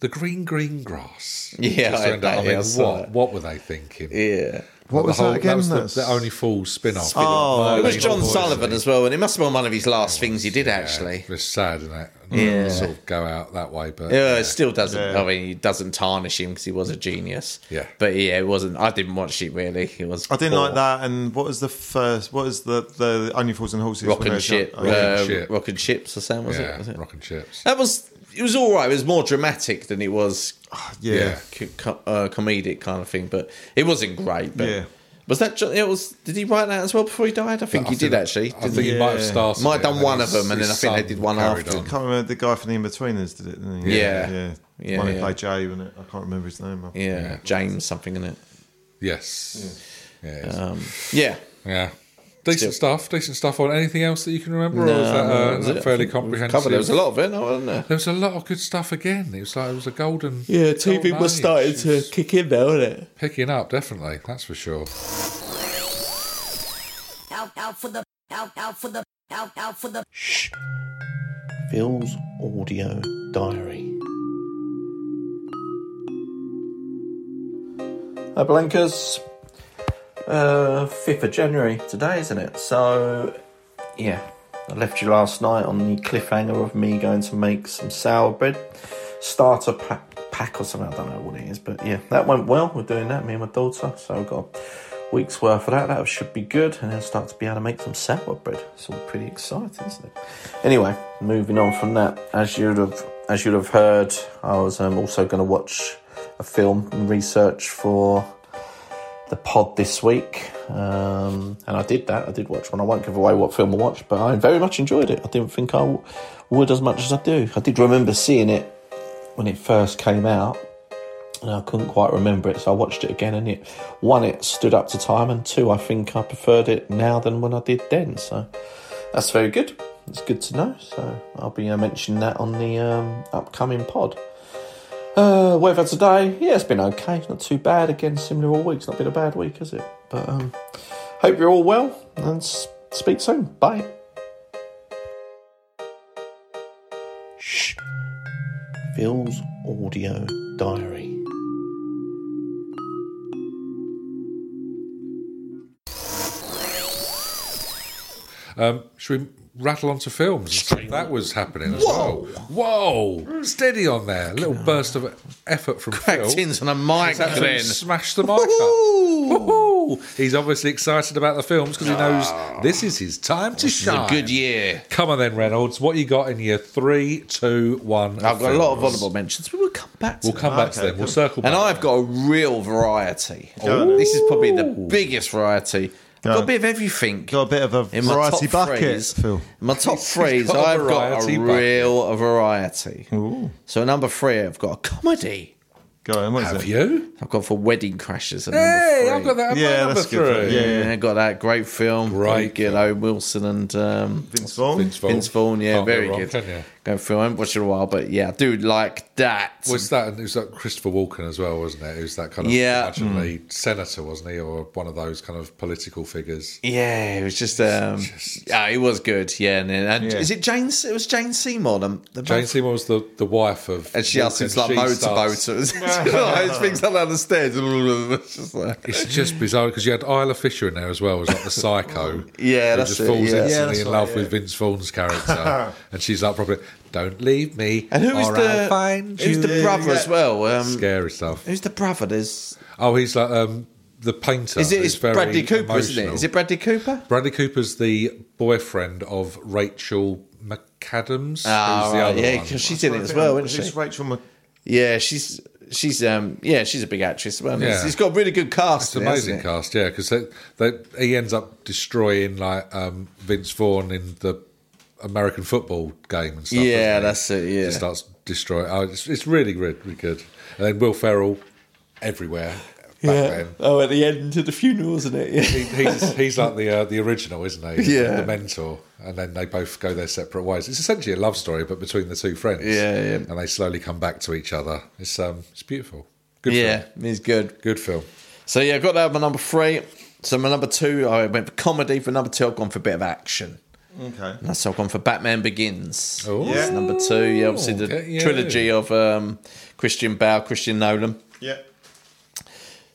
[SPEAKER 1] the green green grass.
[SPEAKER 6] Yeah,
[SPEAKER 1] Just
[SPEAKER 6] I-
[SPEAKER 1] turned out- I
[SPEAKER 6] yeah,
[SPEAKER 1] mean,
[SPEAKER 6] I saw
[SPEAKER 1] what
[SPEAKER 6] that. uh,
[SPEAKER 1] what were they thinking?
[SPEAKER 6] Yeah.
[SPEAKER 2] What
[SPEAKER 1] The
[SPEAKER 2] was
[SPEAKER 1] whole-
[SPEAKER 2] that again?
[SPEAKER 1] was the,
[SPEAKER 2] That's-
[SPEAKER 1] the only full spin-off.
[SPEAKER 2] Oh,
[SPEAKER 6] It was
[SPEAKER 2] Evil
[SPEAKER 6] John
[SPEAKER 2] Boys.
[SPEAKER 6] Sullivan as well, and it must have been one of his last things he did actually.
[SPEAKER 1] It was sad, isn't it?
[SPEAKER 6] Yeah.
[SPEAKER 1] sort of go out that way, but
[SPEAKER 6] Yeah, it still doesn't. I mean, it doesn't tarnish him because he was a genius.
[SPEAKER 1] Yeah.
[SPEAKER 6] but yeah, it wasn't. I didn't watch it really. It was.
[SPEAKER 2] I didn't
[SPEAKER 6] poor.
[SPEAKER 1] Oh.
[SPEAKER 2] like that. And what was the first? What was the the Only Fools and Horses?
[SPEAKER 6] Rock
[SPEAKER 2] when they were
[SPEAKER 6] and shit,
[SPEAKER 2] shot? Oh,
[SPEAKER 1] yeah.
[SPEAKER 6] uh,
[SPEAKER 1] Rock and Shit.
[SPEAKER 6] rock and chips or something was
[SPEAKER 1] yeah,
[SPEAKER 6] it? Was it?
[SPEAKER 1] rock and chips.
[SPEAKER 6] That was. It was all right. It was more dramatic than it was
[SPEAKER 1] Oh,
[SPEAKER 2] yeah.
[SPEAKER 1] Yeah.
[SPEAKER 6] co- co- uh, comedic kind of thing, but it wasn't great. But
[SPEAKER 2] Yeah.
[SPEAKER 6] was that? John, it was. Did he write that as well before he died? I think he did actually.
[SPEAKER 1] I
[SPEAKER 6] didn't
[SPEAKER 1] think
[SPEAKER 6] he?
[SPEAKER 1] he might have started.
[SPEAKER 6] Might have
[SPEAKER 1] it,
[SPEAKER 6] done
[SPEAKER 1] and
[SPEAKER 6] one
[SPEAKER 1] his-
[SPEAKER 6] of them, and
[SPEAKER 1] his
[SPEAKER 6] then I think they
[SPEAKER 1] son
[SPEAKER 6] did one
[SPEAKER 1] carried
[SPEAKER 6] after.
[SPEAKER 1] on.
[SPEAKER 2] I can't remember the guy from the Inbetweeners did it. Didn't he?
[SPEAKER 6] Yeah.
[SPEAKER 2] yeah.
[SPEAKER 6] Yeah,
[SPEAKER 2] One who
[SPEAKER 6] yeah.
[SPEAKER 2] played Jay, wasn't it? I can't remember his name.
[SPEAKER 6] yeah, James something in it. Mm.
[SPEAKER 1] Yes. Yeah. it is.
[SPEAKER 6] Um, yeah,
[SPEAKER 1] yeah. Decent stuff. Decent stuff. On anything else that you can remember, or
[SPEAKER 6] No,
[SPEAKER 1] was that,
[SPEAKER 6] no,
[SPEAKER 1] uh,
[SPEAKER 6] that was
[SPEAKER 1] that
[SPEAKER 6] it.
[SPEAKER 1] fairly
[SPEAKER 6] We've
[SPEAKER 1] comprehensive?
[SPEAKER 6] Um, covered. There was a lot of it, no, wasn't there?
[SPEAKER 1] There was a lot of good stuff again. It was like it was a golden.
[SPEAKER 6] Yeah, TV
[SPEAKER 1] golden
[SPEAKER 6] was
[SPEAKER 1] age.
[SPEAKER 6] starting to
[SPEAKER 1] It's
[SPEAKER 6] kick in now, wasn't it?
[SPEAKER 1] picking up. Definitely, that's for sure.
[SPEAKER 4] out, out for the, out, out for the, out, out for the.
[SPEAKER 3] Phil's audio diary.
[SPEAKER 5] Hi, Blankers. Uh, 5th of January today, isn't it? So, yeah, I left you last night on the cliffhanger of me going to make some sour bread starter pa- pack or something. I don't know what it is, but yeah, that went well. We're doing that, me and my daughter. So, I've got a week's worth of that. That should be good. And then start to be able to make some sour bread. It's all pretty exciting, isn't it? Anyway, moving on from that, as you'd have, as you'd have heard, I was um, also going to watch a film and research for the pod this week, um, and I did that. I did watch one. I won't give away what film I watched, but I very much enjoyed it. I didn't think I w- would as much as I do. I did remember seeing it when it first came out, and I couldn't quite remember it, so I watched it again. And it one, it stood up to time, and two, I think I preferred it now than when I did then. So that's very good. It's good to know. So I'll be uh, mentioning that on the um, upcoming pod. Uh, weather today, yeah, it's been okay. It's not too bad. Again, similar all week. It's not been a bad week, has it? But um, hope you're all well and s- speak soon. Bye.
[SPEAKER 3] Phil's audio diary.
[SPEAKER 1] Um, should we rattle on to films? That was happening as Whoa. well. Whoa! Steady on there. A little burst of effort from Phil.
[SPEAKER 6] Tins on a mic
[SPEAKER 1] He's actually
[SPEAKER 6] then.
[SPEAKER 1] smashed the mic up. Woo-hoo. He's obviously excited about the films because he knows this is his time to
[SPEAKER 6] It's Ah. a
[SPEAKER 1] shine.
[SPEAKER 6] good year.
[SPEAKER 1] Come on then, Reynolds. What you got in your three, two, one?
[SPEAKER 6] I've got a lot of
[SPEAKER 1] films?
[SPEAKER 6] honourable mentions. We will come back to
[SPEAKER 1] We'll
[SPEAKER 6] them.
[SPEAKER 1] come back to
[SPEAKER 2] Okay,
[SPEAKER 1] them. We'll
[SPEAKER 2] cool.
[SPEAKER 1] circle back.
[SPEAKER 6] And I've got a real variety.
[SPEAKER 2] on then.
[SPEAKER 6] This is probably the biggest variety. I've got a
[SPEAKER 2] on.
[SPEAKER 6] bit of everything.
[SPEAKER 2] Got a bit of a
[SPEAKER 6] in my
[SPEAKER 2] variety
[SPEAKER 6] top
[SPEAKER 2] bucket.
[SPEAKER 6] phrase,
[SPEAKER 2] Phil.
[SPEAKER 6] My top phrase,
[SPEAKER 1] got a
[SPEAKER 6] I've got
[SPEAKER 1] variety
[SPEAKER 6] a
[SPEAKER 1] bucket.
[SPEAKER 6] real variety. So number three, I've got a comedy.
[SPEAKER 2] Go on, what is
[SPEAKER 1] Have
[SPEAKER 2] it?
[SPEAKER 1] you?
[SPEAKER 6] I've got for Wedding Crashers. At number
[SPEAKER 1] Hey,
[SPEAKER 6] three.
[SPEAKER 1] I've got that at my
[SPEAKER 2] Yeah,
[SPEAKER 1] number
[SPEAKER 2] that's good.
[SPEAKER 1] three.
[SPEAKER 2] Yeah, yeah.
[SPEAKER 6] Yeah, got that great film.
[SPEAKER 1] Great
[SPEAKER 6] Great, you know, Wilson and um,
[SPEAKER 2] Vince Vaughn?
[SPEAKER 1] Vince Vaughn.
[SPEAKER 6] Vince Vaughn. Yeah,
[SPEAKER 1] Can't go
[SPEAKER 6] very
[SPEAKER 1] wrong,
[SPEAKER 6] good.
[SPEAKER 1] can you?
[SPEAKER 6] Go film. I haven't watched it in a while, but yeah, I do like that.
[SPEAKER 1] Was that and it was like Christopher Walken as well, wasn't it? It was that kind of
[SPEAKER 6] Yeah. Hmm.
[SPEAKER 1] allegedly senator, wasn't he, or one of those kind of political figures?
[SPEAKER 6] yeah, it was just, um, yeah, it was good. Yeah, and, and
[SPEAKER 2] Yeah.
[SPEAKER 6] is it Jane? It was Jane Seymour. The, the
[SPEAKER 1] Jane Seymour was the, the wife of,
[SPEAKER 6] and she asks
[SPEAKER 1] Walken.
[SPEAKER 6] him to like
[SPEAKER 1] She
[SPEAKER 6] motorboat.
[SPEAKER 1] starts-
[SPEAKER 6] So it's like, things up down the stairs. It's just like-
[SPEAKER 1] It's just bizarre because you had Isla Fisher in there as well, as like the psycho.
[SPEAKER 6] Yeah,
[SPEAKER 1] who
[SPEAKER 6] that's
[SPEAKER 1] just
[SPEAKER 6] it,
[SPEAKER 1] falls
[SPEAKER 6] yeah. Yeah,
[SPEAKER 1] instantly
[SPEAKER 2] that's
[SPEAKER 1] in
[SPEAKER 2] right,
[SPEAKER 1] love
[SPEAKER 2] yeah.
[SPEAKER 1] with Vince Vaughn's character, and she's like, "Probably don't leave me."
[SPEAKER 6] And who is
[SPEAKER 1] or
[SPEAKER 6] the
[SPEAKER 1] I'll find
[SPEAKER 6] who's
[SPEAKER 1] you.
[SPEAKER 6] the brother as well? Um,
[SPEAKER 1] Scary stuff.
[SPEAKER 6] who's the brother? There's
[SPEAKER 1] Oh, he's like um, the painter.
[SPEAKER 6] is it
[SPEAKER 1] who's
[SPEAKER 6] it's
[SPEAKER 1] very
[SPEAKER 6] Bradley Cooper, isn't it?
[SPEAKER 1] emotional.
[SPEAKER 6] Is it Bradley Cooper?
[SPEAKER 1] Bradley Cooper's the boyfriend of Rachel McAdams,
[SPEAKER 6] Ah,
[SPEAKER 1] who's the
[SPEAKER 6] right,
[SPEAKER 1] other
[SPEAKER 6] yeah,
[SPEAKER 1] one.
[SPEAKER 6] because she's in it as well, isn't
[SPEAKER 2] Who's
[SPEAKER 6] she?
[SPEAKER 2] Rachel Mc-
[SPEAKER 6] Yeah, she's she's um yeah she's a big actress. Well,
[SPEAKER 1] Yeah.
[SPEAKER 6] yeah. it's got a really good cast.
[SPEAKER 1] It's an amazing
[SPEAKER 6] cast.
[SPEAKER 1] cast, yeah, because they, they, he ends up destroying like um, Vince Vaughn in the American football game and stuff. doesn't
[SPEAKER 6] Yeah,
[SPEAKER 1] he?
[SPEAKER 6] that's it, yeah.
[SPEAKER 1] just starts destroying. Oh, it's, it's really, really, really good. And then Will Ferrell everywhere. Back then.
[SPEAKER 6] Oh, at the end of the funeral, isn't it? Yeah.
[SPEAKER 1] He, he's, he's like the uh, the original, isn't he?
[SPEAKER 6] Yeah.
[SPEAKER 1] the mentor, and then they both go their separate ways. It's essentially a love story, but between the two friends.
[SPEAKER 6] Yeah, yeah.
[SPEAKER 1] And they slowly come back to each other. It's um, it's beautiful. Good
[SPEAKER 6] Yeah,
[SPEAKER 1] film.
[SPEAKER 6] he's good.
[SPEAKER 1] Good film.
[SPEAKER 6] So yeah, I got that at my number three. So my number two, I went for comedy. For number two, I've gone for a bit of action.
[SPEAKER 2] Okay.
[SPEAKER 6] And That's how I've gone for Batman Begins.
[SPEAKER 1] Ooh.
[SPEAKER 6] That's
[SPEAKER 2] Yeah.
[SPEAKER 6] number two. Yeah, obviously the
[SPEAKER 1] Okay, yeah.
[SPEAKER 6] trilogy of um, Christian Bale, Christian Nolan.
[SPEAKER 2] Yeah.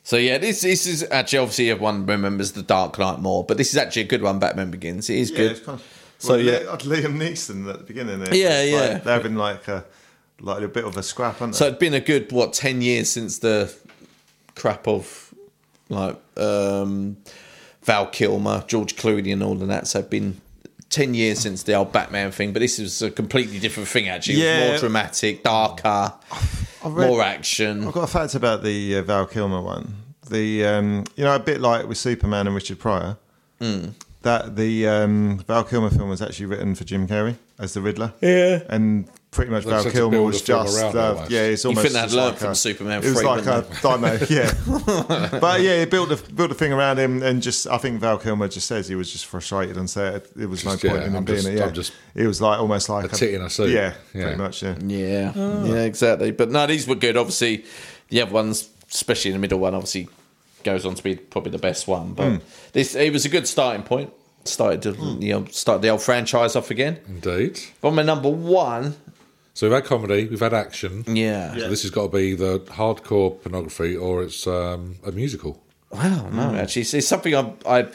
[SPEAKER 6] So yeah, this this is actually obviously everyone remembers the Dark Knight more, but this is actually a good one. Batman Begins. It is
[SPEAKER 2] Yeah,
[SPEAKER 6] good.
[SPEAKER 2] it's kind of,
[SPEAKER 6] So,
[SPEAKER 2] well,
[SPEAKER 6] yeah.
[SPEAKER 2] Li- I'd Liam Neeson at the beginning there.
[SPEAKER 6] Yeah,
[SPEAKER 2] It's
[SPEAKER 6] yeah.
[SPEAKER 2] Like, they're having like a like a bit of a scrap, aren't they?
[SPEAKER 6] So it'd been a good what ten years since the crap of like um, Val Kilmer, George Clooney, and all of that. So it'd been ten years since the old Batman thing, but this was a completely different thing. Actually, it was
[SPEAKER 2] Yeah.
[SPEAKER 6] more dramatic, darker,
[SPEAKER 2] read- Oh.
[SPEAKER 6] more action.
[SPEAKER 2] I've got a fact about the uh, Val Kilmer one. The um, you know a bit like with Superman and Richard Pryor.
[SPEAKER 1] Hmm.
[SPEAKER 2] That the um, Val Kilmer film was actually written for Jim Carrey as the Riddler. Yeah, and pretty much
[SPEAKER 1] They
[SPEAKER 2] Val
[SPEAKER 1] said to
[SPEAKER 2] Kilmer
[SPEAKER 1] build
[SPEAKER 2] was
[SPEAKER 1] a film
[SPEAKER 2] just
[SPEAKER 1] around
[SPEAKER 2] uh,
[SPEAKER 1] almost.
[SPEAKER 2] yeah. It's
[SPEAKER 6] You
[SPEAKER 2] almost
[SPEAKER 6] think they'd
[SPEAKER 2] just
[SPEAKER 6] learn
[SPEAKER 2] like
[SPEAKER 6] from
[SPEAKER 2] a-
[SPEAKER 6] Superman
[SPEAKER 2] It was
[SPEAKER 6] three,
[SPEAKER 2] like a
[SPEAKER 6] wouldn't
[SPEAKER 2] dino, yeah. but yeah, he built a built a thing around him, and just I think Val Kilmer just says he was just frustrated and said it, it was
[SPEAKER 1] Just,
[SPEAKER 2] no
[SPEAKER 1] yeah,
[SPEAKER 2] point in him
[SPEAKER 1] I'm
[SPEAKER 2] being
[SPEAKER 1] just-
[SPEAKER 2] it. Yeah,
[SPEAKER 1] I'm just
[SPEAKER 2] it was like almost like
[SPEAKER 1] a tit in a suit.
[SPEAKER 2] Yeah,
[SPEAKER 1] Yeah.
[SPEAKER 2] pretty much. Yeah.
[SPEAKER 6] Yeah,
[SPEAKER 2] Oh.
[SPEAKER 6] yeah, exactly. But no, these were good. Obviously, the other ones, especially the middle one, obviously goes on to be probably the best one. But
[SPEAKER 2] Hmm.
[SPEAKER 6] this it was a good starting point. Started to you know start the old franchise off again.
[SPEAKER 1] Indeed.
[SPEAKER 6] But my number one,
[SPEAKER 1] So we've had comedy, we've had action.
[SPEAKER 6] yeah.
[SPEAKER 1] So this has got to be the hardcore pornography, or it's um, a musical.
[SPEAKER 6] Wow, no, actually, it's, it's something I, I,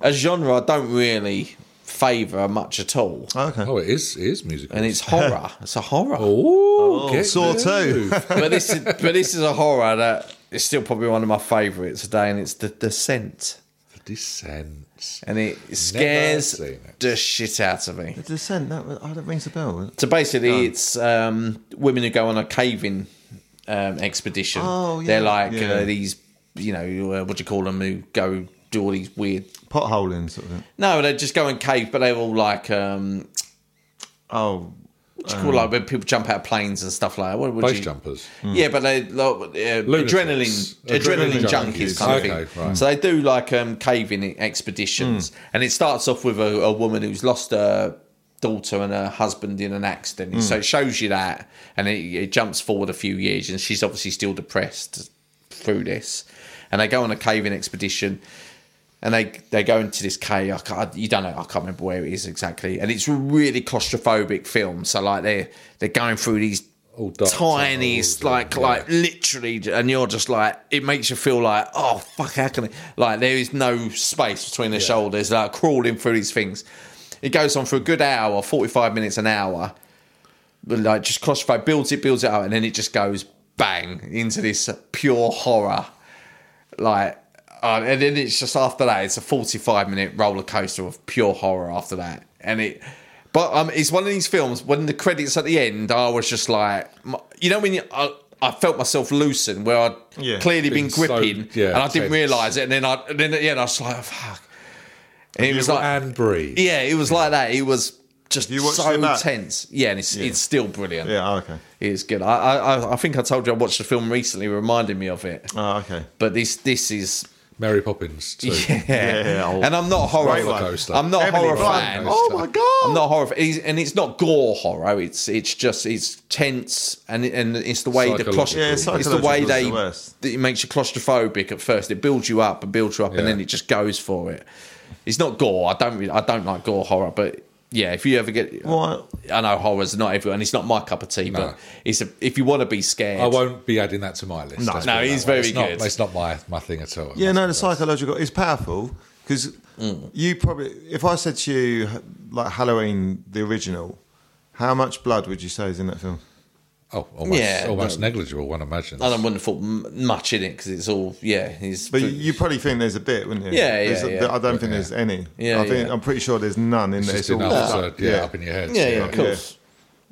[SPEAKER 6] a genre I don't really favour much at all,
[SPEAKER 2] Okay.
[SPEAKER 1] Oh, it is. It is musical.
[SPEAKER 6] and it's Oh, horror. it's a horror.
[SPEAKER 1] Oh. Ooh, get
[SPEAKER 2] Saw two.
[SPEAKER 1] moved.
[SPEAKER 6] But this is but this is a horror that is still probably one of my favourites today, and it's the Descent.
[SPEAKER 1] Descent.
[SPEAKER 6] and it scares
[SPEAKER 1] seen it.
[SPEAKER 6] the shit out of me.
[SPEAKER 2] The Descent. That was, oh, that rings a bell.
[SPEAKER 6] So basically, it's um, women who go on a caving um, expedition.
[SPEAKER 2] Oh, yeah.
[SPEAKER 6] They're like
[SPEAKER 2] Yeah.
[SPEAKER 6] uh, these, you know, uh, what do you call them? Who go do all these weird.
[SPEAKER 2] Potholing sort of. Thing.
[SPEAKER 6] No, they just go and cave, but they're all like, um,
[SPEAKER 2] Oh,
[SPEAKER 6] what do you call like when people jump out of planes and stuff like that? What would
[SPEAKER 1] Base
[SPEAKER 6] you-
[SPEAKER 1] jumpers.
[SPEAKER 6] Yeah, but they like, uh,
[SPEAKER 1] Hmm. Lunatics.
[SPEAKER 6] adrenaline,
[SPEAKER 1] Adrenaline
[SPEAKER 6] adrenaline
[SPEAKER 1] junkies.
[SPEAKER 6] junkies kind
[SPEAKER 1] Okay,
[SPEAKER 6] of thing.
[SPEAKER 1] right. Hmm.
[SPEAKER 6] So they do like um, caving expeditions, and it starts off with a, a woman who's lost her daughter and her husband in an accident.
[SPEAKER 1] Hmm.
[SPEAKER 6] So it shows you that, and it, it jumps forward a few years, and she's obviously still depressed through this. And they go on a caving expedition, and they they go into this cave. I can't, you don't know. I can't remember where it is exactly, and it's a really claustrophobic film. So like they are they're going through these
[SPEAKER 1] All dark
[SPEAKER 6] tiny,
[SPEAKER 1] tunnels and-
[SPEAKER 6] like
[SPEAKER 1] yeah.
[SPEAKER 6] like literally, and you're just like it makes you feel like oh fuck, how can I? Like there is no space between the shoulders, like crawling through these things. It goes on for a good hour, forty five minutes an hour, but, like just claustrophobic, builds it, builds it up, and then it just goes bang into this pure horror like uh, and then it's just after that it's a 45 minute roller coaster of pure horror after that and it but um it's one of these films when the credits at the end i was just like m- you know when you, I, I felt myself loosen where i'd
[SPEAKER 2] Yeah,
[SPEAKER 6] clearly
[SPEAKER 1] been
[SPEAKER 6] been
[SPEAKER 1] so-
[SPEAKER 6] gripping
[SPEAKER 1] yeah,
[SPEAKER 6] and i didn't
[SPEAKER 1] tense.
[SPEAKER 6] realize it and then i and then yeah oh, and i was like fuck and it was like
[SPEAKER 1] and breathe.
[SPEAKER 6] yeah it was like that it was just
[SPEAKER 2] you watched it
[SPEAKER 6] so
[SPEAKER 2] back?
[SPEAKER 6] tense. Yeah, and it's it's still brilliant.
[SPEAKER 2] Yeah, oh, okay.
[SPEAKER 6] It's good. I, I I- I think I told you I watched the film recently, reminding me of it.
[SPEAKER 2] Oh, okay.
[SPEAKER 6] But this this is
[SPEAKER 1] Mary Poppins. Too.
[SPEAKER 6] yeah.
[SPEAKER 2] Yeah, old
[SPEAKER 6] and I'm not a horror.
[SPEAKER 2] roller
[SPEAKER 1] coaster.
[SPEAKER 6] I'm not a
[SPEAKER 2] Emily
[SPEAKER 6] horror
[SPEAKER 2] Blunt.
[SPEAKER 6] fan.
[SPEAKER 1] Oh my
[SPEAKER 2] god!
[SPEAKER 6] I'm not horror, f- it's- and it's not gore horror. It's it's just it's tense, and it- and it's the way the claustro-
[SPEAKER 1] Psychological. Yeah,
[SPEAKER 6] it's the
[SPEAKER 2] psychological
[SPEAKER 6] way
[SPEAKER 2] is
[SPEAKER 6] they
[SPEAKER 2] the worst.
[SPEAKER 6] that it makes you claustrophobic at first. It builds you up and builds you up,
[SPEAKER 1] Yeah.
[SPEAKER 6] and then it just goes for it. It's not gore. I don't really, I don't like gore horror, but yeah, if you ever get
[SPEAKER 2] What?
[SPEAKER 6] I know horror's not everyone. It's not my cup of tea,
[SPEAKER 1] No.
[SPEAKER 6] but it's a, if you want to be scared,
[SPEAKER 1] I won't be adding that to my list.
[SPEAKER 2] No.
[SPEAKER 1] let's
[SPEAKER 6] No,
[SPEAKER 1] put it
[SPEAKER 6] he's
[SPEAKER 1] that way.
[SPEAKER 6] very
[SPEAKER 1] it's not,
[SPEAKER 6] good.
[SPEAKER 1] It's not my my thing at all.
[SPEAKER 2] Yeah, no, the psychological is powerful because you probably, if I said to you, like Halloween, the original, how much blood would you say is in that film?
[SPEAKER 1] Oh, almost,
[SPEAKER 6] Yeah,
[SPEAKER 1] almost
[SPEAKER 6] no.
[SPEAKER 1] negligible. One imagines.
[SPEAKER 6] I don't wouldn't have thought m- much in it because it's all yeah. He's
[SPEAKER 2] But you, you probably think there's a bit, wouldn't you?
[SPEAKER 6] Yeah, yeah,
[SPEAKER 2] There's a-
[SPEAKER 6] yeah.
[SPEAKER 2] I don't think there's any.
[SPEAKER 6] Yeah,
[SPEAKER 2] I think
[SPEAKER 6] yeah.
[SPEAKER 2] I'm pretty sure there's none in
[SPEAKER 1] It's
[SPEAKER 2] there.
[SPEAKER 1] just
[SPEAKER 2] It's all
[SPEAKER 1] enough.
[SPEAKER 2] blood.
[SPEAKER 1] to, yeah, up in your head.
[SPEAKER 6] yeah, yeah, of
[SPEAKER 2] yeah.
[SPEAKER 6] course.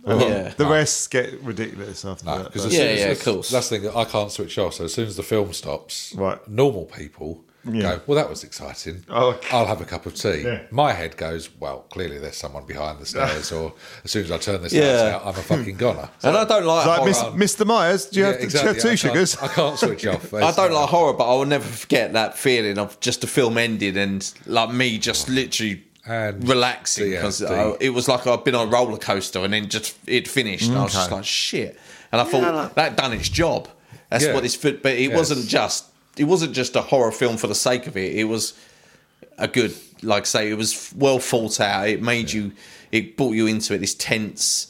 [SPEAKER 2] And then
[SPEAKER 6] Yeah.
[SPEAKER 2] The rests get ridiculous after
[SPEAKER 1] No,
[SPEAKER 2] that.
[SPEAKER 1] 'cause
[SPEAKER 2] but-
[SPEAKER 1] as
[SPEAKER 6] Yeah,
[SPEAKER 1] soon as-
[SPEAKER 6] yeah,
[SPEAKER 1] as-
[SPEAKER 6] of course.
[SPEAKER 1] That's the thing. I can't switch off. So as soon as the film stops,
[SPEAKER 2] Right.
[SPEAKER 1] normal people go, "Well, that was exciting.
[SPEAKER 2] Oh, okay.
[SPEAKER 1] I'll have a cup of tea."
[SPEAKER 2] Yeah.
[SPEAKER 1] My head goes, "Well, clearly there's someone behind the stairs." or as soon as I turn this
[SPEAKER 6] Yeah.
[SPEAKER 1] light out, I'm a fucking goner.
[SPEAKER 6] And I don't like, horror.
[SPEAKER 2] It's like Miss, Mr. Myers, do you
[SPEAKER 1] Yeah,
[SPEAKER 2] have, do you have
[SPEAKER 1] I
[SPEAKER 2] two
[SPEAKER 1] can't-
[SPEAKER 2] sugars?
[SPEAKER 1] I can't switch off.
[SPEAKER 6] I don't like horror, but I will never forget that feeling of just the film ended and like me just literally
[SPEAKER 1] And
[SPEAKER 6] relaxing
[SPEAKER 1] the, uh,
[SPEAKER 6] because
[SPEAKER 1] the-
[SPEAKER 6] it was like I'd been on a roller coaster and then just it finished and I was just
[SPEAKER 2] Okay.
[SPEAKER 6] like shit, and I thought that done its job. That's
[SPEAKER 1] Yeah.
[SPEAKER 6] what it's for, but it
[SPEAKER 1] Yes.
[SPEAKER 6] wasn't just it wasn't just a horror film for the sake of it. It was a good like say it was well thought out. It made you it brought you into it this tense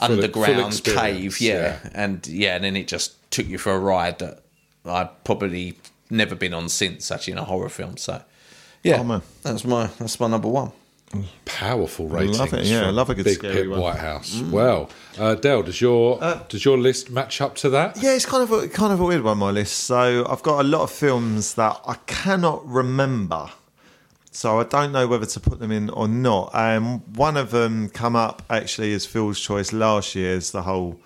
[SPEAKER 6] underground
[SPEAKER 1] full experience,
[SPEAKER 6] cave, yeah.
[SPEAKER 1] yeah.
[SPEAKER 6] and yeah, and then it just took you for a ride that I've probably never been on since, actually, in a horror film. So, yeah,
[SPEAKER 2] Oh, man.
[SPEAKER 6] that's my that's my number one.
[SPEAKER 1] powerful ratings.
[SPEAKER 2] Love it, yeah,
[SPEAKER 1] from
[SPEAKER 2] love a good
[SPEAKER 1] Big
[SPEAKER 2] scary
[SPEAKER 1] Pip
[SPEAKER 2] one. Mm. Uh,
[SPEAKER 1] Whitehouse. Well, uh, Dell, does your does your list match up to that?
[SPEAKER 2] Yeah, it's kind of a, kind of a weird one my list. So I've got a lot of films that I cannot remember, so I don't know whether to put them in or not. Um, one of them come up actually as Phil's choice last year is the whole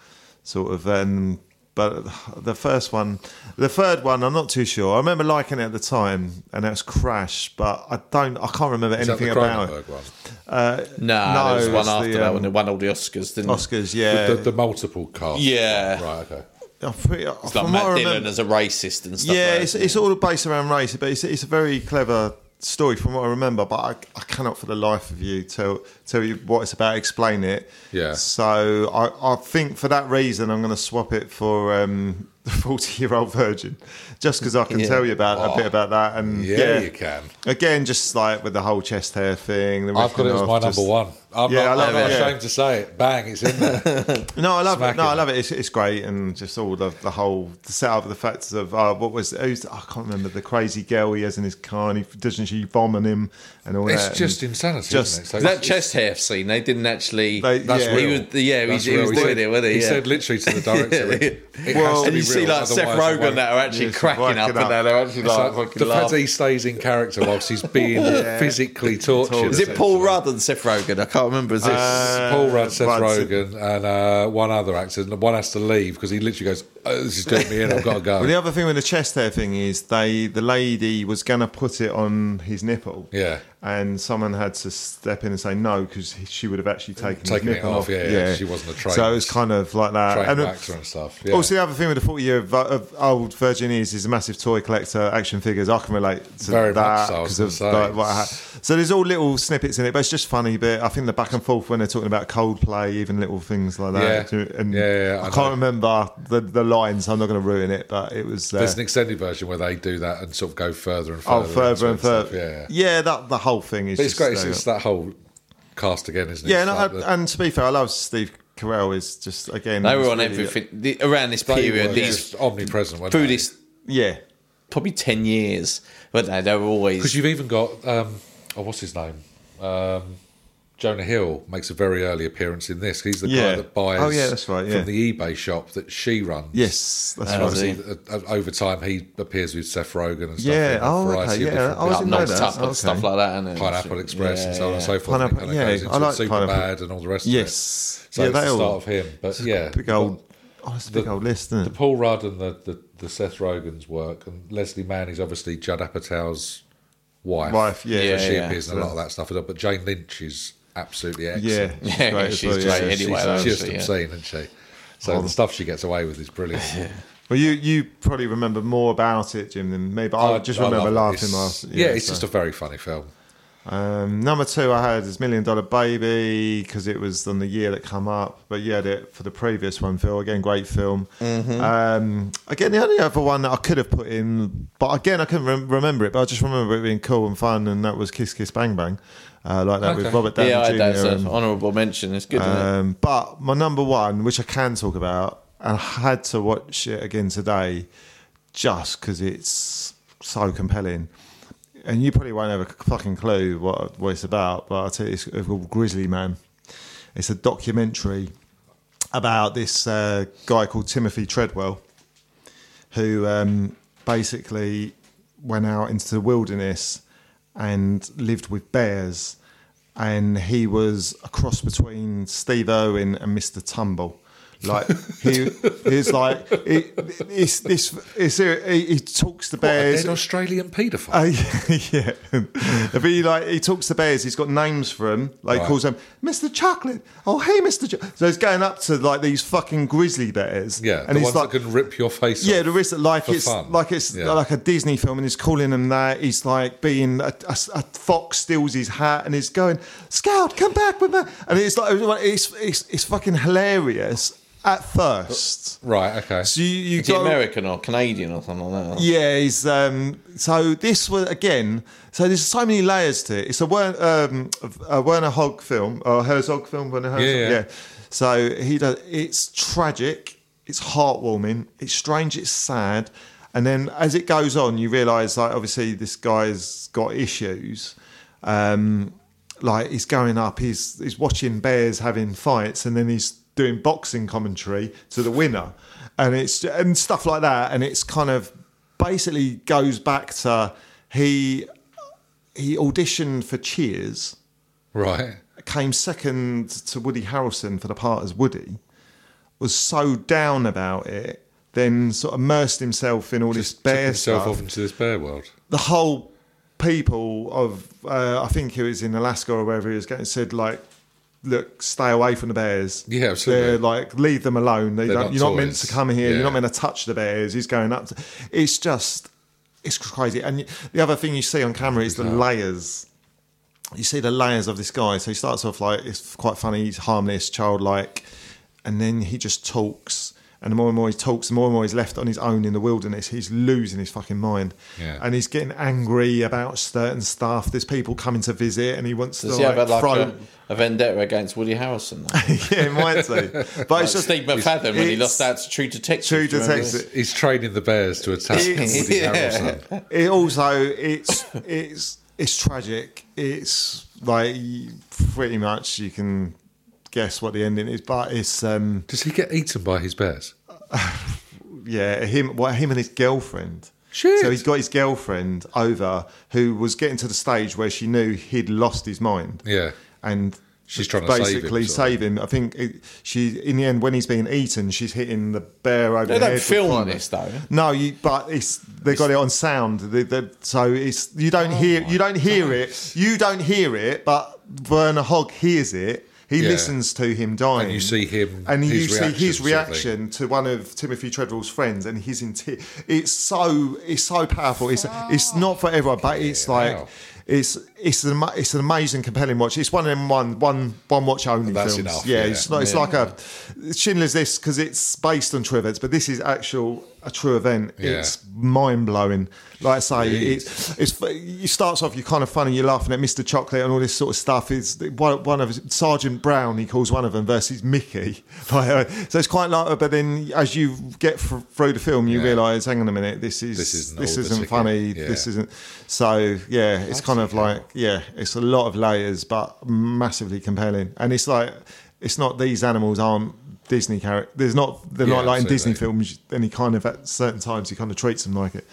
[SPEAKER 2] sort of. Um, but the first one, the third one, I'm not too sure. I remember liking it at the time, and that's Crash. But I don't, I can't remember
[SPEAKER 1] Is that the
[SPEAKER 2] anything about
[SPEAKER 1] Cronenberg
[SPEAKER 2] it.
[SPEAKER 1] one?
[SPEAKER 6] No,
[SPEAKER 2] No,
[SPEAKER 6] there was one
[SPEAKER 2] it's
[SPEAKER 6] after
[SPEAKER 2] the,
[SPEAKER 6] that
[SPEAKER 2] um,
[SPEAKER 6] one. It won all the Oscars, didn't it?
[SPEAKER 2] Oscars, yeah,
[SPEAKER 1] The, the multiple cast.
[SPEAKER 6] Yeah.
[SPEAKER 1] Right. Okay.
[SPEAKER 2] I'm pretty,
[SPEAKER 6] It's like
[SPEAKER 2] from what I
[SPEAKER 6] Matt Dillon
[SPEAKER 2] remember-
[SPEAKER 6] as a racist and stuff.
[SPEAKER 2] Yeah,
[SPEAKER 6] like
[SPEAKER 2] it's,
[SPEAKER 6] that.
[SPEAKER 2] it's all based around race, but it's, it's a very clever story from what I remember. But I, I cannot, for the life of you, tell tell you what it's about, explain it.
[SPEAKER 1] Yeah.
[SPEAKER 2] So I, I think for that reason, I'm going to swap it for um, the 40 year old virgin, just because I can
[SPEAKER 6] Yeah.
[SPEAKER 2] tell you about a bit about that. And
[SPEAKER 1] Oh. Yeah,
[SPEAKER 2] yeah,
[SPEAKER 1] you can.
[SPEAKER 2] Again, just like with the whole chest hair thing. The
[SPEAKER 1] I've got it as
[SPEAKER 2] ripping
[SPEAKER 1] my
[SPEAKER 2] off, just-
[SPEAKER 1] number one. I'm
[SPEAKER 2] Yeah,
[SPEAKER 1] not,
[SPEAKER 2] I love
[SPEAKER 1] I'm not
[SPEAKER 2] it, yeah.
[SPEAKER 1] ashamed to say it. Bang, it's in there.
[SPEAKER 2] No, I love it. No,
[SPEAKER 1] Smacking.
[SPEAKER 2] I love it. It's, it's great, and just all the, the whole the setup of the facts of uh, what was who's, I can't remember the crazy girl he has in his car, and he, doesn't she bomb on him and all
[SPEAKER 1] it's
[SPEAKER 2] that.
[SPEAKER 1] just
[SPEAKER 2] and
[SPEAKER 1] insanity,
[SPEAKER 2] just-
[SPEAKER 1] isn't it? So
[SPEAKER 6] that
[SPEAKER 1] it's-
[SPEAKER 6] chest hair scene. They didn't actually.
[SPEAKER 2] They-
[SPEAKER 1] that's
[SPEAKER 2] yeah.
[SPEAKER 1] real.
[SPEAKER 6] He was, yeah, he,
[SPEAKER 1] That's
[SPEAKER 6] he was
[SPEAKER 1] real.
[SPEAKER 6] doing
[SPEAKER 1] said-
[SPEAKER 6] it, wasn't he?
[SPEAKER 1] He
[SPEAKER 6] yeah.
[SPEAKER 1] said literally to the director, it, it
[SPEAKER 2] Well,
[SPEAKER 1] has to be
[SPEAKER 6] and you
[SPEAKER 1] real,
[SPEAKER 6] see like
[SPEAKER 1] otherwise
[SPEAKER 6] Seth
[SPEAKER 1] I
[SPEAKER 6] Rogan
[SPEAKER 1] won't."
[SPEAKER 6] that are actually
[SPEAKER 2] Yes,
[SPEAKER 6] cracking
[SPEAKER 2] whacking
[SPEAKER 6] up,
[SPEAKER 2] up.
[SPEAKER 6] and they're actually
[SPEAKER 1] It's
[SPEAKER 6] like,
[SPEAKER 1] like
[SPEAKER 6] fucking
[SPEAKER 1] the fact that he
[SPEAKER 6] laughing.
[SPEAKER 1] stays in character whilst he's being physically tortured.
[SPEAKER 6] Is it Uh, Paul Rudd and Seth Rogen? I can't remember. Is it?
[SPEAKER 1] It's Paul Rudd, Seth
[SPEAKER 2] Rudd, Seth-
[SPEAKER 1] Rogen, and uh, one other actor. And One has to leave because he literally goes, oh, "This is doing me in. I've got to go."
[SPEAKER 2] Well, the other thing with the chest hair thing is they the lady was gonna put it on his nipple.
[SPEAKER 1] Yeah.
[SPEAKER 2] and someone had to step in and say no because she would have actually taken
[SPEAKER 1] Taken
[SPEAKER 2] his
[SPEAKER 1] it
[SPEAKER 2] nipple
[SPEAKER 1] off, yeah, yeah, she wasn't a trained-
[SPEAKER 2] So it was kind of like that.
[SPEAKER 1] Trained
[SPEAKER 2] And- Oh,
[SPEAKER 1] actor and stuff. Yeah.
[SPEAKER 2] Also, the other thing with the 40 year of, of old Virgin is is a massive toy collector, action figures. I can relate to
[SPEAKER 1] Very much
[SPEAKER 2] that
[SPEAKER 1] so, I was
[SPEAKER 2] of
[SPEAKER 1] gonna say.
[SPEAKER 2] like, what I had. So there's all little snippets in it, but it's just funny bit. I think the back and forth when they're talking about Coldplay, even little things like that.
[SPEAKER 1] Yeah.
[SPEAKER 2] And
[SPEAKER 1] Yeah, yeah, I
[SPEAKER 2] I,
[SPEAKER 1] know.
[SPEAKER 2] can't remember the, the lines. I'm not going to ruin it, but it was. Uh,
[SPEAKER 1] There's an extended version where they do that and sort of go further and further.
[SPEAKER 2] oh, further
[SPEAKER 1] into
[SPEAKER 2] and
[SPEAKER 1] it stuff,
[SPEAKER 2] further.
[SPEAKER 1] Yeah.
[SPEAKER 2] that the whole thing is.
[SPEAKER 1] But it's
[SPEAKER 2] just,
[SPEAKER 1] great. It's,
[SPEAKER 2] uh,
[SPEAKER 1] it's that whole cast again, isn't it?
[SPEAKER 2] yeah,
[SPEAKER 1] It's
[SPEAKER 2] and, I-
[SPEAKER 1] like the-
[SPEAKER 2] and to be fair, I love Steve Carell. Is just again
[SPEAKER 6] They
[SPEAKER 2] he's
[SPEAKER 6] were on
[SPEAKER 2] really-
[SPEAKER 6] everything the, around this
[SPEAKER 1] they
[SPEAKER 6] period.
[SPEAKER 1] were
[SPEAKER 6] These
[SPEAKER 1] just omnipresent. weren't
[SPEAKER 6] through
[SPEAKER 1] they?
[SPEAKER 6] this
[SPEAKER 2] Yeah,
[SPEAKER 6] probably ten years, weren't they? They were
[SPEAKER 1] Because
[SPEAKER 6] always
[SPEAKER 1] you've even got um, oh, what's his name? Um, Jonah Hill makes a very early appearance in this. He's the guy
[SPEAKER 2] Yeah.
[SPEAKER 1] that buys.
[SPEAKER 2] Oh, yeah, that's right, yeah.
[SPEAKER 1] From the eBay shop that she runs.
[SPEAKER 2] yes, that's
[SPEAKER 1] And
[SPEAKER 2] right.
[SPEAKER 1] obviously, uh, uh, over time, he appears with Seth Rogen and stuff.
[SPEAKER 2] Yeah,
[SPEAKER 1] in a
[SPEAKER 2] oh,
[SPEAKER 1] variety
[SPEAKER 2] okay,
[SPEAKER 1] of
[SPEAKER 2] yeah,
[SPEAKER 1] different
[SPEAKER 2] I was
[SPEAKER 1] bits.
[SPEAKER 2] in
[SPEAKER 6] like,
[SPEAKER 2] know
[SPEAKER 6] knocked
[SPEAKER 2] that,
[SPEAKER 6] up and stuff
[SPEAKER 2] okay.
[SPEAKER 6] like that. And
[SPEAKER 1] Pineapple Express and so on and so forth.
[SPEAKER 2] Pineapple-
[SPEAKER 1] and it kind
[SPEAKER 2] yeah,
[SPEAKER 1] of goes into
[SPEAKER 2] I like
[SPEAKER 1] Superbad
[SPEAKER 2] Pineapple.
[SPEAKER 1] and all the rest
[SPEAKER 2] Yes.
[SPEAKER 1] of it. So
[SPEAKER 2] Yeah,
[SPEAKER 1] it's the
[SPEAKER 2] they all-
[SPEAKER 1] start of him. But yeah,
[SPEAKER 2] big old. Oh, it's a big old list,
[SPEAKER 1] the
[SPEAKER 2] isn't it?
[SPEAKER 1] Paul Rudd and the, the, the Seth Rogen's work, and Leslie Mann is obviously Judd Apatow's wife.
[SPEAKER 2] Wife, yeah.
[SPEAKER 1] So
[SPEAKER 6] Yeah,
[SPEAKER 1] she
[SPEAKER 6] yeah.
[SPEAKER 1] appears in a lot of that stuff as well. But Jane Lynch is absolutely
[SPEAKER 2] Yeah,
[SPEAKER 1] excellent.
[SPEAKER 2] she's
[SPEAKER 6] Yeah,
[SPEAKER 2] great as
[SPEAKER 6] she's
[SPEAKER 2] well,
[SPEAKER 6] great
[SPEAKER 2] yeah.
[SPEAKER 6] anyway,
[SPEAKER 2] She's,
[SPEAKER 6] though.
[SPEAKER 2] uh,
[SPEAKER 6] Yeah.
[SPEAKER 1] She's just obscene, isn't she? So the stuff she gets away with is brilliant.
[SPEAKER 2] Well, you you probably remember more about it, Jim, than me. But I, just remember
[SPEAKER 1] Oh, love it.
[SPEAKER 2] laughing.
[SPEAKER 1] It's-
[SPEAKER 2] Whilst,
[SPEAKER 1] Yeah, it's
[SPEAKER 2] so.
[SPEAKER 1] just a very funny film.
[SPEAKER 2] Um, number two, I had is Million Dollar Baby because it was on the year that come up. But you had it for the previous one, Phil. Again, great film. Um, again, the only other one that I could have put in, but again, I couldn't rem- remember it. But I just remember it being cool and fun, and that was Kiss Kiss Bang Bang, uh, like that with
[SPEAKER 1] Okay.
[SPEAKER 2] Robert Downey
[SPEAKER 6] yeah,
[SPEAKER 2] Jr.
[SPEAKER 6] that's
[SPEAKER 2] and-
[SPEAKER 6] an honourable mention. It's good. isn't
[SPEAKER 1] Uh,
[SPEAKER 6] it?
[SPEAKER 2] um, but my number one, which I can talk about, and I had to watch it again today, just because it's so compelling. And you probably won't have a fucking clue what, what it's about, but I'll tell you, it's called Grizzly Man. It's a documentary about this uh, guy called Timothy Treadwell, who um, basically went out into the wilderness and lived with bears. And he was a cross between Steve Irwin and Mr. Tumble. Like he is like it, it's this. It's, he, he talks to
[SPEAKER 1] What, a
[SPEAKER 2] bears.
[SPEAKER 1] dead Australian paedophile.
[SPEAKER 2] Uh, yeah, but he like he talks to bears. He's got names for them. Like
[SPEAKER 1] Right.
[SPEAKER 2] calls them Mr. Chocolate. Oh hey, Mr. Cho-" So he's going up to like these fucking grizzly bears.
[SPEAKER 1] yeah,
[SPEAKER 2] and
[SPEAKER 1] the ones
[SPEAKER 2] he's like,
[SPEAKER 1] that can rip your face
[SPEAKER 2] yeah,
[SPEAKER 1] off.
[SPEAKER 2] the risk that like
[SPEAKER 1] for
[SPEAKER 2] it's
[SPEAKER 1] fun.
[SPEAKER 2] like it's
[SPEAKER 1] Yeah.
[SPEAKER 2] like a Disney film, and he's calling them that. He's like being a, a- a fox steals his hat, and he's going Scout, come back with me. And it's like it's it's, it's fucking hilarious at first.
[SPEAKER 1] Right, okay.
[SPEAKER 2] So you, you
[SPEAKER 6] Is he
[SPEAKER 2] go-
[SPEAKER 6] American or Canadian or something like that?
[SPEAKER 2] yeah, he's um, so this was again. So there's so many layers to it. It's a Werner, um, a Werner Hogg film or Herzog film. Werner Herzog.
[SPEAKER 1] Yeah, yeah.
[SPEAKER 2] So he does. It's tragic. It's heartwarming. It's strange. It's sad. And then as it goes on, you realise like obviously this guy's got issues. Um, like he's going up. He's he's watching bears having fights, and then he's doing boxing commentary to the winner. And it's and stuff like that, and it's kind of basically goes back to he he auditioned for Cheers,
[SPEAKER 1] Right.
[SPEAKER 2] came second to Woody Harrelson for the part as Woody, was so down about it, then sort of immersed himself in all this
[SPEAKER 1] Took
[SPEAKER 2] bear
[SPEAKER 1] himself
[SPEAKER 2] stuff.
[SPEAKER 1] off into this bear world.
[SPEAKER 2] The whole people of uh, I think it was in Alaska or wherever he was going said like. Look, stay away from the bears.
[SPEAKER 1] Yeah, absolutely.
[SPEAKER 2] They're like, leave them alone. They
[SPEAKER 1] They're
[SPEAKER 2] don't,
[SPEAKER 1] not
[SPEAKER 2] you're not meant
[SPEAKER 1] toys.
[SPEAKER 2] to come here. You're
[SPEAKER 1] Yeah.
[SPEAKER 2] not meant to touch the bears. He's going up. To, it's just, it's crazy. And the other thing you see on camera is the layers you see the layers of this guy. So he starts off like it's quite funny, he's harmless, childlike, and then he just talks. And the more and more he talks, the more and more he's left on his own in the wilderness. He's losing his fucking mind,
[SPEAKER 1] Yeah.
[SPEAKER 2] and he's getting angry about certain stuff. There's people coming to visit, and he wants to
[SPEAKER 6] Does he
[SPEAKER 2] like,
[SPEAKER 6] have a, like
[SPEAKER 2] throw.
[SPEAKER 6] a, a vendetta against Woody Harrelson? though?
[SPEAKER 2] yeah, he might do, but it's just
[SPEAKER 6] Steve McFadden when he
[SPEAKER 2] it's
[SPEAKER 6] lost out to True Detective.
[SPEAKER 2] True
[SPEAKER 6] do you remember this?
[SPEAKER 2] detective.
[SPEAKER 1] He's training the bears to attack
[SPEAKER 2] It's-
[SPEAKER 1] Woody
[SPEAKER 6] Yeah.
[SPEAKER 1] Harrelson.
[SPEAKER 2] it also it's it's it's tragic. It's like pretty much you can guess what the ending is, but it's um
[SPEAKER 1] Does he get eaten by his bears?
[SPEAKER 2] yeah him well, him and his girlfriend.
[SPEAKER 1] Shit.
[SPEAKER 2] So he's got his girlfriend over who was getting to the stage where she knew he'd lost his mind.
[SPEAKER 1] Yeah.
[SPEAKER 2] And
[SPEAKER 1] She's trying to save him,
[SPEAKER 2] basically
[SPEAKER 1] sort of.
[SPEAKER 2] save him. I think it, she, in the end, when he's being eaten, she's hitting the bear over
[SPEAKER 6] They
[SPEAKER 2] the head.
[SPEAKER 6] don't
[SPEAKER 2] with
[SPEAKER 6] film
[SPEAKER 2] fireworks.
[SPEAKER 6] this though.
[SPEAKER 2] No, you, but it's they got it on sound. They, they, so it's you
[SPEAKER 1] Oh
[SPEAKER 2] don't hear you don't hear it. You don't hear it, but Werner Hogg hears it. He
[SPEAKER 1] Yeah.
[SPEAKER 2] listens to him dying,
[SPEAKER 1] And you see him-
[SPEAKER 2] and
[SPEAKER 1] his
[SPEAKER 2] you see his
[SPEAKER 1] reaction, sort
[SPEAKER 2] reaction to one of Timothy Treadwell's friends, and he's in tears. It's so it's so powerful. It's it's not for everyone, but it's like.
[SPEAKER 1] hell.
[SPEAKER 2] It's it's an ama- it's an amazing, compelling watch. It's one of them one one one watch only
[SPEAKER 1] That's
[SPEAKER 2] films.
[SPEAKER 1] enough,
[SPEAKER 2] yeah,
[SPEAKER 1] yeah.
[SPEAKER 2] it's not, it's like a Schindler's List because it's based on true events, but this is actual a true event.
[SPEAKER 1] Yeah.
[SPEAKER 2] It's mind blowing. Like I say, it's it's it starts off you kind of funny, you're laughing at Mr. Chocolate and all this sort of stuff. Is one, one of his- Sergeant Brown he calls one of them versus Mickey. Like, uh, so it's quite like, but then as you get fr- through the film, you
[SPEAKER 1] Yeah.
[SPEAKER 2] realise, hang on a minute, this is
[SPEAKER 1] This
[SPEAKER 2] this,
[SPEAKER 1] isn't
[SPEAKER 2] isn't,
[SPEAKER 1] all the ticket.
[SPEAKER 2] funny.
[SPEAKER 1] Yeah.
[SPEAKER 2] This isn't. So yeah, it's kind of like yeah, it's a lot of layers, but massively compelling. And it's like it's not these animals aren't Disney characters. There's not they're
[SPEAKER 1] Yeah,
[SPEAKER 2] not like in Disney
[SPEAKER 1] absolutely.
[SPEAKER 2] films. Any kind of at certain times he kind of treats them like it.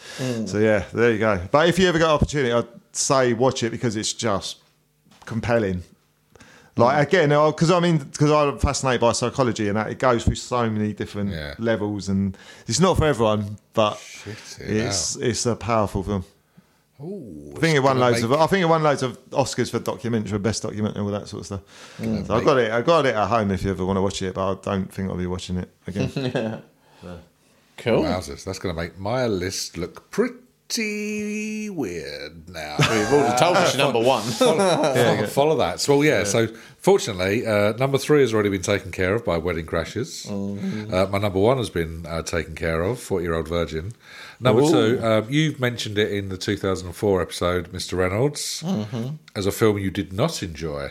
[SPEAKER 2] So yeah, there you go. But if you ever got opportunity, I'd say watch it because it's just compelling. Like again, because I mean, because I'm fascinated by psychology and that it goes through so many different
[SPEAKER 1] Yeah.
[SPEAKER 2] levels, and it's not for everyone, but
[SPEAKER 1] Shitty
[SPEAKER 2] it's it's a powerful film.
[SPEAKER 1] Ooh,
[SPEAKER 2] I think it won
[SPEAKER 1] gonna
[SPEAKER 2] loads of. I think it won loads of Oscars for documentary, best documentary, all that sort of stuff.
[SPEAKER 1] Mm.
[SPEAKER 2] so I've got it. I've got it at home if you ever want to watch it, but I don't think I'll be watching it again.
[SPEAKER 6] Cool.
[SPEAKER 1] Wowzers, that's going to make my list look pretty weird now.
[SPEAKER 6] We've already told us you're number one.
[SPEAKER 1] follow, follow that. So, well, yeah, So, fortunately, uh, number three has already been taken care of by Wedding Crashes. Uh, my number one has been uh, taken care of, Forty Year Old Virgin. Number two, um, you've mentioned it in the 2004 episode, Mr. Reynolds, as a film you did not enjoy.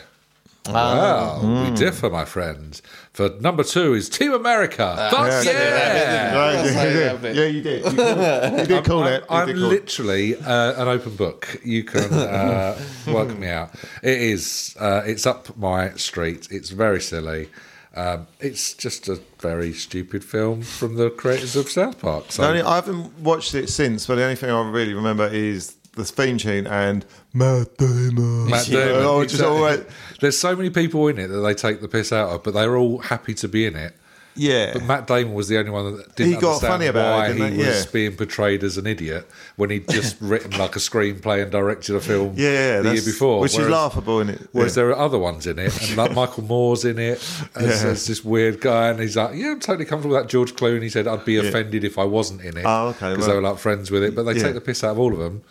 [SPEAKER 1] Ah. Wow, we differ, my friend. For number two is Team America. Fuck Ah. yeah!
[SPEAKER 2] Right,
[SPEAKER 6] I'll
[SPEAKER 2] yeah,
[SPEAKER 6] say
[SPEAKER 2] yeah.
[SPEAKER 6] that bit.
[SPEAKER 2] Yeah, you did. You did, you did call
[SPEAKER 1] I'm,
[SPEAKER 2] it. You
[SPEAKER 1] I'm
[SPEAKER 2] did call it.
[SPEAKER 1] literally uh, an open book. You can uh, work me out. It is. Uh, it's up my street. It's very silly. Um, it's just a very stupid film from the creators of South Park. So
[SPEAKER 2] The only- I haven't watched it since, but the only thing I really remember is the theme tune and Matt Damon.
[SPEAKER 1] Matt Damon,
[SPEAKER 2] Oh, just
[SPEAKER 1] exactly.
[SPEAKER 2] always,
[SPEAKER 1] There's so many people in it that they take the piss out of, but they're all happy to be in it.
[SPEAKER 2] yeah.
[SPEAKER 1] But Matt Damon was the only one that didn't
[SPEAKER 2] He got
[SPEAKER 1] understand
[SPEAKER 2] funny about
[SPEAKER 1] why
[SPEAKER 2] it, didn't
[SPEAKER 1] he
[SPEAKER 2] he?
[SPEAKER 1] was
[SPEAKER 2] Yeah.
[SPEAKER 1] being portrayed as an idiot when he'd just written like a screenplay and directed a film
[SPEAKER 2] yeah, yeah,
[SPEAKER 1] the year
[SPEAKER 2] that's-
[SPEAKER 1] before.
[SPEAKER 2] which is
[SPEAKER 1] whereas-
[SPEAKER 2] laughable, isn't it?
[SPEAKER 1] Whereas
[SPEAKER 2] Yeah.
[SPEAKER 1] there are other ones in it, and like Michael Moore's in it as,
[SPEAKER 2] Yeah.
[SPEAKER 1] as this weird guy, and he's like, "Yeah, I'm totally comfortable with that." George Clooney said, "I'd be offended if I wasn't in it."
[SPEAKER 2] Oh, okay,
[SPEAKER 1] because
[SPEAKER 2] well-
[SPEAKER 1] they were like friends with it, but they
[SPEAKER 2] Yeah.
[SPEAKER 1] take the piss out of all of them.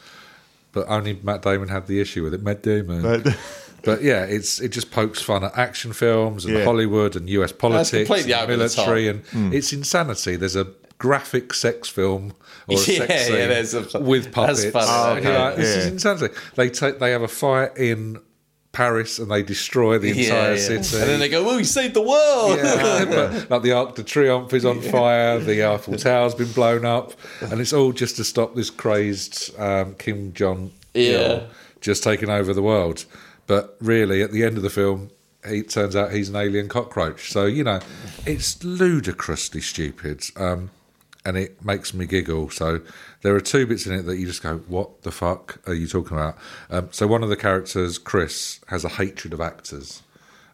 [SPEAKER 1] But only Matt Damon had the issue with it. Matt Damon.
[SPEAKER 2] Matt-
[SPEAKER 1] But yeah, it's it just pokes fun at action films and
[SPEAKER 2] Yeah. Hmm.
[SPEAKER 1] Hollywood and US politics,
[SPEAKER 6] completely
[SPEAKER 1] and
[SPEAKER 6] over the top.
[SPEAKER 1] military, and it's insanity. There's a graphic sex film or a
[SPEAKER 6] Yeah,
[SPEAKER 1] sex
[SPEAKER 6] yeah,
[SPEAKER 1] scene
[SPEAKER 6] there's a-
[SPEAKER 1] with
[SPEAKER 6] that's
[SPEAKER 1] puppets.
[SPEAKER 6] funny. Oh,
[SPEAKER 1] And you're
[SPEAKER 2] okay,
[SPEAKER 1] like, this is
[SPEAKER 2] yeah.
[SPEAKER 1] insanity. They take they have a fight in Paris and they destroy the entire city.
[SPEAKER 6] And then they go, "Well, you saved the world."
[SPEAKER 1] Yeah, but, like the Arc de Triomphe is on fire, the Eiffel Tower's been blown up, and it's all just to stop this crazed um, Kim Jong
[SPEAKER 6] Yeah.
[SPEAKER 1] just taking over the world. But really, at the end of the film, it turns out he's an alien cockroach. So you know, it's ludicrously stupid, um, and it makes me giggle. So there are two bits in it that you just go, "What the fuck are you talking about?" Um, so one of the characters, Chris, has a hatred of actors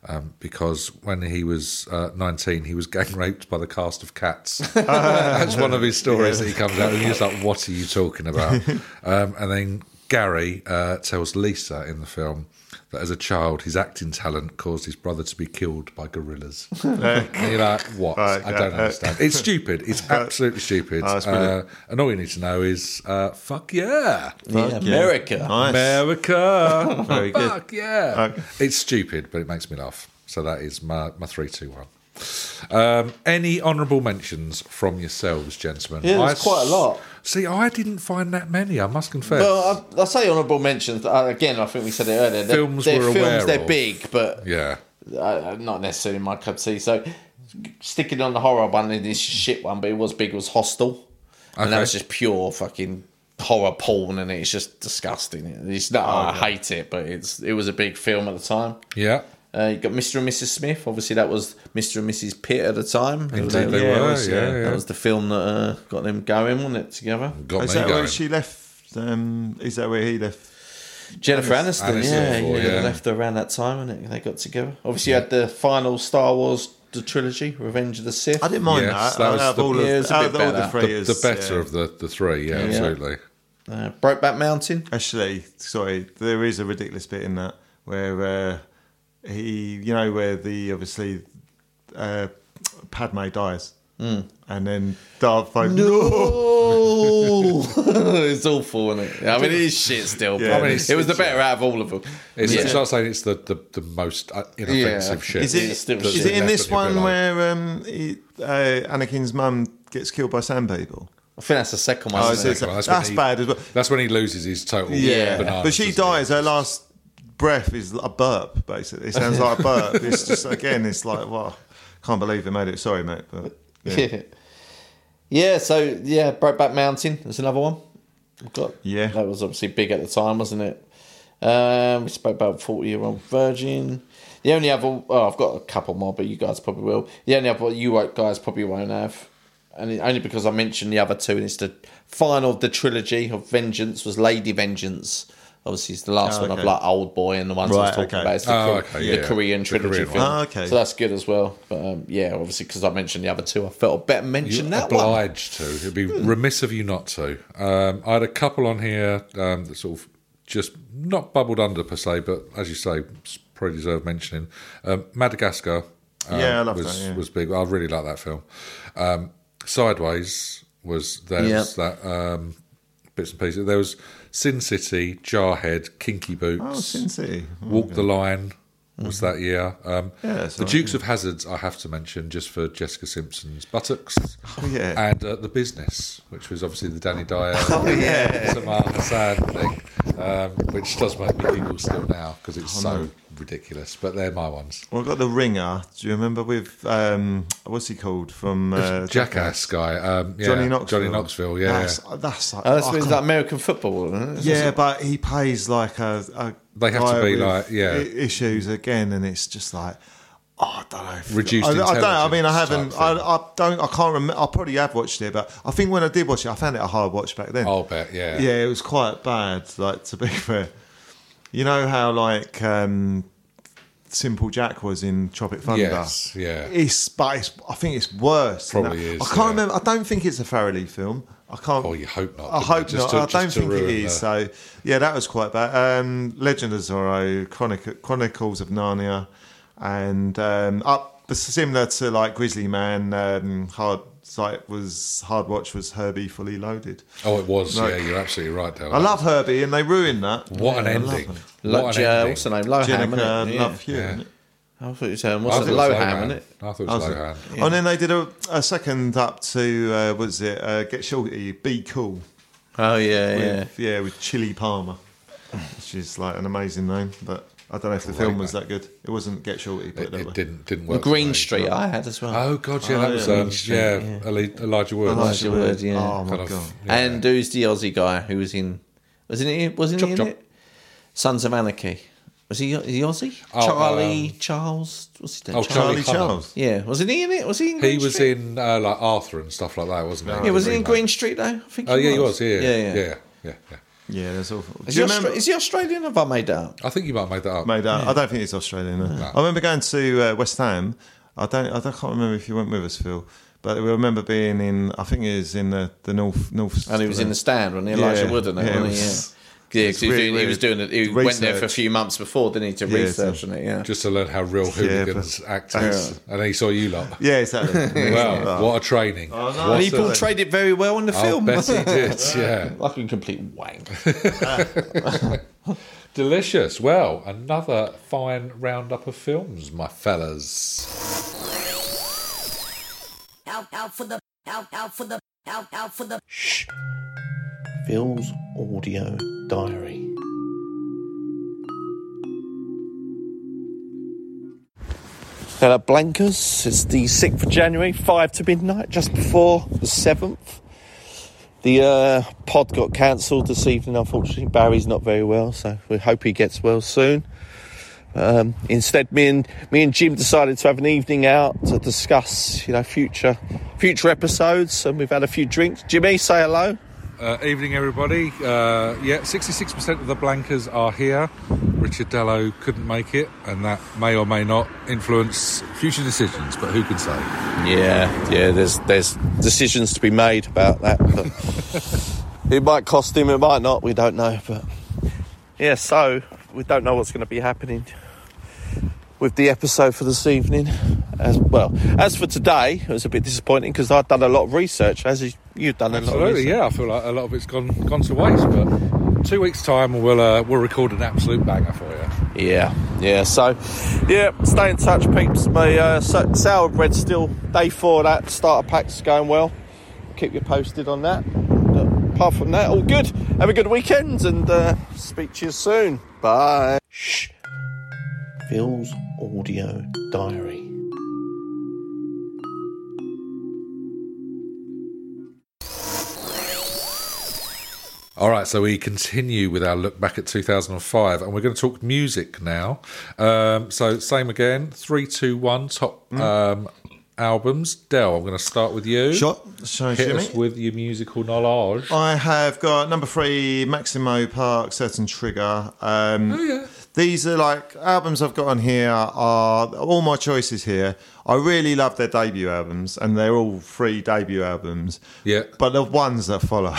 [SPEAKER 1] um, because when he was uh, 19, he was gang raped by the cast of Cats. That's one of his stories that he comes out and he's like, What are you talking about? um, and then Gary uh, tells Lisa in the film that as a child, his acting talent caused his brother to be killed by gorillas. and you're like, What?
[SPEAKER 2] Right,
[SPEAKER 1] I
[SPEAKER 2] yeah,
[SPEAKER 1] don't
[SPEAKER 2] uh,
[SPEAKER 1] understand. It's stupid. It's absolutely stupid.
[SPEAKER 2] that's brilliant.
[SPEAKER 1] Uh, and all you need to know is, uh, Fuck yeah.
[SPEAKER 6] Yeah, America.
[SPEAKER 2] Nice.
[SPEAKER 1] America.
[SPEAKER 2] Very good.
[SPEAKER 1] Fuck yeah.
[SPEAKER 2] Okay.
[SPEAKER 1] It's stupid, but it makes me laugh. So that is my, my 3 2 1. Um, any honourable mentions from yourselves, gentlemen?
[SPEAKER 6] Yeah, there's
[SPEAKER 1] I
[SPEAKER 6] quite a lot.
[SPEAKER 1] See, I didn't find that many, I must confess.
[SPEAKER 6] Well, I, I say honourable mentions uh, again. I think we said it earlier. They're,
[SPEAKER 1] Films
[SPEAKER 6] they're
[SPEAKER 1] we're
[SPEAKER 6] films.
[SPEAKER 1] aware
[SPEAKER 6] they're
[SPEAKER 1] of.
[SPEAKER 6] big, but
[SPEAKER 1] yeah.
[SPEAKER 6] uh, not necessarily my cup of tea. So sticking on the horror one and this shit one, but it was big. Was Hostel, and that
[SPEAKER 1] Okay.
[SPEAKER 6] was just pure fucking horror porn, and it's just disgusting. It's not. I hate it, but it's it was a big film at the time.
[SPEAKER 1] Yeah.
[SPEAKER 6] Uh, you got Mr. and Mrs. Smith. Obviously, that was Mr. and Mrs. Pitt at the time.
[SPEAKER 1] Indeed, they
[SPEAKER 2] Yeah, it
[SPEAKER 1] were.
[SPEAKER 2] was,
[SPEAKER 1] yeah,
[SPEAKER 2] yeah.
[SPEAKER 1] yeah.
[SPEAKER 6] That was the film that uh, got them going, wasn't it? Together,
[SPEAKER 1] Got
[SPEAKER 2] Is
[SPEAKER 1] me
[SPEAKER 2] that
[SPEAKER 1] going.
[SPEAKER 2] where she left? Um, is that where he left?
[SPEAKER 6] Jennifer Aniston,
[SPEAKER 1] Aniston
[SPEAKER 6] yeah,
[SPEAKER 1] before,
[SPEAKER 6] yeah,
[SPEAKER 1] yeah.
[SPEAKER 6] they left around that time, and they got together. Obviously, you had the final Star Wars the trilogy, Revenge of the Sith.
[SPEAKER 2] I didn't mind
[SPEAKER 1] Yes,
[SPEAKER 2] that.
[SPEAKER 1] that
[SPEAKER 2] Out
[SPEAKER 1] was
[SPEAKER 2] of
[SPEAKER 1] the-
[SPEAKER 2] all of,
[SPEAKER 6] Yeah, it was a
[SPEAKER 2] out
[SPEAKER 6] bit
[SPEAKER 2] of all the
[SPEAKER 6] better.
[SPEAKER 2] three
[SPEAKER 1] the,
[SPEAKER 2] is,
[SPEAKER 1] the better
[SPEAKER 2] yeah.
[SPEAKER 1] of the, the three, yeah, absolutely.
[SPEAKER 6] Uh, Brokeback Mountain.
[SPEAKER 2] Actually, sorry, there is a ridiculous bit in that where uh, he, you know, where the obviously uh, Padme dies, and then Darth Vader.
[SPEAKER 6] No, Oh! it's awful, isn't it? I mean, it is shit still.
[SPEAKER 2] Yeah,
[SPEAKER 6] but
[SPEAKER 2] it
[SPEAKER 1] is.
[SPEAKER 6] it was the better out of all of them.
[SPEAKER 1] It's,
[SPEAKER 6] yeah.
[SPEAKER 1] it's not saying it's the, the, the most uh, inoffensive
[SPEAKER 6] Yeah.
[SPEAKER 1] shit.
[SPEAKER 2] Is it,
[SPEAKER 6] It's
[SPEAKER 2] is
[SPEAKER 6] still
[SPEAKER 2] it
[SPEAKER 6] shit.
[SPEAKER 2] in
[SPEAKER 1] That's
[SPEAKER 2] this
[SPEAKER 1] what you'd be
[SPEAKER 2] one
[SPEAKER 1] like.
[SPEAKER 2] where um, he, uh, Anakin's mum gets killed by sandpeople?
[SPEAKER 6] I think that's the second one.
[SPEAKER 2] Oh,
[SPEAKER 6] isn't
[SPEAKER 2] so
[SPEAKER 6] it?
[SPEAKER 2] it's-
[SPEAKER 1] Well,
[SPEAKER 2] that's,
[SPEAKER 1] when he-
[SPEAKER 2] bad as well.
[SPEAKER 1] That's when he loses his total.
[SPEAKER 2] Yeah,
[SPEAKER 1] bananas,
[SPEAKER 2] but she
[SPEAKER 1] isn't it?
[SPEAKER 2] dies. Her last breath is a burp. Basically, it sounds like a burp. It's just again, it's like, wow, can't believe it made it. Sorry, mate, but yeah,
[SPEAKER 6] Yeah. yeah, so yeah, Brokeback Mountain is another one. We've got
[SPEAKER 2] Yeah.
[SPEAKER 6] that was obviously big at the time, wasn't it? Um, we spoke about Forty Year Old Virgin. The only other oh, I've got a couple more, but you guys probably will. The only other one you won't- guys probably won't have, and it, only because I mentioned the other two, and it's the final of the trilogy of Vengeance was Lady Vengeance, Obviously, it's the last
[SPEAKER 2] Oh,
[SPEAKER 6] one of
[SPEAKER 2] okay.
[SPEAKER 6] like Old Boy and the ones I was
[SPEAKER 2] Right,
[SPEAKER 6] talking
[SPEAKER 2] okay.
[SPEAKER 6] about. It's the,
[SPEAKER 1] Oh,
[SPEAKER 6] Kor-
[SPEAKER 1] okay,
[SPEAKER 6] the
[SPEAKER 1] yeah,
[SPEAKER 6] Korean
[SPEAKER 1] the
[SPEAKER 6] trilogy
[SPEAKER 1] Korean
[SPEAKER 6] film.
[SPEAKER 1] one.
[SPEAKER 2] Oh, okay.
[SPEAKER 6] So that's good as well. But um, yeah, obviously, because I mentioned the other two, I felt I better mention
[SPEAKER 1] You're
[SPEAKER 6] that one.
[SPEAKER 1] obliged to. It'd be remiss of you not to. Um, I had a couple on here um, that sort of just not bubbled under per se, but as you say, s- probably deserve mentioning. Um, Madagascar. um,
[SPEAKER 2] Yeah, I love
[SPEAKER 1] was,
[SPEAKER 2] that, yeah.
[SPEAKER 1] was big. I really like that film. Um, Sideways was there's that um, bits and pieces. There was Sin City, Jarhead, Kinky Boots.
[SPEAKER 2] Oh, Sin City.
[SPEAKER 1] Walk the Line was that year. Um,
[SPEAKER 2] Mm-hmm. Yeah, that's
[SPEAKER 1] the
[SPEAKER 2] right,
[SPEAKER 1] Dukes of Hazards, I have to mention, just for Jessica Simpson's buttocks.
[SPEAKER 2] Oh, yeah. Oh,
[SPEAKER 1] And uh, The Business, which was obviously the Danny Dyer,
[SPEAKER 2] yeah.
[SPEAKER 1] Samar Hassan thing, um, which does make me giggle still now because
[SPEAKER 2] Oh,
[SPEAKER 1] it's so ridiculous. But they're my ones.
[SPEAKER 2] Well, I've got the ringer. Do you remember with um, what's he called from uh,
[SPEAKER 1] Jackass guy. Um, yeah,
[SPEAKER 2] Johnny Knoxville.
[SPEAKER 1] Johnny Knoxville, yeah.
[SPEAKER 2] That's, uh, that's like,
[SPEAKER 6] Oh, that's
[SPEAKER 2] I
[SPEAKER 6] with
[SPEAKER 2] can't-
[SPEAKER 6] that American football, isn't it?
[SPEAKER 2] yeah, but he pays like a. a
[SPEAKER 1] They have to
[SPEAKER 2] guy
[SPEAKER 1] be
[SPEAKER 2] with
[SPEAKER 1] like- yeah.
[SPEAKER 2] i- issues again, and it's just like. Oh, I don't know. if-
[SPEAKER 1] Reduced
[SPEAKER 2] I, I don't. I mean, I
[SPEAKER 1] intelligence
[SPEAKER 2] haven't.
[SPEAKER 1] type
[SPEAKER 2] I,
[SPEAKER 1] thing.
[SPEAKER 2] I don't. I can't remember. I probably have watched it, but I think when I did watch it, I found it a hard watch back then.
[SPEAKER 1] I'll bet, yeah.
[SPEAKER 2] Yeah, it was quite bad. Like to be fair, you know how like um, Simple Jack was in Tropic Thunder.
[SPEAKER 1] Yes, yeah.
[SPEAKER 2] It's but it's, I think it's worse. than
[SPEAKER 1] Probably
[SPEAKER 2] that.
[SPEAKER 1] is,
[SPEAKER 2] I can't
[SPEAKER 1] yeah.
[SPEAKER 2] remember. I don't think it's a Farrelly film. I can't.
[SPEAKER 1] Oh, you hope not.
[SPEAKER 2] I
[SPEAKER 1] didn't you?
[SPEAKER 2] hope
[SPEAKER 1] Just
[SPEAKER 2] not.
[SPEAKER 1] to-
[SPEAKER 2] I
[SPEAKER 1] just to
[SPEAKER 2] don't think it
[SPEAKER 1] ruin
[SPEAKER 2] is.
[SPEAKER 1] the-
[SPEAKER 2] So yeah, that was quite bad. Um, Legend of Zorro, Chronic- Chronicles of Narnia, and um, up similar to like Grizzly Man. Um, hard sight was hard watch was Herbie Fully Loaded.
[SPEAKER 1] Oh, it was.
[SPEAKER 2] No.
[SPEAKER 1] Yeah, you're absolutely right, Dale.
[SPEAKER 2] I love Herbie, and they ruined that.
[SPEAKER 1] What an
[SPEAKER 2] Yeah, I love
[SPEAKER 1] ending.
[SPEAKER 2] them.
[SPEAKER 1] What
[SPEAKER 6] Lo-
[SPEAKER 1] an
[SPEAKER 6] Joe,
[SPEAKER 1] ending.
[SPEAKER 6] uh, what's the name? Lohan,
[SPEAKER 2] Jenica,
[SPEAKER 6] isn't it? Yeah.
[SPEAKER 2] love you.
[SPEAKER 1] Yeah.
[SPEAKER 2] innit?
[SPEAKER 6] I thought you were saying,
[SPEAKER 1] I
[SPEAKER 6] what's
[SPEAKER 1] thought
[SPEAKER 6] it?
[SPEAKER 1] was
[SPEAKER 6] Lohan, isn't it?
[SPEAKER 1] I thought it
[SPEAKER 2] I
[SPEAKER 1] was
[SPEAKER 2] was-
[SPEAKER 1] Lohan.
[SPEAKER 2] And then they did a, a second up to uh, was it uh, Get Shorty, Be Cool,
[SPEAKER 5] Oh yeah, yeah.
[SPEAKER 2] with, yeah. with Chili Palmer, which is like an amazing name, but I don't know if the film was that good. It wasn't Get Shorty, but
[SPEAKER 1] It,
[SPEAKER 2] that
[SPEAKER 1] it
[SPEAKER 2] way.
[SPEAKER 1] didn't didn't work. for me.
[SPEAKER 6] Green Street, I had as well.
[SPEAKER 1] Oh god, yeah, that was
[SPEAKER 2] yeah.
[SPEAKER 1] um, yeah, Eli- Elijah Wood.
[SPEAKER 6] Elijah Wood, yeah.
[SPEAKER 2] Oh my
[SPEAKER 1] Kind of,
[SPEAKER 2] god.
[SPEAKER 1] yeah.
[SPEAKER 6] And who's the Aussie guy who was in? Wasn't he? Wasn't
[SPEAKER 1] Chop,
[SPEAKER 6] he in
[SPEAKER 1] chop.
[SPEAKER 6] it? Sons of Anarchy. Was he? Is he Aussie?
[SPEAKER 1] Oh,
[SPEAKER 6] Charlie Charles. What's his name?
[SPEAKER 1] oh,
[SPEAKER 6] Charles.
[SPEAKER 1] Charlie
[SPEAKER 2] Charlie
[SPEAKER 1] Hunnam.
[SPEAKER 2] Charles.
[SPEAKER 6] Yeah. Wasn't he in it? Was he? In
[SPEAKER 1] he
[SPEAKER 6] Green
[SPEAKER 1] was
[SPEAKER 6] Street?
[SPEAKER 1] in uh, like Arthur and stuff like that, wasn't he?
[SPEAKER 6] Yeah. Was he in Green Street though? I think.
[SPEAKER 1] Oh yeah, he was. Yeah,
[SPEAKER 6] Yeah.
[SPEAKER 1] yeah,
[SPEAKER 6] Yeah.
[SPEAKER 1] yeah, yeah.
[SPEAKER 2] Yeah, that's awful.
[SPEAKER 6] Is,
[SPEAKER 2] Do
[SPEAKER 6] he
[SPEAKER 2] you
[SPEAKER 6] Austra-
[SPEAKER 2] remember?
[SPEAKER 6] is he Australian? or Have I made that up?
[SPEAKER 1] I think you might have made that up.
[SPEAKER 2] Made up. I don't think it's Australian. no. I remember going to uh, West Ham. I don't. I don't, can't remember if you went with us, Phil. But we remember being in. I think it was in the, the north north.
[SPEAKER 6] And he was in the stand when Elijah
[SPEAKER 2] Yeah.
[SPEAKER 6] Wood and it,
[SPEAKER 2] Yeah, it
[SPEAKER 6] wasn't he?
[SPEAKER 2] was-
[SPEAKER 6] yeah. Yeah,
[SPEAKER 2] it's
[SPEAKER 6] 'cause he was
[SPEAKER 2] really
[SPEAKER 6] doing, he was doing it. He
[SPEAKER 2] weird.
[SPEAKER 6] went there for a
[SPEAKER 2] Research.
[SPEAKER 6] few months before, didn't he, to
[SPEAKER 2] Yeah,
[SPEAKER 6] research on it? Yeah.
[SPEAKER 1] Just to learn how real hooligans act, is. and he saw you lot.
[SPEAKER 2] Yeah, exactly.
[SPEAKER 1] Wow, what a training!
[SPEAKER 2] no.
[SPEAKER 1] What
[SPEAKER 6] and he
[SPEAKER 1] a-
[SPEAKER 6] portrayed it very well in the
[SPEAKER 1] I'll
[SPEAKER 6] film.
[SPEAKER 1] bet he did. Yeah,
[SPEAKER 6] like a complete wank.
[SPEAKER 1] delicious. Well, another fine roundup of films, my fellas.
[SPEAKER 4] out, out for the, out, out for the, out, out for the.
[SPEAKER 3] Phil's audio diary.
[SPEAKER 5] Hello, Blankers. It's the 6th of January, 5 to midnight, just before the 7th. The uh, pod got cancelled this evening, unfortunately. Barry's not very well, so we hope he gets well soon. Um, instead, me and me and Jim decided to have an evening out to discuss, you know, future future episodes, and we've had a few drinks. Jimmy, say hello.
[SPEAKER 1] Uh, evening, everybody. Uh, yeah, 66% of the blankers are here. Richard Dello couldn't make it, and that may or may not influence future decisions, but who can say?
[SPEAKER 5] Yeah, yeah. There's there's decisions to be made about that. But it might cost him. It might not. We don't know. But yeah, so we don't know what's going to be happening with the episode for this evening. As well as for today, it was a bit disappointing because I've done a lot of research. As you- you've done a lot. Of
[SPEAKER 1] Absolutely,
[SPEAKER 5] research.
[SPEAKER 1] yeah. I feel like a lot of it's gone gone to waste, but two weeks' time, we'll, uh, we'll record an absolute banger for you.
[SPEAKER 5] Yeah, yeah. So, yeah, stay in touch, peeps. My uh, so- sour bread still day four. Of that starter pack's going well. Keep you posted on that. But apart from that, all good. Have a good weekend, and uh, speak to you soon. Bye.
[SPEAKER 3] Phil's audio diary.
[SPEAKER 1] All right, so we continue with our look back at 2005, and we're going to talk music now. Um, so, same again, three, two, one, top um, albums. Dell, I'm going to start with you.
[SPEAKER 2] Shot. So,
[SPEAKER 1] Hit
[SPEAKER 2] Jimmy.
[SPEAKER 1] us with your musical knowledge.
[SPEAKER 2] I have got number three, Maximo Park, Certain Trigger. Um, These are like albums I've got on here are all my choices here. I really love their debut albums, and they're all three debut albums.
[SPEAKER 1] Yeah.
[SPEAKER 2] But the ones that followed.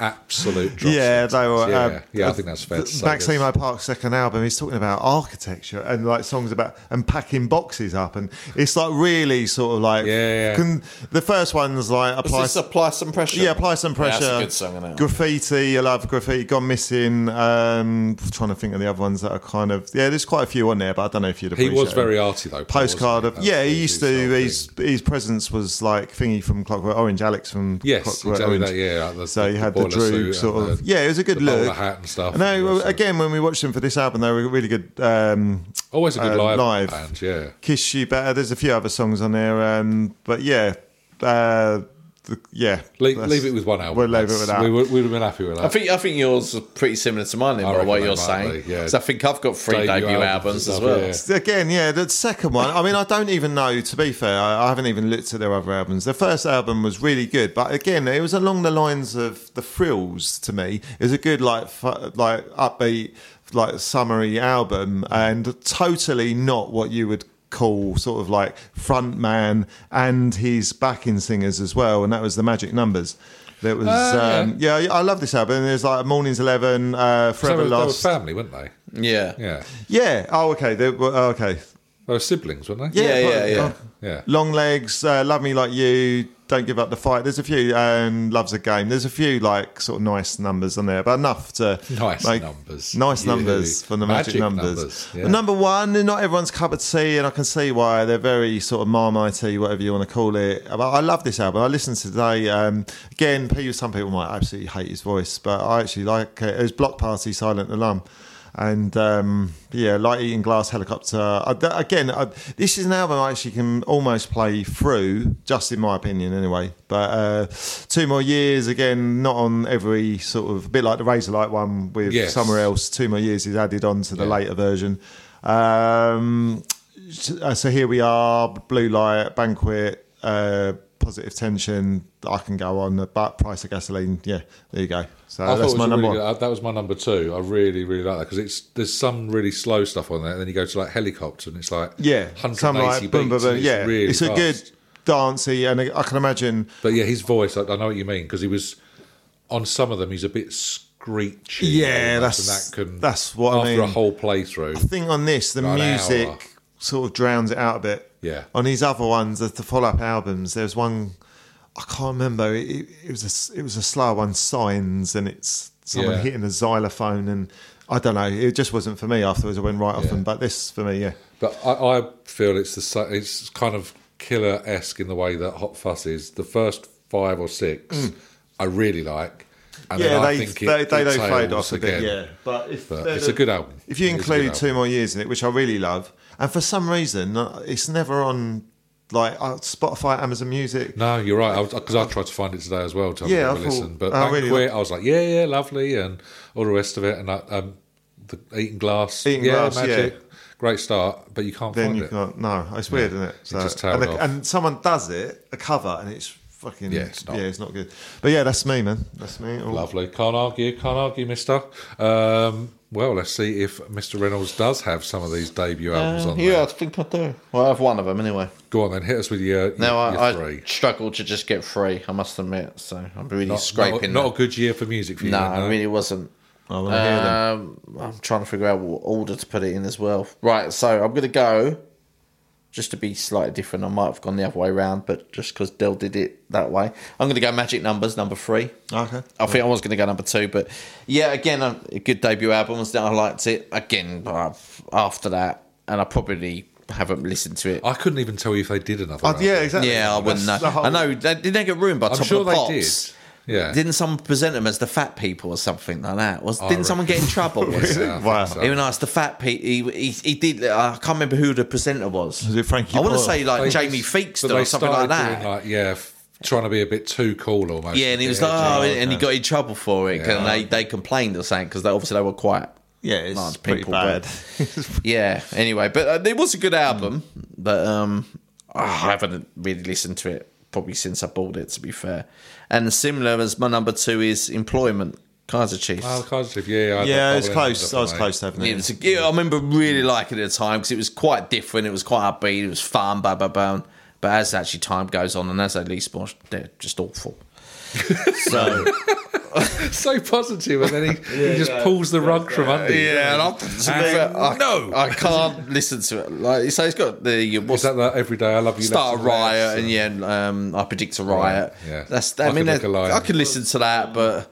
[SPEAKER 1] Absolute. dross.
[SPEAKER 2] Yeah, they were.
[SPEAKER 1] Yeah,
[SPEAKER 2] um,
[SPEAKER 1] yeah, I think that's fair.
[SPEAKER 2] th-
[SPEAKER 1] to say.
[SPEAKER 2] Maximo Park's second album, he's talking about architecture and like songs about and packing boxes up, and it's like really sort of like
[SPEAKER 1] Yeah, yeah.
[SPEAKER 2] Can, the first one's like
[SPEAKER 6] Does
[SPEAKER 2] apply
[SPEAKER 6] this apply some pressure?
[SPEAKER 2] yeah, apply some pressure.
[SPEAKER 6] that's a good song, isn't it?
[SPEAKER 2] Graffiti, I love graffiti. Gone missing. Um, trying to think of the other ones that are kind of yeah. There's quite a few on there, but I don't know if you'd
[SPEAKER 1] He
[SPEAKER 2] appreciate.
[SPEAKER 1] was
[SPEAKER 2] it.
[SPEAKER 1] very arty though. Paul,
[SPEAKER 2] postcard
[SPEAKER 1] wasn't
[SPEAKER 2] of yeah.
[SPEAKER 1] That's
[SPEAKER 2] He used
[SPEAKER 1] the
[SPEAKER 2] to
[SPEAKER 1] sort of
[SPEAKER 2] his
[SPEAKER 1] thing.
[SPEAKER 2] his presence was like thingy from Clockwork Orange. Alex from
[SPEAKER 1] Yes,
[SPEAKER 2] Clockwork
[SPEAKER 1] exactly
[SPEAKER 2] Orange.
[SPEAKER 1] that, yeah, like the-
[SPEAKER 2] so
[SPEAKER 1] the-
[SPEAKER 2] you
[SPEAKER 1] the
[SPEAKER 2] had the,
[SPEAKER 1] boiler
[SPEAKER 2] droog
[SPEAKER 1] suit
[SPEAKER 2] sort
[SPEAKER 1] and
[SPEAKER 2] of
[SPEAKER 1] the-
[SPEAKER 2] yeah. It was a good
[SPEAKER 1] the bowler
[SPEAKER 2] look.
[SPEAKER 1] hat and stuff.
[SPEAKER 2] And they
[SPEAKER 1] And
[SPEAKER 2] were-
[SPEAKER 1] also-
[SPEAKER 2] again when we watched them for this album, they were really good. Um,
[SPEAKER 1] Always a good
[SPEAKER 2] uh,
[SPEAKER 1] live,
[SPEAKER 2] live.
[SPEAKER 1] band. Yeah.
[SPEAKER 2] Kiss You Better. There's a few other songs on there, um, but yeah, uh, the, yeah.
[SPEAKER 1] Leave,
[SPEAKER 2] that's-
[SPEAKER 1] leave it with one album.
[SPEAKER 2] We'll leave it
[SPEAKER 1] That's-
[SPEAKER 2] with that.
[SPEAKER 1] We would, we would have been happy with that.
[SPEAKER 6] I think I think yours are pretty similar to mine, then,
[SPEAKER 1] I
[SPEAKER 6] by what
[SPEAKER 1] reckon
[SPEAKER 6] you're
[SPEAKER 1] they might
[SPEAKER 6] saying.
[SPEAKER 1] be, yeah.
[SPEAKER 6] So I think I've got three
[SPEAKER 1] Debut
[SPEAKER 6] debut,
[SPEAKER 1] albums
[SPEAKER 6] albums,
[SPEAKER 1] and
[SPEAKER 6] as
[SPEAKER 1] stuff,
[SPEAKER 6] well.
[SPEAKER 1] yeah.
[SPEAKER 2] Again, yeah, the second one. I mean, I don't even know. To be fair, I, I haven't even looked at their other albums. Their first album was really good, but again, it was along the lines of the Thrills to me. It was a good, like, fu- like upbeat, like summary album, and totally not what you would call sort of like front man and his backing singers as well, and that was the Magic Numbers. That was
[SPEAKER 1] yeah.
[SPEAKER 2] um, yeah. I love this album. There's like Morning's Eleven, uh,
[SPEAKER 1] So
[SPEAKER 2] Forever
[SPEAKER 1] they were- they were
[SPEAKER 2] Lost.
[SPEAKER 1] family, weren't they?
[SPEAKER 6] Yeah.
[SPEAKER 1] Yeah.
[SPEAKER 2] Yeah. Oh, okay. They were, okay.
[SPEAKER 1] They were siblings, weren't they?
[SPEAKER 2] Yeah,
[SPEAKER 6] Yeah,
[SPEAKER 2] but- uh,
[SPEAKER 6] yeah, yeah.
[SPEAKER 1] Yeah.
[SPEAKER 2] Long legs, uh, love me like you. Don't give up the fight. There's a few, and loves a game. There's a few like sort of nice numbers on there, but enough to
[SPEAKER 1] Nice
[SPEAKER 2] make-
[SPEAKER 1] numbers.
[SPEAKER 2] Nice
[SPEAKER 1] Yeah.
[SPEAKER 2] numbers for the magic,
[SPEAKER 1] Magic
[SPEAKER 2] numbers.
[SPEAKER 1] numbers, yeah.
[SPEAKER 2] But Number one, they're not everyone's cup of tea, and I can see why they're very sort of marmitey, whatever you want to call it. But I love this album. I listened to today. Um, again, people, some people might absolutely hate his voice, but I actually like it. It was Block Party, Silent Alarm. And um, yeah, Light Eating Glass Helicopter. I, that- again, I, this is an album I actually can almost play through, just in my opinion, anyway. But uh, two more years, again, not on every sort of a bit like the Razorlight one with
[SPEAKER 1] Yes.
[SPEAKER 2] somewhere else else. Two more years is added on to the later version. Um, so so here we are: blue light, banquet, uh, positive tension. I can go on, uh, but price of gasoline. Yeah, there you go. So
[SPEAKER 1] I thought it
[SPEAKER 2] Uh, that's
[SPEAKER 1] was
[SPEAKER 2] my
[SPEAKER 1] a
[SPEAKER 2] number
[SPEAKER 1] really
[SPEAKER 2] one.
[SPEAKER 1] good- uh, that was my number two. I really, really like that because it's there's some really slow stuff on there, and then you go to like helicopter, and it's like
[SPEAKER 2] Yeah,
[SPEAKER 1] 180
[SPEAKER 2] something like boom, boom,
[SPEAKER 1] beats, uh, and
[SPEAKER 2] boom. Yeah,
[SPEAKER 1] it's really
[SPEAKER 2] it's a
[SPEAKER 1] fast.
[SPEAKER 2] good dancey, and I can imagine.
[SPEAKER 1] But yeah, his voice, I, I know what you mean because he was on some of them. He's a bit screechy.
[SPEAKER 2] Yeah,
[SPEAKER 1] almost,
[SPEAKER 2] that's-
[SPEAKER 1] and that can
[SPEAKER 2] that's what I
[SPEAKER 1] after a
[SPEAKER 2] mean.
[SPEAKER 1] whole playthrough.
[SPEAKER 2] thing on this, the
[SPEAKER 1] About an hour.
[SPEAKER 2] music sort of drowns it out a bit.
[SPEAKER 1] Yeah.
[SPEAKER 2] On these other ones, the, the follow-up albums, there's one I can't remember. It, it, it was a it was a slow one, Signs, and it's someone
[SPEAKER 1] Yeah.
[SPEAKER 2] hitting a xylophone, and I don't know. It just wasn't for me. Afterwards, I went right off
[SPEAKER 1] Yeah.
[SPEAKER 2] them. But this for me, yeah.
[SPEAKER 1] But I, I feel it's the sa- it's kind of killer esque in the way that Hot Fuss is. The first five or six, I really like. And
[SPEAKER 2] Mm. yeah,
[SPEAKER 1] then I
[SPEAKER 2] they
[SPEAKER 1] think it,
[SPEAKER 2] they, they
[SPEAKER 1] it
[SPEAKER 2] don't fade
[SPEAKER 1] tails
[SPEAKER 2] off a bit.
[SPEAKER 1] again.
[SPEAKER 2] Yeah, but if
[SPEAKER 1] But
[SPEAKER 2] they're
[SPEAKER 1] it's
[SPEAKER 2] the-
[SPEAKER 1] a good album.
[SPEAKER 2] If
[SPEAKER 1] It
[SPEAKER 2] you
[SPEAKER 1] is a good
[SPEAKER 2] include
[SPEAKER 1] album.
[SPEAKER 2] two more years in it, which I really love, and for some reason uh, it's never on like uh, Spotify, Amazon Music.
[SPEAKER 1] No, you're right. Because I, tried to find it today as well to have
[SPEAKER 2] Uh, Yeah,
[SPEAKER 1] a
[SPEAKER 2] I
[SPEAKER 1] bit of a
[SPEAKER 2] thought-
[SPEAKER 1] listen. But
[SPEAKER 2] I
[SPEAKER 1] I,
[SPEAKER 2] really
[SPEAKER 1] I was like, yeah, yeah, lovely, and all the rest of it. And I, um, the eating glass,
[SPEAKER 2] Eating
[SPEAKER 1] yeah,
[SPEAKER 2] Glass,
[SPEAKER 1] magic,
[SPEAKER 2] yeah.
[SPEAKER 1] great start. But you can't
[SPEAKER 2] then
[SPEAKER 1] find
[SPEAKER 2] you
[SPEAKER 1] it.
[SPEAKER 2] can't. No, it's weird, isn't it? So,
[SPEAKER 1] just tailed
[SPEAKER 2] and, the-
[SPEAKER 1] off.
[SPEAKER 2] and someone does it a cover, and it's fucking
[SPEAKER 1] Yeah, it's not.
[SPEAKER 2] good. But yeah, that's me, man. That's me. Oh,
[SPEAKER 1] Lovely. Can't argue. Can't argue, Mister. Um, well, let's see if Mr. Reynolds does have some of these
[SPEAKER 2] Uh,
[SPEAKER 1] debut albums on
[SPEAKER 6] Yeah, I
[SPEAKER 1] there.
[SPEAKER 6] think I do. Well, I have one of them anyway.
[SPEAKER 1] Go on then. Hit us with your, your,
[SPEAKER 6] Now
[SPEAKER 1] your
[SPEAKER 6] I, I
[SPEAKER 1] three.
[SPEAKER 6] struggle to just get three. I must admit. So I'm really
[SPEAKER 1] Not,
[SPEAKER 6] scraping.
[SPEAKER 1] not,
[SPEAKER 6] that.
[SPEAKER 1] not a good year for music for you.
[SPEAKER 6] no,
[SPEAKER 1] then,
[SPEAKER 6] I really wasn't.
[SPEAKER 2] I want to hear them.
[SPEAKER 6] Um, I'm trying to figure out what order to put it in as well. Right, so I'm going to go, just to be slightly different, I might have gone the other way around, but just because Dell did it that way, I'm going to go Magic Numbers, number three.
[SPEAKER 2] Okay.
[SPEAKER 6] I think I was going to go number two, but yeah, again, a a good debut album. I liked it. Again, I've- after that, and I probably haven't listened to it.
[SPEAKER 1] I couldn't even tell you if they did another.
[SPEAKER 2] Oh,
[SPEAKER 1] album.
[SPEAKER 2] yeah, exactly.
[SPEAKER 6] yeah, I wouldn't know.
[SPEAKER 2] That's the whole-
[SPEAKER 6] I know. They, did they get ruined by
[SPEAKER 1] I'm
[SPEAKER 6] Top
[SPEAKER 1] sure
[SPEAKER 6] of the
[SPEAKER 1] they
[SPEAKER 6] Pops?
[SPEAKER 1] did. Yeah.
[SPEAKER 6] Didn't someone present them as the fat people or something like that? Was, didn't
[SPEAKER 1] right.
[SPEAKER 6] someone get in trouble? or something?
[SPEAKER 1] Yeah, I think
[SPEAKER 2] Wow.
[SPEAKER 1] so.
[SPEAKER 6] Even asked the fat pe He, he, he did. I can't remember who the presenter was.
[SPEAKER 2] Was it Frankie
[SPEAKER 6] I want to
[SPEAKER 2] Boyle?
[SPEAKER 6] say like
[SPEAKER 1] They-
[SPEAKER 6] Jamie Feekster
[SPEAKER 1] but they
[SPEAKER 6] or something
[SPEAKER 1] started
[SPEAKER 6] like that.
[SPEAKER 1] doing, like, yeah, f- trying to be a bit too cool almost.
[SPEAKER 6] yeah, and he was
[SPEAKER 1] Yeah,
[SPEAKER 6] like, oh, and he got in trouble for it,
[SPEAKER 1] Yeah.
[SPEAKER 6] and they, they complained or something because they obviously they were quiet.
[SPEAKER 2] Yeah, it's
[SPEAKER 6] Large
[SPEAKER 2] pretty
[SPEAKER 6] people,
[SPEAKER 2] bad.
[SPEAKER 6] Yeah. Anyway, but uh, it was a good album. But um, Oh, I haven't really listened to it probably since I bought it, to be fair. And similar as my number two is Employment, Kaiser Chiefs.
[SPEAKER 1] Oh, Cardiff, yeah. I-
[SPEAKER 2] Yeah,
[SPEAKER 1] I
[SPEAKER 2] it was
[SPEAKER 1] went
[SPEAKER 2] close.
[SPEAKER 1] under
[SPEAKER 2] I was
[SPEAKER 1] for
[SPEAKER 2] close to having
[SPEAKER 6] Yeah, it
[SPEAKER 2] it.
[SPEAKER 6] was a- yeah, I remember really liking it at the time because it was quite different. It was quite upbeat. It was fun, blah blah blah. But as actually time goes on, and as they least more, they're just awful. so
[SPEAKER 1] mine. So positive, and then he, he just pulls the rug from under you.
[SPEAKER 6] yeah, and I, to be fair, I,
[SPEAKER 1] no.
[SPEAKER 6] I can't listen to it. Like so, it's got the
[SPEAKER 1] Is
[SPEAKER 6] what's
[SPEAKER 1] that like every day? I love you.
[SPEAKER 6] start a
[SPEAKER 1] less and less,
[SPEAKER 6] riot and yeah, um, I predict a riot.
[SPEAKER 1] yeah.
[SPEAKER 6] That's
[SPEAKER 1] I
[SPEAKER 6] I,
[SPEAKER 1] could
[SPEAKER 6] mean,
[SPEAKER 1] look
[SPEAKER 6] that-
[SPEAKER 1] alive.
[SPEAKER 6] I could listen to that, but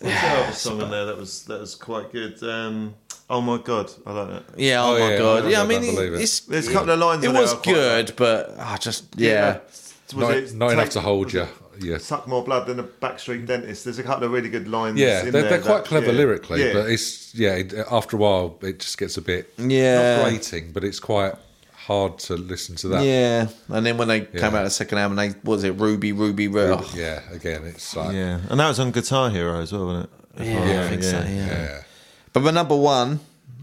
[SPEAKER 2] What's the other song on there that was that was quite good? Um, oh my god, I like that.
[SPEAKER 6] yeah, oh,
[SPEAKER 1] Oh,
[SPEAKER 6] my
[SPEAKER 1] yeah,
[SPEAKER 6] god,
[SPEAKER 1] I
[SPEAKER 6] yeah. I
[SPEAKER 1] don't
[SPEAKER 6] mean,
[SPEAKER 1] believe it.
[SPEAKER 6] it's
[SPEAKER 2] There's a couple of lines.
[SPEAKER 6] it
[SPEAKER 2] on there
[SPEAKER 6] was
[SPEAKER 2] I quite
[SPEAKER 6] good, but I just yeah.
[SPEAKER 2] Was
[SPEAKER 1] Not,
[SPEAKER 2] it
[SPEAKER 1] not enough
[SPEAKER 2] take-
[SPEAKER 1] to hold
[SPEAKER 2] was
[SPEAKER 1] you.
[SPEAKER 2] it
[SPEAKER 1] Yeah.
[SPEAKER 2] Suck more blood than a backstreet dentist. There's a couple of really good lines.
[SPEAKER 1] Yeah,
[SPEAKER 2] in
[SPEAKER 1] they're,
[SPEAKER 2] there
[SPEAKER 1] they're quite
[SPEAKER 2] that-
[SPEAKER 1] clever
[SPEAKER 2] yeah.
[SPEAKER 1] lyrically,
[SPEAKER 2] Yeah.
[SPEAKER 1] but it's yeah. it- After a while, it just gets a bit
[SPEAKER 6] Yeah.
[SPEAKER 1] not grating, but it's quite hard to listen to that.
[SPEAKER 6] Yeah, and then when they came
[SPEAKER 1] Yeah.
[SPEAKER 6] out the second album, they what was it Ruby Ruby Ruby? Oh,
[SPEAKER 1] Yeah, again, it's like yeah,
[SPEAKER 2] yeah, and that was on Guitar Hero as well, wasn't it?
[SPEAKER 6] yeah, I think so. Yeah.
[SPEAKER 1] yeah.
[SPEAKER 6] But my number one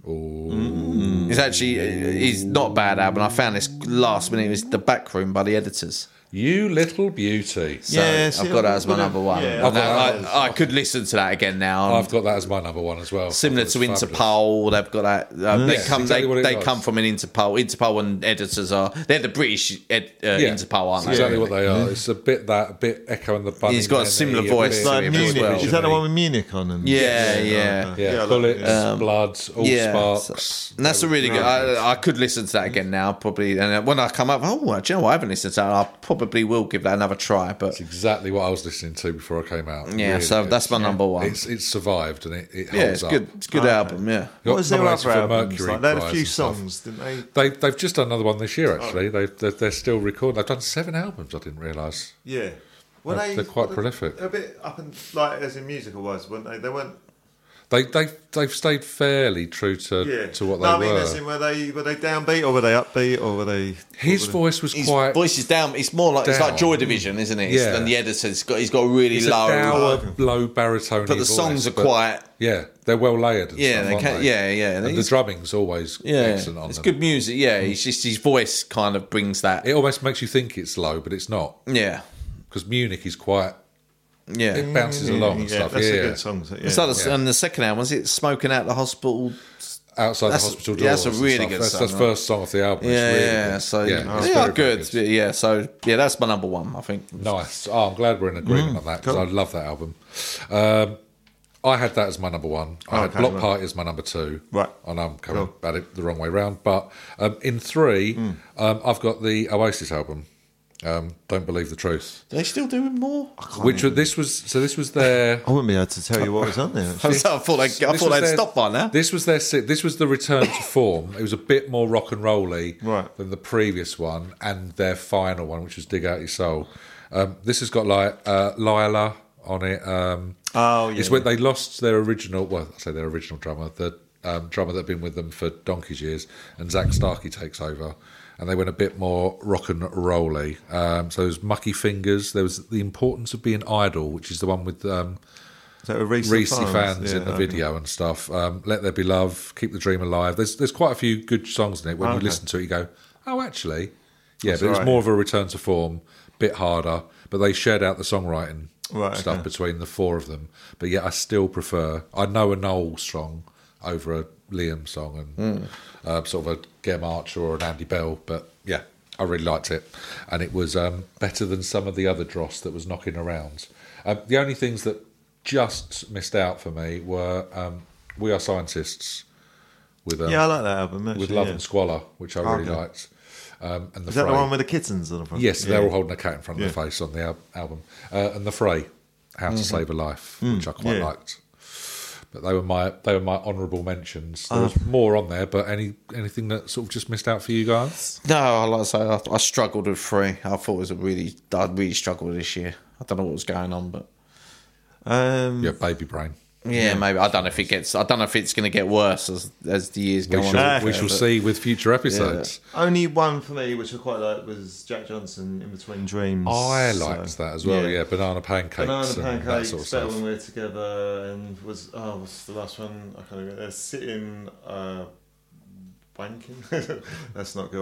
[SPEAKER 1] Ooh.
[SPEAKER 6] is actually is not a bad album. I found this last minute. It was the Backroom by the Editors.
[SPEAKER 1] you little beauty.
[SPEAKER 6] So
[SPEAKER 2] Yeah, see,
[SPEAKER 6] I've got that
[SPEAKER 2] I've
[SPEAKER 6] as my
[SPEAKER 2] got it.
[SPEAKER 6] number one.
[SPEAKER 2] Yeah,
[SPEAKER 6] And
[SPEAKER 2] I've
[SPEAKER 1] got
[SPEAKER 6] I, I, I could listen to that again now.
[SPEAKER 1] Oh, I've got that as my number one as well.
[SPEAKER 6] Similar to Interpol, they've got that. Uh, they
[SPEAKER 1] Yes,
[SPEAKER 6] come,
[SPEAKER 1] exactly what
[SPEAKER 6] they,
[SPEAKER 1] it
[SPEAKER 6] they
[SPEAKER 1] was.
[SPEAKER 6] come from an Interpol. Interpol and editors are they're the British ed, uh, Interpol, aren't they?
[SPEAKER 1] Exactly what they are. It's a bit that, a bit echo and the bunny.
[SPEAKER 6] He's got a
[SPEAKER 1] Nanny,
[SPEAKER 6] similar
[SPEAKER 1] a
[SPEAKER 6] voice
[SPEAKER 1] bit-
[SPEAKER 6] to
[SPEAKER 2] Like
[SPEAKER 6] him
[SPEAKER 1] bit
[SPEAKER 6] as
[SPEAKER 2] Munich.
[SPEAKER 6] well.
[SPEAKER 2] Is that the one with Munich on? And
[SPEAKER 6] Yeah, yeah.
[SPEAKER 2] I like that.
[SPEAKER 1] Yeah, uh,
[SPEAKER 2] I like Um,
[SPEAKER 1] bullets,
[SPEAKER 2] that, yeah.
[SPEAKER 1] bloods, all
[SPEAKER 6] yeah,
[SPEAKER 1] sparks.
[SPEAKER 6] so- and that's a really good. I, I could listen to that again now, probably. And when I come up, oh, do you know what? I haven't listened to that. I probably will give that another try. But
[SPEAKER 1] It's exactly what I was listening to before I came out.
[SPEAKER 6] yeah,
[SPEAKER 1] Really
[SPEAKER 6] so
[SPEAKER 1] good.
[SPEAKER 6] that's my number one.
[SPEAKER 1] It's it's survived and it, it holds
[SPEAKER 6] yeah, it's
[SPEAKER 1] up.
[SPEAKER 6] good. It's a good album. Yeah,
[SPEAKER 2] What was their
[SPEAKER 1] nominated
[SPEAKER 2] other
[SPEAKER 1] for a
[SPEAKER 2] albums?
[SPEAKER 1] Mercury
[SPEAKER 2] Like, they had a
[SPEAKER 1] Prize
[SPEAKER 2] few
[SPEAKER 1] and stuff.
[SPEAKER 2] songs, didn't they?
[SPEAKER 1] They, they've just done another one this year,
[SPEAKER 2] Oh.
[SPEAKER 1] actually. They've, they're, they're still recording. They've done seven albums, I didn't realise.
[SPEAKER 2] Yeah. Were
[SPEAKER 1] They're-
[SPEAKER 2] they,
[SPEAKER 1] they're quite
[SPEAKER 2] were they-
[SPEAKER 1] prolific.
[SPEAKER 2] They're a bit up and like as in musical wise, weren't they? They weren't.
[SPEAKER 1] They, they've, they've stayed fairly true to,
[SPEAKER 2] Yeah.
[SPEAKER 1] to what they
[SPEAKER 2] no, I
[SPEAKER 1] were.
[SPEAKER 2] mean, as in were they were they downbeat or were they upbeat or were they?
[SPEAKER 1] His voice was
[SPEAKER 6] his
[SPEAKER 1] quite.
[SPEAKER 6] voice is down. It's more like it's like
[SPEAKER 1] Down.
[SPEAKER 6] Joy Division, isn't it? It's-
[SPEAKER 1] Yeah.
[SPEAKER 6] And the editor's got he's got a really
[SPEAKER 1] it's a
[SPEAKER 6] low.
[SPEAKER 1] dour, low baritone.
[SPEAKER 6] but the songs are quite.
[SPEAKER 1] Yeah, they're well layered. And
[SPEAKER 6] Yeah,
[SPEAKER 1] stuff,
[SPEAKER 6] they
[SPEAKER 1] aren't
[SPEAKER 6] can,
[SPEAKER 1] they?
[SPEAKER 6] yeah, yeah.
[SPEAKER 1] And the
[SPEAKER 6] He's-
[SPEAKER 1] drumming's always
[SPEAKER 6] yeah,
[SPEAKER 1] excellent on Mm.
[SPEAKER 6] it's
[SPEAKER 1] them.
[SPEAKER 6] good music. Yeah, it's just his voice kind of brings that.
[SPEAKER 1] It almost makes you think it's low, but it's not
[SPEAKER 6] Yeah,
[SPEAKER 1] because Munich is quite.
[SPEAKER 6] Mm, yeah.
[SPEAKER 1] It bounces along and
[SPEAKER 2] yeah,
[SPEAKER 1] stuff.
[SPEAKER 2] That's
[SPEAKER 1] yeah,
[SPEAKER 2] a
[SPEAKER 1] yeah.
[SPEAKER 2] good song. so, Yeah.
[SPEAKER 6] It's like the, and the second album was it smoking out the hospital
[SPEAKER 1] outside
[SPEAKER 6] That's-
[SPEAKER 1] the hospital doors.
[SPEAKER 6] yeah, that's a
[SPEAKER 1] and
[SPEAKER 6] really
[SPEAKER 1] stuff.
[SPEAKER 6] good
[SPEAKER 1] that's, That's the
[SPEAKER 6] song,
[SPEAKER 1] first song off the album. It's
[SPEAKER 6] yeah,
[SPEAKER 1] really
[SPEAKER 6] yeah.
[SPEAKER 1] good.
[SPEAKER 6] So yeah,
[SPEAKER 1] it's
[SPEAKER 6] they
[SPEAKER 1] very,
[SPEAKER 6] are
[SPEAKER 1] very
[SPEAKER 6] good. Yeah, so yeah, that's my number one. I think.
[SPEAKER 1] Nice. Oh, I'm glad we're in
[SPEAKER 2] Mm,
[SPEAKER 1] agreement on that because I love that album. Um, I had that as my number one. I had
[SPEAKER 2] Okay,
[SPEAKER 1] Block
[SPEAKER 2] right.
[SPEAKER 1] Party as my number two.
[SPEAKER 2] Right.
[SPEAKER 1] And I'm coming about it the wrong way round. But um, in three,
[SPEAKER 2] Mm.
[SPEAKER 1] um, I've got the Oasis album. Um, Don't believe the truth.
[SPEAKER 6] Are they still doing more?
[SPEAKER 1] Which was, this was so this was their
[SPEAKER 2] I wouldn't be able to tell you what was on there.
[SPEAKER 6] I,
[SPEAKER 2] actually.
[SPEAKER 6] was, I thought they, I
[SPEAKER 1] This
[SPEAKER 6] thought
[SPEAKER 1] was
[SPEAKER 6] they'd
[SPEAKER 1] their-
[SPEAKER 6] stop by now.
[SPEAKER 1] This was their si- this was the return to form. It was a bit more rock and rolly
[SPEAKER 2] Right.
[SPEAKER 1] than the previous one and their final one, which was Dig Out Your Soul. Um, this has got like uh, Lila on it. Um,
[SPEAKER 2] Oh, yeah,
[SPEAKER 1] it's when they lost their original. Well, I say their original drummer, the um, drummer that had been with them for donkey's years, and Zach Starkey takes over. And they went a bit more rock and rolly. Um, so there was Mucky Fingers. There was the importance of being idle, which is the one with um,
[SPEAKER 2] Is that a Reese
[SPEAKER 1] Reese fans
[SPEAKER 2] Yeah,
[SPEAKER 1] in the
[SPEAKER 2] okay.
[SPEAKER 1] video and stuff. Um, Let there be love, keep the dream alive. There's there's quite a few good songs in it. When you
[SPEAKER 2] Okay.
[SPEAKER 1] listen to it, you go, oh, actually, yeah. but it was
[SPEAKER 2] alright.
[SPEAKER 1] more of a return to form, bit harder. But they shared out the songwriting
[SPEAKER 2] Right,
[SPEAKER 1] stuff
[SPEAKER 2] okay.
[SPEAKER 1] between the four of them. But yet, I still prefer. I know a Noel song over a Liam song and
[SPEAKER 2] Hmm.
[SPEAKER 1] uh, sort of a Gem Archer or an Andy Bell. But yeah, I really liked it, and it was um, better than some of the other dross that was knocking around. Um, the only things that just missed out for me were um, "We Are Scientists" with um,
[SPEAKER 2] Yeah, I like that album. Actually,
[SPEAKER 1] with "Love
[SPEAKER 2] yeah.
[SPEAKER 1] and Squalor," which I really
[SPEAKER 2] Okay.
[SPEAKER 1] liked. Um, and the
[SPEAKER 2] Is that the
[SPEAKER 1] Fray.
[SPEAKER 2] one with the kittens on the front?
[SPEAKER 1] Yes,
[SPEAKER 2] yeah.
[SPEAKER 1] they're all holding a cat in front of
[SPEAKER 2] Yeah. Mm-hmm.
[SPEAKER 1] their face on the al- album. Uh, and the Fray, How to Save a Life, which I quite
[SPEAKER 2] Mm, yeah.
[SPEAKER 1] liked. But they were my they were my honourable mentions.
[SPEAKER 2] Ah.
[SPEAKER 1] There was more on there, but any anything that sort of just missed out for you guys?
[SPEAKER 6] No, I like I say, I, I struggled with three. I thought it was a really, I really struggled this year. I don't know what was going on, but
[SPEAKER 2] Um,
[SPEAKER 1] Yeah, baby brain.
[SPEAKER 6] yeah, maybe I don't know if it gets. I don't know if it's going to get worse as as the years go
[SPEAKER 1] We
[SPEAKER 6] on.
[SPEAKER 1] shall,
[SPEAKER 2] Ah,
[SPEAKER 1] we shall see with future episodes.
[SPEAKER 2] Only one for me, which I quite liked, was Jack Johnson in Between Dreams.
[SPEAKER 1] I
[SPEAKER 2] so-
[SPEAKER 1] liked that as well. Yeah, banana pancakes,
[SPEAKER 2] Banana
[SPEAKER 1] and that
[SPEAKER 2] pancakes,
[SPEAKER 1] sort of
[SPEAKER 2] better
[SPEAKER 1] stuff.
[SPEAKER 2] when we're together, and was oh, what's the last one? I can't remember. They're sitting uh, Wanking? That's not good,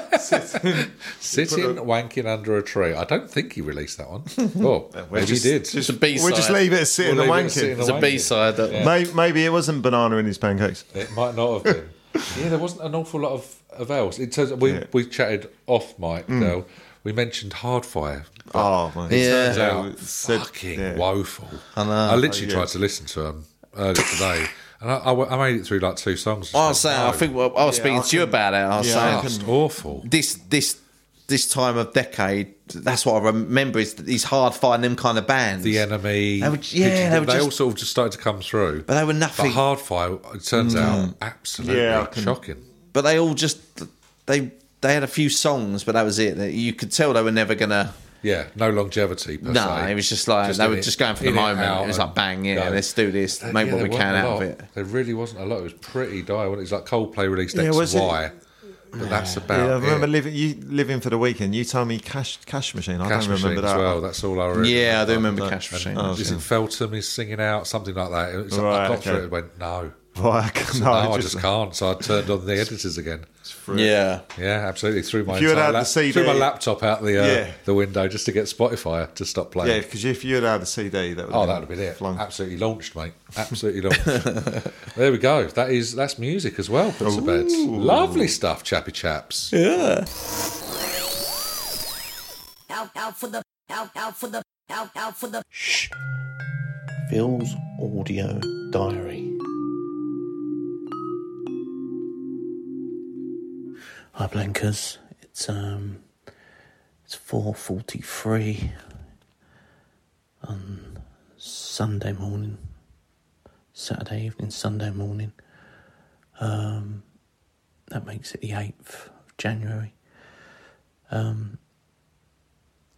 [SPEAKER 2] Uh, sitting-
[SPEAKER 1] Sitting wanking under a tree. I don't think he released that one. Oh, maybe
[SPEAKER 2] just-
[SPEAKER 1] he did.
[SPEAKER 6] It's a B side.
[SPEAKER 2] We'll just leave it as sitting
[SPEAKER 1] We'll
[SPEAKER 2] and
[SPEAKER 1] leave it sitting
[SPEAKER 2] wanking.
[SPEAKER 1] and
[SPEAKER 6] It's a B
[SPEAKER 1] wanking.
[SPEAKER 6] side. That
[SPEAKER 2] May- Maybe it wasn't banana in his pancakes.
[SPEAKER 1] It might not have been. yeah, there wasn't an awful lot of, of else. In terms of, we,
[SPEAKER 2] Yeah.
[SPEAKER 1] we chatted off mic,
[SPEAKER 6] Mm.
[SPEAKER 1] though. We mentioned Hardfire.
[SPEAKER 2] Oh, my
[SPEAKER 6] Yeah.
[SPEAKER 2] Turns
[SPEAKER 1] Yeah,
[SPEAKER 2] out it said-
[SPEAKER 1] fucking
[SPEAKER 2] yeah.
[SPEAKER 1] woeful. I know. I literally
[SPEAKER 6] Oh,
[SPEAKER 2] Yeah.
[SPEAKER 1] tried to listen to them earlier today, and I, I w- I made it through like two songs.
[SPEAKER 6] I was saying, I think well, I was
[SPEAKER 2] Yeah,
[SPEAKER 6] speaking
[SPEAKER 2] I
[SPEAKER 6] to you
[SPEAKER 2] can-
[SPEAKER 6] about it. I was
[SPEAKER 2] yeah, I
[SPEAKER 6] saying
[SPEAKER 2] can-
[SPEAKER 1] Just awful.
[SPEAKER 6] this this this time of decade. That's what I remember. Is these hard finding them kind of bands.
[SPEAKER 1] The enemy.
[SPEAKER 6] They were-
[SPEAKER 1] Pigeon-
[SPEAKER 6] yeah, they were
[SPEAKER 1] all
[SPEAKER 6] just-
[SPEAKER 1] sort of just started to come through.
[SPEAKER 6] But they were nothing. Mm.
[SPEAKER 1] But Hardfire, it turns out, absolutely
[SPEAKER 2] Yeah, I can-
[SPEAKER 1] shocking.
[SPEAKER 6] but they all just they they had a few songs, but that was it. They- You could tell they were never gonna.
[SPEAKER 1] Yeah, no longevity. Per
[SPEAKER 6] No,
[SPEAKER 1] se.
[SPEAKER 6] it was just like they
[SPEAKER 1] in
[SPEAKER 6] were
[SPEAKER 1] it-
[SPEAKER 6] just going for the
[SPEAKER 1] in it,
[SPEAKER 6] moment. It,
[SPEAKER 1] out,
[SPEAKER 6] was
[SPEAKER 1] and
[SPEAKER 6] like bang, yeah,
[SPEAKER 1] go.
[SPEAKER 6] let's do this,
[SPEAKER 1] There-
[SPEAKER 6] make
[SPEAKER 1] Uh, yeah,
[SPEAKER 6] what
[SPEAKER 1] there
[SPEAKER 6] we can
[SPEAKER 1] weren't a lot.
[SPEAKER 6] out of it.
[SPEAKER 1] There really wasn't a lot. It was pretty dire. It's like Coldplay released
[SPEAKER 2] Yeah,
[SPEAKER 1] X
[SPEAKER 2] was
[SPEAKER 1] and
[SPEAKER 2] it-
[SPEAKER 1] Y, but that's about.
[SPEAKER 2] Yeah, I remember
[SPEAKER 1] it.
[SPEAKER 2] living you living for the weekend. You told me cash cash machine. I
[SPEAKER 1] Cash
[SPEAKER 2] don't
[SPEAKER 1] Machine
[SPEAKER 2] remember
[SPEAKER 1] as
[SPEAKER 2] that.
[SPEAKER 1] well. That's all I remember.
[SPEAKER 6] Yeah, I do remember
[SPEAKER 2] no.
[SPEAKER 6] Cash Machine.
[SPEAKER 2] Oh,
[SPEAKER 1] Is it Feltham is singing out something like that? It was- I
[SPEAKER 2] Right,
[SPEAKER 1] got through
[SPEAKER 2] okay. Oh,
[SPEAKER 1] it and went no,
[SPEAKER 2] Right, I can-
[SPEAKER 1] no,
[SPEAKER 2] no,
[SPEAKER 1] I
[SPEAKER 2] it
[SPEAKER 1] just can't. So I turned on the editors again.
[SPEAKER 6] yeah,
[SPEAKER 1] Yeah, absolutely. Threw my
[SPEAKER 2] If you had
[SPEAKER 1] entire
[SPEAKER 2] had the
[SPEAKER 1] lap-
[SPEAKER 2] CD
[SPEAKER 1] threw my laptop out the uh,
[SPEAKER 2] Yeah.
[SPEAKER 1] the window just to get Spotify to stop playing.
[SPEAKER 2] Yeah, because if you had had the CD, that would
[SPEAKER 1] Oh, that would have been it.
[SPEAKER 2] Flung.
[SPEAKER 1] Absolutely launched, mate. Absolutely launched. there we go. That is that's music as well. Puts to bed. Lovely stuff, chappy chaps.
[SPEAKER 4] out, out for the, out, out for the, out, out for the.
[SPEAKER 3] Phil's audio diary. Hi, Blankers. It's um, it's four forty-three on Sunday morning, Saturday evening, Sunday morning. Um, that makes it the eighth of January.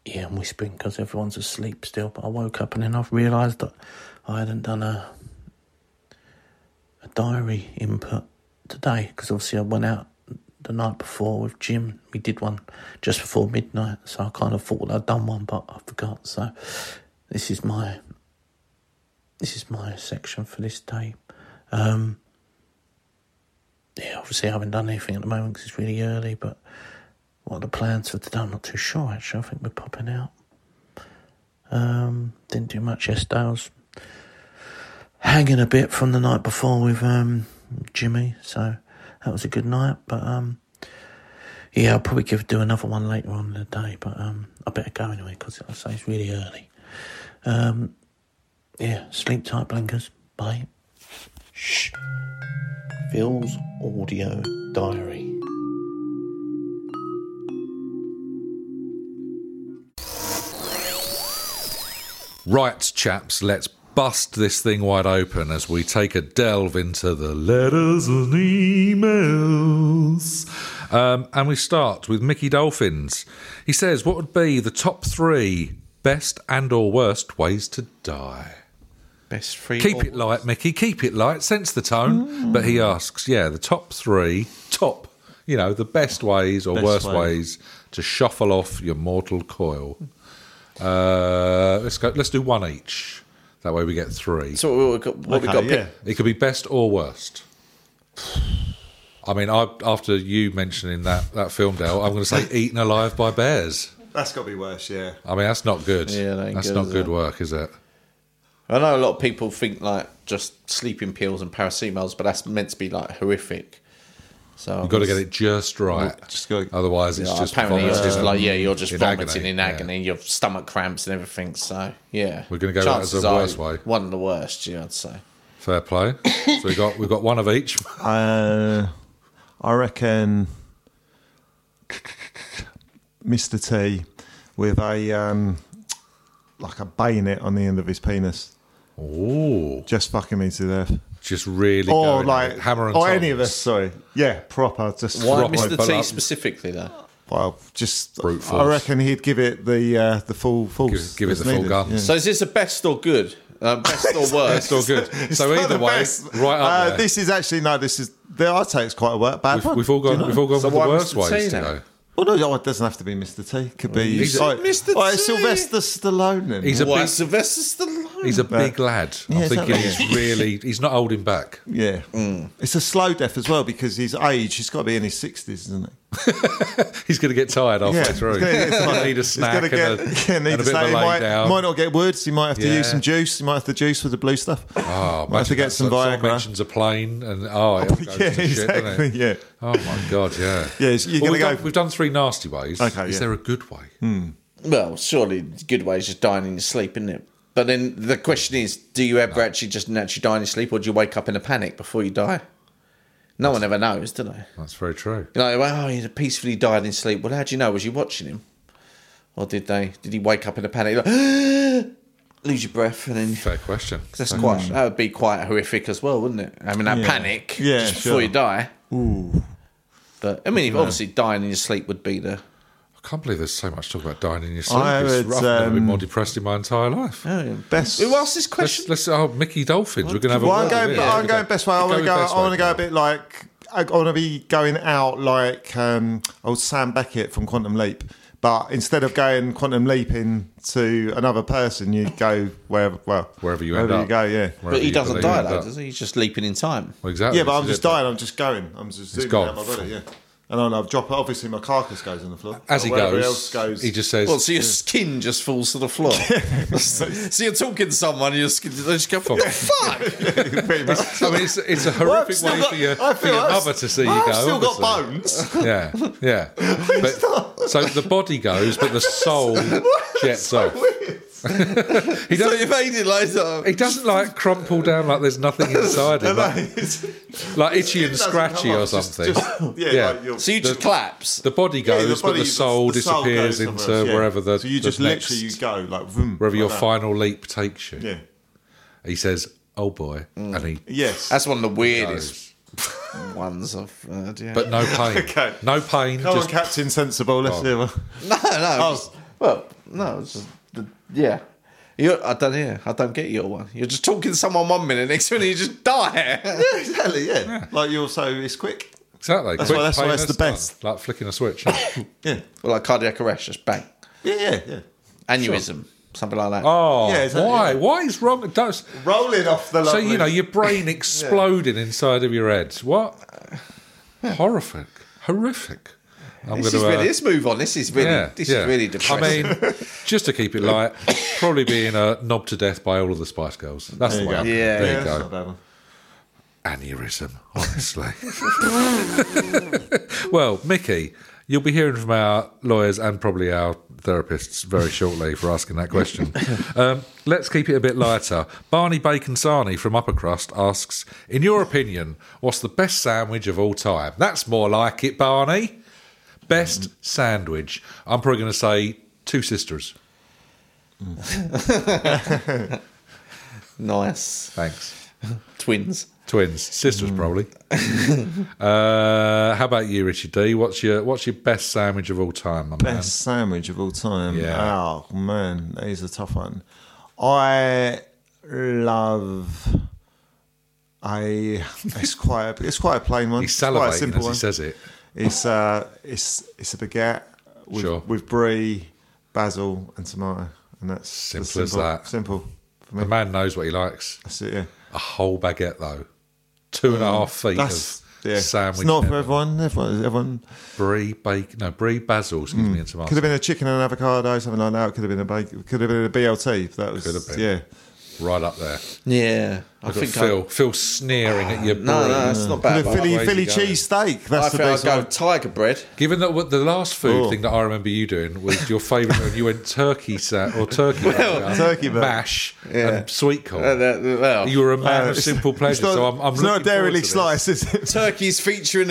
[SPEAKER 3] Yeah, I'm whispering because everyone's asleep still. But I woke up and then I've realised that I hadn't done a a diary input today because obviously I went out the night before with Jim. We did one just before midnight, so I kind of thought I'd done one, but I forgot. So this is my this is my section for this day. Um, yeah, obviously I haven't done anything at the moment because it's really early, but what are the plans for today? I'm not too sure actually. I think we're popping out. Um, didn't do much yesterday. I was hanging a bit from the night before with um, Jimmy, so that was a good night. But um, yeah, I'll probably give do another one later on in the day. But um, I better go anyway because I say it's really early. Um, yeah, sleep tight, blinkers. Bye. Shh. Phil's audio diary.
[SPEAKER 1] Right, chaps, let's bust this thing wide open as we take a delve into the letters and emails. Um, and we start with Mickey Dolphins. He says, "What would be the top three best and or worst ways to die?"
[SPEAKER 5] Best free.
[SPEAKER 1] Keep it light, Mickey. Keep it light. Sense the tone.
[SPEAKER 6] Mm.
[SPEAKER 1] But he asks, yeah, the top three, top, you know, the best ways or
[SPEAKER 2] Best
[SPEAKER 1] worst
[SPEAKER 2] way.
[SPEAKER 1] ways to shuffle off your mortal coil. Uh, let's go. Let's do one each. That way we get three.
[SPEAKER 6] so what we got, what we
[SPEAKER 2] Okay,
[SPEAKER 6] got
[SPEAKER 2] yeah.
[SPEAKER 6] picked-
[SPEAKER 1] It could be best or worst. I mean, I, after you mentioning that that film, Dale, I'm going to say eaten alive by bears.
[SPEAKER 2] That's got to be worse. Yeah,
[SPEAKER 1] I mean, that's not good.
[SPEAKER 6] Yeah, that ain't
[SPEAKER 1] that's
[SPEAKER 6] good,
[SPEAKER 1] not
[SPEAKER 6] is
[SPEAKER 1] good
[SPEAKER 6] it?
[SPEAKER 1] work, is it?
[SPEAKER 6] I know a lot of people think like just sleeping pills and paracetamol, but that's meant to be like horrific. So
[SPEAKER 1] You've got to get it just right.
[SPEAKER 2] just gotta-
[SPEAKER 1] Otherwise, it's
[SPEAKER 6] Yeah,
[SPEAKER 1] just
[SPEAKER 6] apparently you're just
[SPEAKER 1] vomiting
[SPEAKER 6] like yeah, you're just
[SPEAKER 1] in
[SPEAKER 6] vomiting
[SPEAKER 1] agony,
[SPEAKER 6] in
[SPEAKER 1] yeah.
[SPEAKER 6] agony, your stomach cramps and everything. So yeah,
[SPEAKER 1] We're gonna go that as the
[SPEAKER 6] Chances are
[SPEAKER 1] worst way.
[SPEAKER 6] One of the worst, yeah, I'd say.
[SPEAKER 1] Fair play. so we got we've got one of each.
[SPEAKER 2] uh, I reckon Mr T with a um, like a bayonet on the end of his penis,
[SPEAKER 1] Ooh,
[SPEAKER 2] just fucking me to death.
[SPEAKER 1] just really
[SPEAKER 2] Or
[SPEAKER 1] going at
[SPEAKER 2] like
[SPEAKER 1] it. hammer and
[SPEAKER 2] or
[SPEAKER 1] tongs.
[SPEAKER 2] any of us. Sorry, yeah, proper just
[SPEAKER 6] Why
[SPEAKER 1] Rock
[SPEAKER 6] Mr.
[SPEAKER 1] my
[SPEAKER 6] T
[SPEAKER 1] butt up.
[SPEAKER 6] specifically though?
[SPEAKER 2] Well, just
[SPEAKER 1] Brute force.
[SPEAKER 2] I reckon he'd give it the uh, the full force.
[SPEAKER 1] Give- give it
[SPEAKER 2] that's
[SPEAKER 1] the full
[SPEAKER 2] needed.
[SPEAKER 1] gun.
[SPEAKER 6] So is this a best or good? Uh, best or worst?
[SPEAKER 1] It's all good.
[SPEAKER 2] It's
[SPEAKER 1] so
[SPEAKER 2] not
[SPEAKER 1] either
[SPEAKER 2] the
[SPEAKER 1] way,
[SPEAKER 2] best.
[SPEAKER 1] right up
[SPEAKER 2] uh,
[SPEAKER 1] there.
[SPEAKER 2] This is actually no. This is there. I say it's quite a work, bad
[SPEAKER 1] we've,
[SPEAKER 2] one.
[SPEAKER 1] we've all gone. We've all gone
[SPEAKER 6] So
[SPEAKER 1] for the
[SPEAKER 6] why
[SPEAKER 1] worst
[SPEAKER 6] Mr. T
[SPEAKER 1] ways to
[SPEAKER 6] now?
[SPEAKER 1] go.
[SPEAKER 2] Well, no, no, it doesn't have to be Mr. T. It could be
[SPEAKER 1] Mm. He's-
[SPEAKER 2] oh,
[SPEAKER 6] Mr.
[SPEAKER 2] oh, it's
[SPEAKER 6] T.
[SPEAKER 2] Sylvester Stallone. Then.
[SPEAKER 1] He's a
[SPEAKER 6] Why
[SPEAKER 1] big-
[SPEAKER 6] Sylvester Stallone?
[SPEAKER 1] He's a big lad.
[SPEAKER 2] Yeah,
[SPEAKER 1] I'm thinking
[SPEAKER 2] exactly.
[SPEAKER 1] he's really, he's not holding back.
[SPEAKER 2] Yeah.
[SPEAKER 1] Mm.
[SPEAKER 2] It's a slow death as well because his age, he's got to be in his 60s, isn't he?
[SPEAKER 1] He's going to get tired halfway
[SPEAKER 2] Yeah,
[SPEAKER 1] through.
[SPEAKER 2] he's gonna get
[SPEAKER 1] He's gonna
[SPEAKER 2] tired.
[SPEAKER 1] need a
[SPEAKER 2] He's
[SPEAKER 1] snack
[SPEAKER 2] gonna
[SPEAKER 1] and,
[SPEAKER 2] get-
[SPEAKER 1] a,
[SPEAKER 2] yeah,
[SPEAKER 1] and a bit
[SPEAKER 2] need
[SPEAKER 1] of
[SPEAKER 2] to
[SPEAKER 1] a
[SPEAKER 2] say,
[SPEAKER 1] lay
[SPEAKER 2] he might,
[SPEAKER 1] down.
[SPEAKER 2] might not get words. He might have to
[SPEAKER 1] Yeah.
[SPEAKER 2] use some juice. He might have to juice with the blue stuff.
[SPEAKER 1] Oh,
[SPEAKER 2] might have to
[SPEAKER 1] imagine
[SPEAKER 2] get
[SPEAKER 1] that.
[SPEAKER 2] some
[SPEAKER 1] Someone
[SPEAKER 2] Viagra.
[SPEAKER 1] mentions a plane and oh, it all goes
[SPEAKER 2] yeah,
[SPEAKER 1] to shit, doesn't it?
[SPEAKER 2] exactly. Yeah.
[SPEAKER 1] Oh my god, yeah.
[SPEAKER 2] Yeah, so you're
[SPEAKER 1] Well,
[SPEAKER 2] gonna
[SPEAKER 1] we've,
[SPEAKER 2] go-
[SPEAKER 1] done, we've done three nasty ways.
[SPEAKER 2] Okay,
[SPEAKER 1] Is
[SPEAKER 2] yeah.
[SPEAKER 1] there a good way?
[SPEAKER 6] Well, surely the good way is just dying in your sleep, isn't it? But then the question is, do you ever actually just naturally die in your sleep, or do you wake up in a panic before you die? No one ever knows, do they?
[SPEAKER 1] That's very true.
[SPEAKER 6] You know, well, oh, he peacefully died in sleep. Well, how do you know? Was you watching him, or did they? Did he wake up in a panic, like, lose your breath, and then?
[SPEAKER 1] Fair question.
[SPEAKER 6] 'cause That's quite. That would be quite horrific as well, wouldn't it? I mean, that
[SPEAKER 2] Yeah.
[SPEAKER 6] panic
[SPEAKER 2] Yeah,
[SPEAKER 6] just
[SPEAKER 2] sure.
[SPEAKER 6] before you die. Ooh. But I mean, obviously, dying in your sleep would be the.
[SPEAKER 1] I can't believe there's so much talk about dying in your sleep.
[SPEAKER 2] I
[SPEAKER 1] it's
[SPEAKER 2] would,
[SPEAKER 1] rough. I've never been
[SPEAKER 2] um,
[SPEAKER 1] more depressed in my entire life.
[SPEAKER 2] Best.
[SPEAKER 6] Who asked this question?
[SPEAKER 1] Let's, let's oh Mickey Dolphins. We're gonna have a
[SPEAKER 2] Well, I'm
[SPEAKER 1] word
[SPEAKER 2] going,
[SPEAKER 1] with it.
[SPEAKER 2] I'm going best way. I want to
[SPEAKER 1] with
[SPEAKER 2] go.
[SPEAKER 1] best
[SPEAKER 2] I want
[SPEAKER 1] way,
[SPEAKER 2] to go a
[SPEAKER 1] pal.
[SPEAKER 2] bit like I want to be going out like um, old Sam Beckett from Quantum Leap, but instead of going Quantum Leaping to another person, you go wherever. Well,
[SPEAKER 1] Wherever you
[SPEAKER 2] wherever
[SPEAKER 1] end
[SPEAKER 2] you
[SPEAKER 1] up.
[SPEAKER 2] go, yeah.
[SPEAKER 1] Wherever
[SPEAKER 6] But he
[SPEAKER 1] you go,
[SPEAKER 6] doesn't
[SPEAKER 1] there you
[SPEAKER 6] die
[SPEAKER 1] end
[SPEAKER 6] though,
[SPEAKER 1] up.
[SPEAKER 6] does he? He's just leaping in time.
[SPEAKER 1] Well, exactly.
[SPEAKER 2] Yeah, but I'm
[SPEAKER 1] this is
[SPEAKER 2] just
[SPEAKER 1] it.
[SPEAKER 2] dying. I'm just going. I'm just zooming
[SPEAKER 1] gone.
[SPEAKER 2] out my body. Yeah, and I'll, I'll drop it. Obviously, my carcass goes on the floor.
[SPEAKER 1] As he
[SPEAKER 2] But wherever
[SPEAKER 1] goes,
[SPEAKER 2] else goes.
[SPEAKER 1] he just says,
[SPEAKER 6] Well, so your skin just falls to the floor. so you're talking to someone, and your skin they just go, "What the fuck?"
[SPEAKER 2] Pretty much.
[SPEAKER 1] I mean, it's, it's a
[SPEAKER 2] Well, I've
[SPEAKER 1] horrific
[SPEAKER 2] still
[SPEAKER 1] way
[SPEAKER 2] got-
[SPEAKER 1] for your,
[SPEAKER 2] I
[SPEAKER 1] for
[SPEAKER 2] feel
[SPEAKER 1] your
[SPEAKER 2] I've-
[SPEAKER 1] mother to see you go.
[SPEAKER 2] I've still got
[SPEAKER 1] obviously.
[SPEAKER 2] bones.
[SPEAKER 1] Yeah, yeah. But, so the body goes, but the soul jets off. he
[SPEAKER 6] so
[SPEAKER 1] doesn't.
[SPEAKER 6] you made it like
[SPEAKER 1] He
[SPEAKER 6] that.
[SPEAKER 1] doesn't like crumple down like there's nothing inside him, like,
[SPEAKER 2] It's-
[SPEAKER 1] like itchy and
[SPEAKER 2] it doesn't
[SPEAKER 1] scratchy
[SPEAKER 2] come
[SPEAKER 1] or
[SPEAKER 2] off, just-
[SPEAKER 1] something.
[SPEAKER 2] just- yeah,
[SPEAKER 1] Yeah.
[SPEAKER 2] Like you're-
[SPEAKER 6] So you just collapse.
[SPEAKER 1] The body goes,
[SPEAKER 2] Yeah,
[SPEAKER 1] but
[SPEAKER 2] body-
[SPEAKER 1] the soul
[SPEAKER 2] the
[SPEAKER 1] disappears
[SPEAKER 2] goes somewhere
[SPEAKER 1] into
[SPEAKER 2] else, yeah.
[SPEAKER 1] wherever the
[SPEAKER 2] So
[SPEAKER 1] the
[SPEAKER 2] you just
[SPEAKER 1] next,
[SPEAKER 2] literally you go like vroom,
[SPEAKER 1] wherever
[SPEAKER 2] like
[SPEAKER 1] your
[SPEAKER 2] that.
[SPEAKER 1] final leap takes you.
[SPEAKER 2] Yeah. Mm.
[SPEAKER 1] He says, "Oh boy," and he
[SPEAKER 2] Yes.
[SPEAKER 6] That's one of the weirdest ones I've heard. Yeah.
[SPEAKER 1] but no pain.
[SPEAKER 2] Okay.
[SPEAKER 1] No pain.
[SPEAKER 2] Come
[SPEAKER 1] just Oh.
[SPEAKER 2] on, Captain Sensible. Let's do it.
[SPEAKER 6] no, no. just- well, no. It's just, the- yeah. You're, I don't hear. I don't get your one. You're just talking to someone one minute, next minute you just die.
[SPEAKER 2] Yeah, exactly. Yeah. Like you're so it's quick.
[SPEAKER 1] exactly.
[SPEAKER 2] That's
[SPEAKER 1] Quick
[SPEAKER 2] why- that's why
[SPEAKER 1] painless
[SPEAKER 2] it's the
[SPEAKER 1] done.
[SPEAKER 2] best.
[SPEAKER 1] Like flicking a switch. isn't it?
[SPEAKER 2] Yeah.
[SPEAKER 6] well, like cardiac arrest, just bang,
[SPEAKER 2] Yeah. Yeah. Yeah.
[SPEAKER 6] aneurysm, something like that.
[SPEAKER 1] oh,
[SPEAKER 2] Yeah, exactly.
[SPEAKER 1] why? Why is wrong? Does,
[SPEAKER 2] Rolling off the.
[SPEAKER 1] so
[SPEAKER 2] lovely-
[SPEAKER 1] you know your brain exploding inside of your head. What? Horrific. Horrific. I'm
[SPEAKER 6] This
[SPEAKER 1] gonna,
[SPEAKER 6] is really,
[SPEAKER 1] uh,
[SPEAKER 6] let's move on. This is really, this is really depressing.
[SPEAKER 1] I mean, just to keep it light, probably being a knob to death by all of the Spice Girls. That's the
[SPEAKER 2] There you
[SPEAKER 1] way.
[SPEAKER 2] go.
[SPEAKER 1] up.
[SPEAKER 6] Yeah.
[SPEAKER 1] there
[SPEAKER 2] Yeah,
[SPEAKER 1] you
[SPEAKER 2] that's
[SPEAKER 1] go.
[SPEAKER 2] not a bad one.
[SPEAKER 1] Aneurysm, honestly. well, Mickey, you'll be hearing from our lawyers and probably our therapists very shortly for asking that question. Um, let's keep it a bit lighter. Barney Bacon Sarney from Upper Crust asks, in your opinion, what's the best sandwich of all time? That's more like it, Barney. Best sandwich. I'm probably going to say two sisters.
[SPEAKER 6] nice
[SPEAKER 1] Thanks.
[SPEAKER 6] twins.
[SPEAKER 1] Twins,
[SPEAKER 2] Mm.
[SPEAKER 1] sisters, probably. uh, how about you, Richard D? What's your What's your best sandwich of all time, my man?
[SPEAKER 2] Best sandwich of all time.
[SPEAKER 1] Um, Yeah.
[SPEAKER 2] Oh man, that is a tough one. I love a. It's quite. A, it's quite a plain one.
[SPEAKER 1] He's
[SPEAKER 2] it's quite a
[SPEAKER 1] salivating
[SPEAKER 2] simple
[SPEAKER 1] as he
[SPEAKER 2] one.
[SPEAKER 1] says it.
[SPEAKER 2] It's uh, it's it's a baguette with,
[SPEAKER 1] Sure.
[SPEAKER 2] with brie, basil, and tomato, and that's
[SPEAKER 1] Simple
[SPEAKER 2] that's simple
[SPEAKER 1] as that.
[SPEAKER 2] Simple for
[SPEAKER 1] The
[SPEAKER 2] me.
[SPEAKER 1] man knows what he likes.
[SPEAKER 2] That's it. Yeah,
[SPEAKER 1] A whole baguette, though. Two and a half feet
[SPEAKER 2] Mm. that's
[SPEAKER 1] of
[SPEAKER 2] yeah.
[SPEAKER 1] sandwich.
[SPEAKER 2] it's not for
[SPEAKER 1] pepper.
[SPEAKER 2] everyone. Everyone, everyone
[SPEAKER 1] Brie, bacon, no, brie, basil, excuse me, and tomato.
[SPEAKER 2] could have Mm. been a chicken and avocado, something like that. Could have been a bacon. Could have been a BLT. That was
[SPEAKER 1] Could have been.
[SPEAKER 2] yeah.
[SPEAKER 1] Right up there.
[SPEAKER 6] Yeah,
[SPEAKER 1] I've got Phil. Phil sneering at your brie.
[SPEAKER 6] No, no, it's not bad.
[SPEAKER 2] The
[SPEAKER 6] but
[SPEAKER 2] Philly
[SPEAKER 1] way
[SPEAKER 2] Philly
[SPEAKER 1] to go.
[SPEAKER 2] cheese steak.
[SPEAKER 6] I,
[SPEAKER 2] That's the
[SPEAKER 6] think I'd
[SPEAKER 2] best
[SPEAKER 6] go
[SPEAKER 2] one.
[SPEAKER 6] tiger bread.
[SPEAKER 1] Given that what the last food
[SPEAKER 2] Oh.
[SPEAKER 1] thing that I remember you doing was your favourite, and you went turkey sa- or turkey, burger,
[SPEAKER 2] turkey burger.
[SPEAKER 1] mash, and sweet corn.
[SPEAKER 6] Uh, that- well,
[SPEAKER 1] You were a man of
[SPEAKER 2] Uh, it's-
[SPEAKER 1] simple
[SPEAKER 2] it's
[SPEAKER 1] pleasure,
[SPEAKER 2] not-
[SPEAKER 1] so I'm, I'm
[SPEAKER 2] it's not a
[SPEAKER 1] looking forward
[SPEAKER 2] dairy
[SPEAKER 1] to
[SPEAKER 2] league
[SPEAKER 1] this.
[SPEAKER 2] slice, is it?
[SPEAKER 6] Turkey's featuring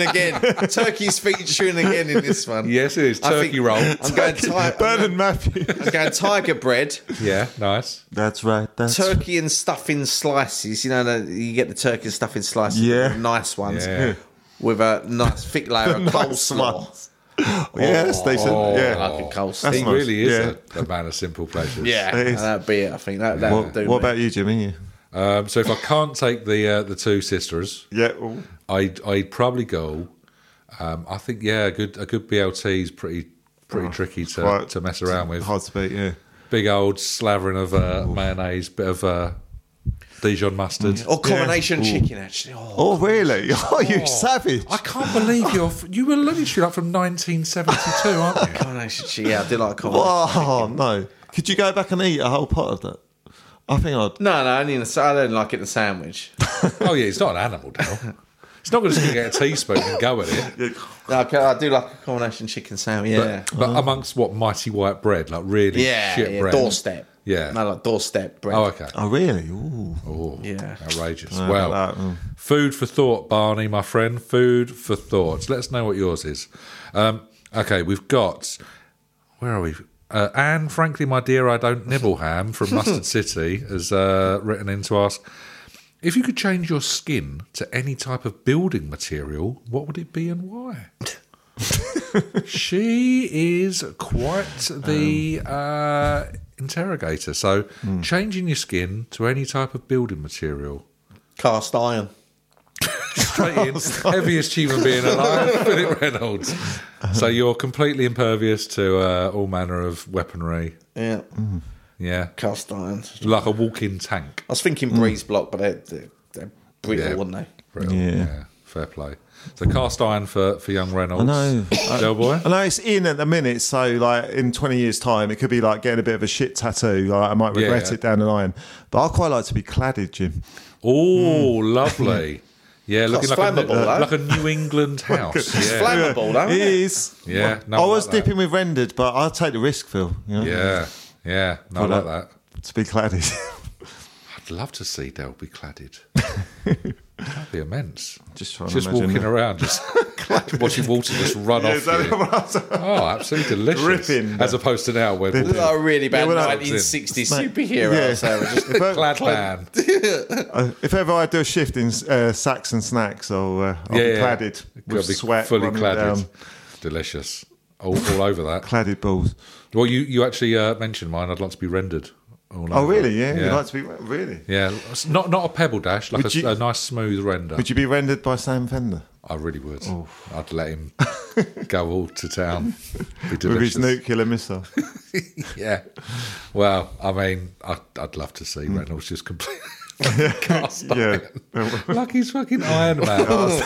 [SPEAKER 6] again. Turkey's featuring again in this one.
[SPEAKER 1] Yes, it is.
[SPEAKER 6] I
[SPEAKER 1] Turkey
[SPEAKER 6] think-
[SPEAKER 1] roll.
[SPEAKER 6] I'm going, ti-
[SPEAKER 2] Bernard Matthews.
[SPEAKER 6] I'm going tiger bread,
[SPEAKER 1] Yeah, nice.
[SPEAKER 2] That's right. That's
[SPEAKER 6] turkey and stuff in slices. You know, the, you get the turkey and stuff in slices.
[SPEAKER 2] Yeah.
[SPEAKER 6] the nice ones
[SPEAKER 1] Yeah.
[SPEAKER 6] with a nice thick layer of
[SPEAKER 2] nice
[SPEAKER 6] coleslaw. Oh,
[SPEAKER 2] ones. yeah, that's decent.
[SPEAKER 1] Oh,
[SPEAKER 6] I
[SPEAKER 2] Yeah. Oh,
[SPEAKER 6] like a coleslaw.
[SPEAKER 2] That's
[SPEAKER 1] He
[SPEAKER 2] nice.
[SPEAKER 1] really is
[SPEAKER 2] Yeah.
[SPEAKER 1] a, a man of simple pleasures.
[SPEAKER 6] Yeah,
[SPEAKER 2] It is.
[SPEAKER 6] that'd be it. I think that that would
[SPEAKER 2] What,
[SPEAKER 6] do.
[SPEAKER 2] what
[SPEAKER 6] me.
[SPEAKER 2] about you, Jimmy?
[SPEAKER 1] Um, so if I can't take the uh, the two sisters,
[SPEAKER 2] Yeah. ooh.
[SPEAKER 1] I'd I'd probably go. Um, I think yeah, a good a good BLT is pretty pretty tricky to,
[SPEAKER 2] Oh, quite
[SPEAKER 1] to mess around with.
[SPEAKER 2] Hard to beat, yeah.
[SPEAKER 1] big old slavering of uh, mayonnaise, bit of uh, Dijon mustard.
[SPEAKER 2] Mm.
[SPEAKER 6] Or coronation Oh, chicken, actually. Oh,
[SPEAKER 2] Oh, really? Oh, you savage.
[SPEAKER 1] I can't believe you're. F- you were literally like from 1972, aren't you?
[SPEAKER 6] coronation chicken. Yeah, I did like coronation.
[SPEAKER 2] Oh, no. Could you go back and eat a whole pot of that? I think I'd.
[SPEAKER 6] No, no, only in the, I don't like it in the sandwich.
[SPEAKER 1] Oh yeah, it's not an animal now. It's not going to get a teaspoon and go at it.
[SPEAKER 6] No, I ca- I do like a coronation chicken sandwich. Yeah.
[SPEAKER 1] But amongst what mighty white bread, like really
[SPEAKER 6] Uh-huh. yeah,
[SPEAKER 1] shit
[SPEAKER 6] yeah,
[SPEAKER 1] bread,
[SPEAKER 6] doorstep.
[SPEAKER 1] Yeah.
[SPEAKER 6] No, like doorstep bread.
[SPEAKER 1] Oh okay.
[SPEAKER 2] Oh, really? Ooh.
[SPEAKER 1] Oh,
[SPEAKER 6] Yeah.
[SPEAKER 1] outrageous.
[SPEAKER 2] Yeah,
[SPEAKER 1] well,
[SPEAKER 2] that, mm.
[SPEAKER 1] food for thought, Barney, my friend. Food for thought. Let us know what yours is. Um, okay, we've got. Where are we? Uh, Anne, frankly, my dear, I don't nibble ham from Mustard City has uh, written in to ask if you could change your skin to any type of building material, what would it be and why? she is quite the uh, interrogator. So, changing your skin to any type of building material.
[SPEAKER 6] Cast iron.
[SPEAKER 1] Straight in, heaviest human being alive, Philip Reynolds. So, you're completely impervious to uh, all manner of weaponry.
[SPEAKER 6] Yeah.
[SPEAKER 1] Yeah.
[SPEAKER 6] Cast iron.
[SPEAKER 1] Like a walk in tank.
[SPEAKER 6] I was thinking breeze block, but they're, they're, they're brittle,
[SPEAKER 1] Mm. Yeah.
[SPEAKER 6] wouldn't they?
[SPEAKER 1] Real.
[SPEAKER 2] Yeah.
[SPEAKER 1] Fair play. So, cast iron for, for young Reynolds.
[SPEAKER 2] know.
[SPEAKER 1] Del boy.
[SPEAKER 2] I know it's in at the minute, so like in 20 years' time, it could be like getting a bit of a shit tattoo. Like I might regret
[SPEAKER 1] Yeah.
[SPEAKER 2] it down the line, but I quite like to be cladded, Jim.
[SPEAKER 1] Oh,
[SPEAKER 2] Mm.
[SPEAKER 1] lovely. Yeah, looking like
[SPEAKER 6] That's
[SPEAKER 1] a,
[SPEAKER 6] flammable, though.
[SPEAKER 1] like a New England house. yeah.
[SPEAKER 6] Flammable, though.
[SPEAKER 2] It
[SPEAKER 6] isn't it?
[SPEAKER 2] is.
[SPEAKER 1] Yeah, no,
[SPEAKER 2] I
[SPEAKER 1] I
[SPEAKER 2] was
[SPEAKER 1] like that.
[SPEAKER 2] dipping with rendered, but I'll take the risk, Phil. You know,
[SPEAKER 1] Yeah, yeah. No, I like that.
[SPEAKER 2] To be cladded.
[SPEAKER 1] I'd love to see Delby cladded. That'd be immense.
[SPEAKER 2] just trying
[SPEAKER 1] Just
[SPEAKER 2] to imagine
[SPEAKER 1] walking
[SPEAKER 2] that.
[SPEAKER 1] around, just watching water just run off.
[SPEAKER 2] Exactly
[SPEAKER 1] you.
[SPEAKER 2] what I was-
[SPEAKER 1] Oh, absolutely delicious.
[SPEAKER 2] Ripping.
[SPEAKER 1] As opposed to now, where
[SPEAKER 6] This is like a really bad
[SPEAKER 2] Yeah, well, I-
[SPEAKER 6] 1960s
[SPEAKER 2] Mate,
[SPEAKER 6] superhero.
[SPEAKER 2] yeah.
[SPEAKER 6] So we're just
[SPEAKER 2] If I-
[SPEAKER 1] clad man.
[SPEAKER 2] Uh, if ever I do a shift in uh, sacks and snacks, I'll, uh, I'll be cladded
[SPEAKER 1] Gotta
[SPEAKER 2] with
[SPEAKER 1] be
[SPEAKER 2] sweat,
[SPEAKER 1] fully
[SPEAKER 2] running
[SPEAKER 1] cladded.
[SPEAKER 2] down,
[SPEAKER 1] Delicious. All, all over that.
[SPEAKER 2] cladded balls.
[SPEAKER 1] Well, you you actually uh, mentioned mine. I'd like to be rendered. All
[SPEAKER 2] Oh,
[SPEAKER 1] over.
[SPEAKER 2] really? Yeah, you like to be really?
[SPEAKER 1] Yeah, it's not not a pebble dash, like
[SPEAKER 2] Would
[SPEAKER 1] a,
[SPEAKER 2] you-
[SPEAKER 1] a nice smooth render.
[SPEAKER 2] Would you be rendered by Sam Fender
[SPEAKER 1] I really would. I'd let him go all to town. Be
[SPEAKER 2] with his
[SPEAKER 1] delicious.
[SPEAKER 2] nuclear missile?
[SPEAKER 1] yeah. Well, I mean, I'd, I'd love to see
[SPEAKER 2] Hmm.
[SPEAKER 1] Reynolds just completely cast
[SPEAKER 2] yeah,
[SPEAKER 1] iron. like he's fucking Iron Man.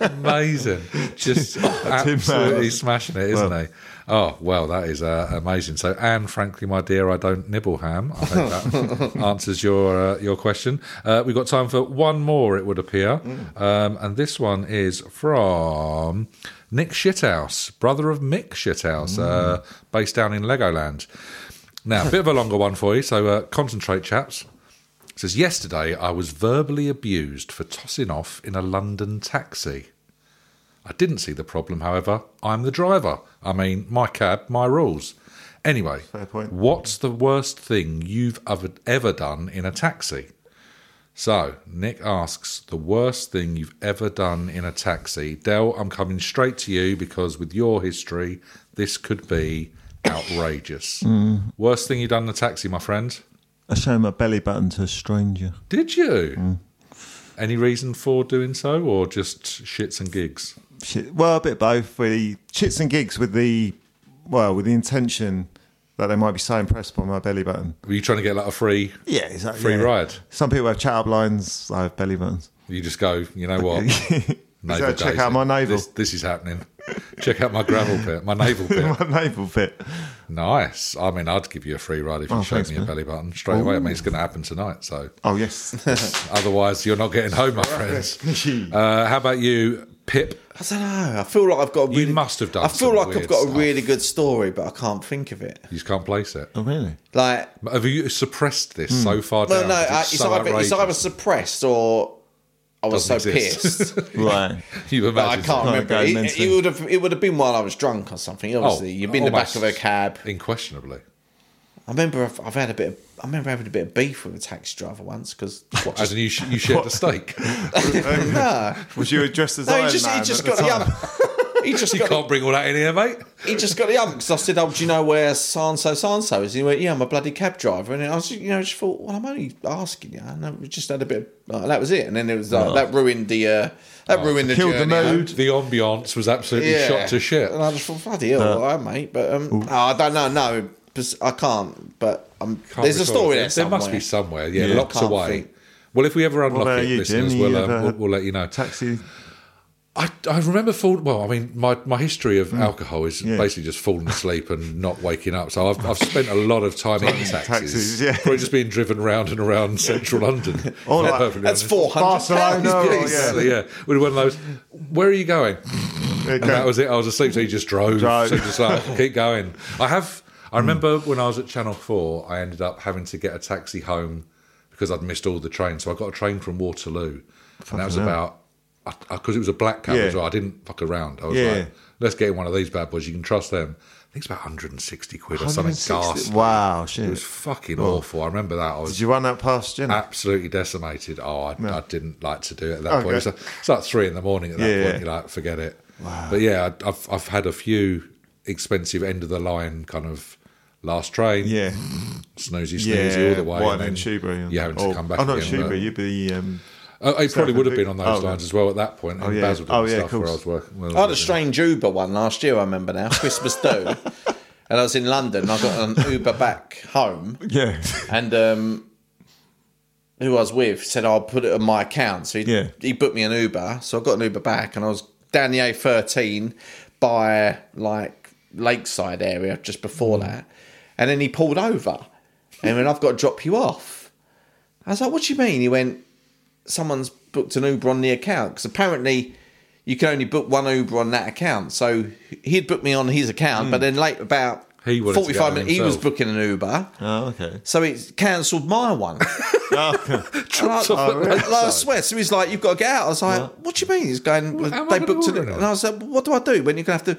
[SPEAKER 1] amazing. Just absolutely
[SPEAKER 2] Man.
[SPEAKER 1] smashing it, isn't he? Oh, well, that is uh, amazing. So, Anne, frankly, my dear, I don't nibble ham. I hope that answers your uh, your question. Uh, we've got time for one more, it would appear. Um, and this one is from Nick Shithouse, brother of Mick Shithouse, uh, based down in Legoland. Now, a bit of a longer one for you, so uh, concentrate, chaps. It says, Yesterday I was verbally abused for tossing off in a London taxi. I didn't see the problem, however. I'm the driver. I mean, my cab, my rules. Anyway,
[SPEAKER 2] Fair point.
[SPEAKER 1] what's the worst thing you've ever, ever done in a taxi? So, Nick asks, the worst thing you've ever done in a taxi? Dell, I'm coming straight to you because with your history, this could be outrageous. Worst thing you've done in a taxi, my friend?
[SPEAKER 2] I show my belly button to a stranger.
[SPEAKER 1] Did you? Any reason for doing so, or just shits and gigs?
[SPEAKER 2] Shit. Well, a bit of both. Really, chits and gigs with the well, with the intention that they might be so impressed by my belly button.
[SPEAKER 1] Were you trying to get like a free?
[SPEAKER 2] Yeah, exactly.
[SPEAKER 1] Free
[SPEAKER 2] yeah.
[SPEAKER 1] ride.
[SPEAKER 2] Some people have chat up lines. I have belly buttons.
[SPEAKER 1] You just go. You know what? Navel
[SPEAKER 2] Check
[SPEAKER 1] gazing.
[SPEAKER 2] out my navel.
[SPEAKER 1] This, this is happening. Check out my gravel pit, my navel pit.
[SPEAKER 2] my navel fit.
[SPEAKER 1] nice. I mean, I'd give you a free ride if you
[SPEAKER 2] Oh,
[SPEAKER 1] showed
[SPEAKER 2] thanks,
[SPEAKER 1] me a
[SPEAKER 2] man.
[SPEAKER 1] belly button straight away. I mean, it's going to happen tonight. So
[SPEAKER 2] Oh yes.
[SPEAKER 1] otherwise, you're not getting home, my friends. Uh, how about you, Pip?
[SPEAKER 6] I don't know. I feel like I've got. A
[SPEAKER 1] You
[SPEAKER 6] really,
[SPEAKER 1] must have done
[SPEAKER 6] I feel
[SPEAKER 1] some
[SPEAKER 6] like I've
[SPEAKER 1] weird
[SPEAKER 6] got
[SPEAKER 1] stuff.
[SPEAKER 6] a really good story, but I can't think of it.
[SPEAKER 1] You just can't place it.
[SPEAKER 2] oh really?
[SPEAKER 6] Like,
[SPEAKER 1] Have you suppressed this
[SPEAKER 2] Hmm.
[SPEAKER 1] so far
[SPEAKER 6] no,
[SPEAKER 1] down?
[SPEAKER 6] no,
[SPEAKER 1] 'Cause
[SPEAKER 6] I,
[SPEAKER 1] it's
[SPEAKER 6] it's,
[SPEAKER 1] so
[SPEAKER 6] either, it's
[SPEAKER 1] outrageous.
[SPEAKER 6] either suppressed or I was
[SPEAKER 1] Doesn't
[SPEAKER 6] so
[SPEAKER 1] exist.
[SPEAKER 6] pissed.
[SPEAKER 2] Right.
[SPEAKER 1] You
[SPEAKER 6] But I
[SPEAKER 1] imagine
[SPEAKER 6] can't
[SPEAKER 1] it.
[SPEAKER 6] remember.
[SPEAKER 2] going Oh,
[SPEAKER 6] It,
[SPEAKER 2] mentally.
[SPEAKER 6] it would have it would have been while I was drunk or something. Obviously, you've been in the back of a
[SPEAKER 1] almost
[SPEAKER 6] cab.
[SPEAKER 1] Unquestionably.
[SPEAKER 6] I remember I've, I've had a bit. Of, I remember having a bit of beef with a taxi driver once because no,
[SPEAKER 1] As in you, sh- you shared the steak.
[SPEAKER 2] Was you dressed Oh, as
[SPEAKER 6] he
[SPEAKER 2] Iron
[SPEAKER 6] just
[SPEAKER 2] Man?
[SPEAKER 6] he
[SPEAKER 2] at
[SPEAKER 6] just
[SPEAKER 2] the
[SPEAKER 6] got the
[SPEAKER 2] time?
[SPEAKER 6] ump. He just
[SPEAKER 1] you
[SPEAKER 6] got the,
[SPEAKER 1] can't bring all that in here, mate.
[SPEAKER 6] he just got the ump because I said, "Oh, do you know where Sanso Sanso is?" And he went, "Yeah, I'm a bloody cab driver." And I was, you know, I just thought, "Well, I'm only asking you." And I we just had a bit. Of, like, that was it. And then it was like, that ruined the uh, that ruined the
[SPEAKER 2] Killed the
[SPEAKER 6] journey.
[SPEAKER 2] mood.
[SPEAKER 1] The ambiance was absolutely shot to shit.
[SPEAKER 6] And I just thought, bloody hell, all right, mate. But um, oh, I don't know. No, pers- I can't. But I'm,
[SPEAKER 1] Can't
[SPEAKER 6] there's a
[SPEAKER 1] recall.
[SPEAKER 6] story there.
[SPEAKER 1] There must be
[SPEAKER 6] somewhere.
[SPEAKER 1] somewhere. Yeah,
[SPEAKER 2] Yeah.
[SPEAKER 1] locked
[SPEAKER 6] Can't
[SPEAKER 1] away.
[SPEAKER 6] think.
[SPEAKER 1] Well, if we ever unlock
[SPEAKER 2] about
[SPEAKER 1] it,
[SPEAKER 2] you, Jim?
[SPEAKER 1] listeners,
[SPEAKER 2] You
[SPEAKER 1] we'll, uh,
[SPEAKER 2] ever
[SPEAKER 1] we'll,
[SPEAKER 2] had-
[SPEAKER 1] we'll let you know.
[SPEAKER 2] Taxi.
[SPEAKER 1] I, I remember falling. Well, I mean, my, my history of alcohol is
[SPEAKER 2] Yeah.
[SPEAKER 1] basically just falling asleep and not waking up. So I've, I've spent a lot of time in taxis,
[SPEAKER 2] taxis, yeah.
[SPEAKER 1] probably just being driven round and around central London.
[SPEAKER 2] Or like-
[SPEAKER 6] That's four hundred.
[SPEAKER 2] Barcelona. or-
[SPEAKER 1] Yeah,
[SPEAKER 2] yeah.
[SPEAKER 1] yeah. With one of those. Where are you going?
[SPEAKER 2] Okay.
[SPEAKER 1] And that was it. I was asleep, so he just drove.
[SPEAKER 2] Drove. Hmm.
[SPEAKER 1] So just like keep going. I have. I remember when I was at Channel Four, I ended up having to get a taxi home because I'd missed all the trains. So I got a train from Waterloo, and that was about because it was a black cab
[SPEAKER 2] Yeah.
[SPEAKER 1] as well. I didn't fuck around. I was
[SPEAKER 2] Yeah.
[SPEAKER 1] like, let's get in one of these bad boys. You can trust them. I think it's about 160 quid or something.
[SPEAKER 2] 160.
[SPEAKER 1] Ghastly.
[SPEAKER 2] Wow,
[SPEAKER 1] It
[SPEAKER 2] shit.
[SPEAKER 1] was fucking
[SPEAKER 2] Oh.
[SPEAKER 1] awful. I remember that. I was
[SPEAKER 2] Did you run that past Jenna?
[SPEAKER 1] absolutely decimated. Oh, I, I didn't like to do it at that
[SPEAKER 2] Okay.
[SPEAKER 1] point. It's like, it's like three in the morning at that
[SPEAKER 2] Yeah,
[SPEAKER 1] point.
[SPEAKER 2] yeah.
[SPEAKER 1] You're like, forget it. But yeah, I- I've I've had a few expensive end of the line kind of last train,
[SPEAKER 2] yeah.
[SPEAKER 1] snoozy, snoozy
[SPEAKER 2] yeah.
[SPEAKER 1] all the way.
[SPEAKER 2] Why
[SPEAKER 1] and
[SPEAKER 2] then
[SPEAKER 1] then
[SPEAKER 2] Tuber? Yeah.
[SPEAKER 1] You having to
[SPEAKER 2] Or-
[SPEAKER 1] come back.
[SPEAKER 2] Oh, not
[SPEAKER 1] again,
[SPEAKER 2] Tuber.
[SPEAKER 1] but-
[SPEAKER 2] You'd be. Um,
[SPEAKER 1] Oh, it probably would have been on
[SPEAKER 2] Oh,
[SPEAKER 1] those
[SPEAKER 2] okay.
[SPEAKER 1] lines as well at that point. In
[SPEAKER 2] yeah.
[SPEAKER 1] Basildon
[SPEAKER 2] Oh,
[SPEAKER 1] and
[SPEAKER 2] yeah,
[SPEAKER 1] stuff
[SPEAKER 2] of
[SPEAKER 1] where I was
[SPEAKER 2] course.
[SPEAKER 1] working. well,
[SPEAKER 6] I had a
[SPEAKER 1] living.
[SPEAKER 6] Oh, strange Uber one last year. I remember now, Christmas do, and I was in London. and I got an Uber back home.
[SPEAKER 2] yeah.
[SPEAKER 6] and um, who I was with said I'll put it on my account. So he,
[SPEAKER 2] Yeah.
[SPEAKER 6] he booked me an Uber. So I got an Uber back, and I was down the A13 by like Lakeside area just before
[SPEAKER 1] Mm.
[SPEAKER 6] that, and then he pulled over, and went, I've got to drop you off. I was like, what do you mean? He went, someone's booked an Uber on the account because apparently. You can only book one Uber on that account, so he'd booked me on his account. But then, late about
[SPEAKER 1] Mm. He wanted to get
[SPEAKER 6] forty-five
[SPEAKER 1] on
[SPEAKER 6] minutes, he was
[SPEAKER 1] himself.
[SPEAKER 6] booking an Uber.
[SPEAKER 2] oh, okay.
[SPEAKER 6] So it cancelled my one. And I,
[SPEAKER 2] Oh,
[SPEAKER 6] and I swear. So he's like, "You've got to get out." I was like, "What do you mean?" He's going.
[SPEAKER 1] how am I
[SPEAKER 6] they
[SPEAKER 1] gonna
[SPEAKER 6] booked it,
[SPEAKER 1] order it?
[SPEAKER 6] and I was like, "What do I do when you're going to have to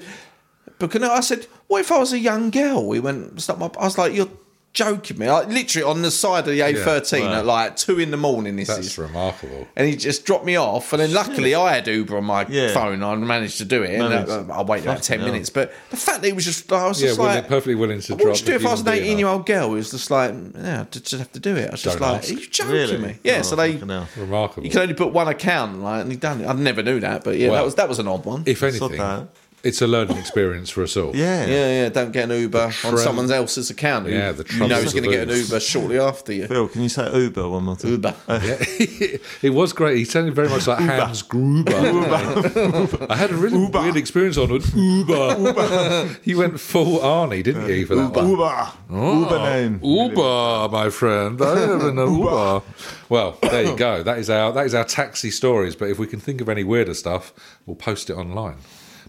[SPEAKER 6] book?" And I said, "What if I was a young girl?" We went. Stop my. I was like, "You're joking me!" Like literally on the side of the A13
[SPEAKER 2] Wow.
[SPEAKER 6] at like two in the morning. This
[SPEAKER 1] That's
[SPEAKER 6] is.
[SPEAKER 1] remarkable.
[SPEAKER 6] And he just dropped me off, and then luckily I had Uber on my
[SPEAKER 2] Yeah.
[SPEAKER 6] phone. I managed to do it.
[SPEAKER 2] Managed.
[SPEAKER 6] And uh, I, I waited like ten
[SPEAKER 2] hell.
[SPEAKER 6] minutes, but the fact that he was just, I was
[SPEAKER 1] Yeah,
[SPEAKER 6] just
[SPEAKER 1] willing,
[SPEAKER 6] like,
[SPEAKER 1] perfectly willing to
[SPEAKER 6] what
[SPEAKER 1] drop.
[SPEAKER 6] would you do
[SPEAKER 1] the
[SPEAKER 6] if I was an
[SPEAKER 1] human being
[SPEAKER 6] 18 year old girl who was just like, yeah, I just have to do it? I was just
[SPEAKER 1] Don't
[SPEAKER 6] like,
[SPEAKER 1] ask.
[SPEAKER 6] are you joking
[SPEAKER 2] Really?
[SPEAKER 6] me? Yeah,
[SPEAKER 2] Oh,
[SPEAKER 6] so they,
[SPEAKER 2] fucking hell.
[SPEAKER 1] up. Remarkable.
[SPEAKER 6] you can only put one account, like, and he done it. I never knew that, but yeah, that
[SPEAKER 1] Well,
[SPEAKER 6] was that was an odd one.
[SPEAKER 1] if
[SPEAKER 2] It's not
[SPEAKER 1] anything,
[SPEAKER 2] that.
[SPEAKER 1] it's a learning experience for us all.
[SPEAKER 2] Yeah.
[SPEAKER 6] yeah, yeah, don't get an Uber on
[SPEAKER 1] trouble-
[SPEAKER 6] someone else's account. who
[SPEAKER 1] Yeah, the
[SPEAKER 6] you know
[SPEAKER 1] troubles
[SPEAKER 6] he's going to
[SPEAKER 1] of
[SPEAKER 6] get an
[SPEAKER 1] Ubers.
[SPEAKER 6] Uber shortly after you.
[SPEAKER 2] Bill, can you say Uber one more time?
[SPEAKER 6] Uber.
[SPEAKER 1] it was great. He sounded very much like Hans Gruber. I had a really weird experience on with Uber. He went full Arnie, didn't he, for that one?
[SPEAKER 2] Uber. Uber name.
[SPEAKER 1] Oh. Uber, my friend. I have an Uber. Well, there you go. That is our that is our taxi stories. But if we can think of any weirder stuff, we'll post it online.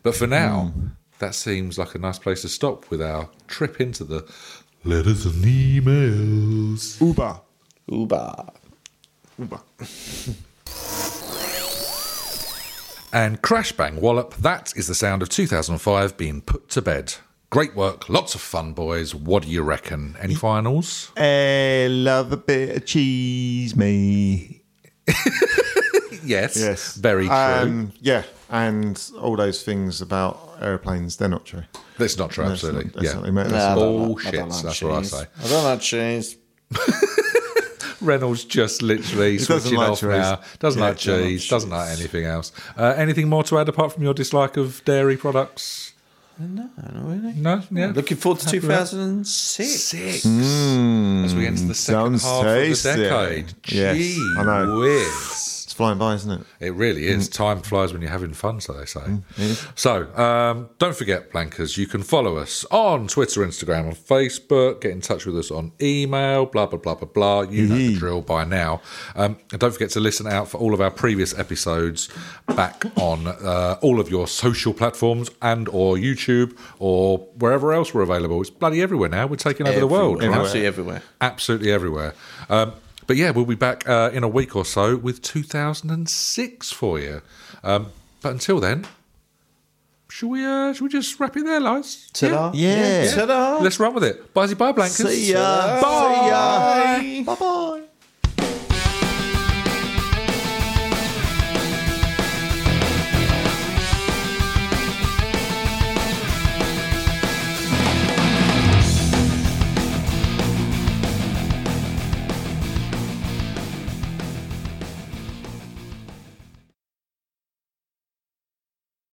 [SPEAKER 1] But for now,
[SPEAKER 2] Hmm.
[SPEAKER 1] that seems like a nice place to stop with our trip into the letters and emails.
[SPEAKER 2] Uber.
[SPEAKER 6] Uber.
[SPEAKER 2] Uber.
[SPEAKER 1] And crash bang wallop, that is the sound of 2005 being put to bed. Great work, lots of fun, boys. What do you reckon? Any finals?
[SPEAKER 2] I Eh, love a bit of cheese, me.
[SPEAKER 1] Yes.
[SPEAKER 2] Yes.
[SPEAKER 1] Very true.
[SPEAKER 2] Um, yeah, and all those things about airplanes, they're not true.
[SPEAKER 1] that's not true,
[SPEAKER 2] That's not-
[SPEAKER 1] absolutely.
[SPEAKER 2] that's
[SPEAKER 1] yeah.
[SPEAKER 2] not what they meant.
[SPEAKER 6] No, I
[SPEAKER 2] That's
[SPEAKER 6] don't
[SPEAKER 1] all
[SPEAKER 6] like- I don't
[SPEAKER 1] shits,
[SPEAKER 6] like
[SPEAKER 1] that's what I
[SPEAKER 6] cheese.
[SPEAKER 1] say.
[SPEAKER 6] I don't like cheese.
[SPEAKER 1] Reynolds just literally
[SPEAKER 2] doesn't
[SPEAKER 1] switching
[SPEAKER 2] like
[SPEAKER 1] off
[SPEAKER 2] cheese.
[SPEAKER 1] now. Doesn't
[SPEAKER 2] Yeah,
[SPEAKER 1] like
[SPEAKER 2] doesn't like
[SPEAKER 1] cheese, doesn't like anything else. Uh, anything more to add apart from your dislike of dairy products?
[SPEAKER 6] I don't really.
[SPEAKER 1] No? Yeah.
[SPEAKER 6] Looking forward to
[SPEAKER 1] Happy with that?
[SPEAKER 6] 2006.
[SPEAKER 1] Six. As we enter the second
[SPEAKER 2] Mm, sounds
[SPEAKER 1] half
[SPEAKER 2] tasty.
[SPEAKER 1] of the decade.
[SPEAKER 2] Yes,
[SPEAKER 1] Gee
[SPEAKER 2] I know.
[SPEAKER 1] whiz.
[SPEAKER 2] It's flying by, isn't it?
[SPEAKER 1] It really is. Time flies when you're having fun, so they say. So um, don't forget, Blankers, you can follow us on Twitter, Instagram, and Facebook. Get in touch with us on email, blah, blah, blah, blah, blah. You know the drill by now. Um, and don't forget to listen out for all of our previous episodes back on uh, all of your social platforms and or YouTube or wherever else we're available. It's bloody everywhere now. We're taking over the world.
[SPEAKER 6] Everywhere.
[SPEAKER 1] right?
[SPEAKER 6] Absolutely everywhere.
[SPEAKER 1] absolutely everywhere. Um, but yeah, we'll be back uh, in a week or so with 2006 for you. Um, but until then, should we? Uh, should we just wrap it there, lads?
[SPEAKER 6] Ta-da.
[SPEAKER 2] Yeah.
[SPEAKER 6] Ta-da.
[SPEAKER 1] Let's run with it. Bye, bye, blankets.
[SPEAKER 2] See ya.
[SPEAKER 1] Bye.
[SPEAKER 2] Bye bye.